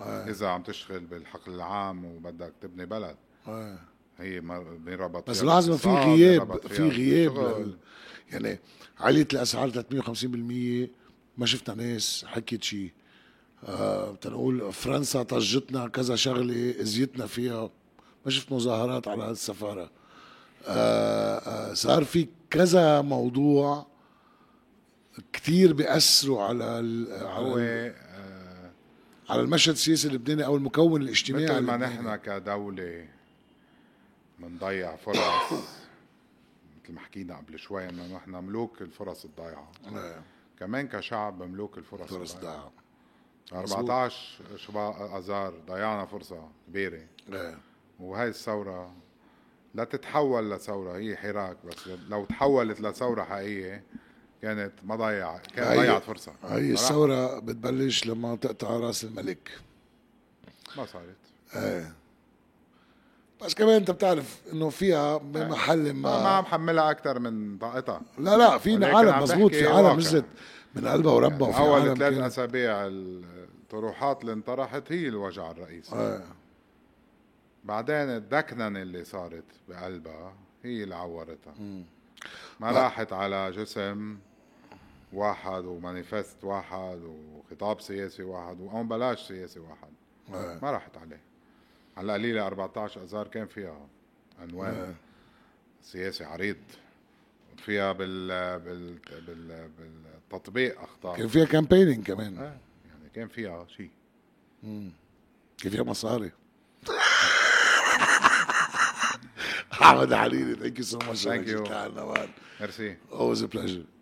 B: آه.
A: إذا عم تشتغل بالحقل العام وبدك تبني بلد
B: إيه.
A: هي مر- بينربط
B: بس
A: فيها
B: لازم في
A: الاقتصاد،
B: غياب
A: بينربط
B: في
A: فيها
B: غياب
A: الشغل.
B: لل- يعني عليت الاسعار 350% ما شفنا ناس حكيت شيء آه بتنقول فرنسا طجتنا كذا شغله زيتنا فيها ما شفت مظاهرات على السفاره آه آه صار في كذا موضوع كثير بيأثروا على ال-
A: هو
B: على,
A: آه،
B: على المشهد السياسي اللبناني او المكون الاجتماعي
A: مثل ما
B: اللبناني.
A: نحن كدولة بنضيع فرص مثل ما حكينا قبل شوي انه نحن ملوك الفرص الضايعة
B: آه،
A: كمان كشعب مملوك الفرص
B: فرص
A: الضايعة
B: دعم
A: 14 شباط اذار ضيعنا فرصه كبيره
B: آه.
A: وهي الثوره لا تتحول لثوره هي حراك بس لو تحولت لثوره حقيقيه كانت ما ضيع كان
B: هي-
A: يعني ضيعت فرصه
B: هي
A: صراحة
B: الثورة بتبلش لما تقطع راس الملك
A: ما صارت
B: ايه بس كمان انت بتعرف انه فيها بمحل
A: يعني ما
B: ما
A: عم حملها اكثر من طاقتها
B: لا لا في
A: ولكن
B: عالم
A: عم
B: مزبوط
A: تحكي
B: في عالم
A: واقع.
B: نزلت من قلبها وربها وفي عالم
A: اول ثلاث
B: كانت-
A: اسابيع الطروحات اللي انطرحت هي الوجع الرئيسي
B: ايه
A: بعدين الدكننه اللي صارت بقلبها هي اللي عورتها ما راحت على جسم واحد ومانيفست واحد وخطاب سياسي واحد او بلاش سياسي واحد
B: إيه.
A: ما راحت عليه على القليله 14 اذار كان فيها
B: آه.
A: عنوان سياسي عريض فيها بال بال بال بالتطبيق اخطاء
B: كان فيها كامبينينج كمان
A: آه، يعني كان فيها شيء
B: كان فيها مصاري <laughs> احمد حريري ثانك يو سو ماتش
A: Thank you.
B: مان
A: ميرسي
B: always a pleasure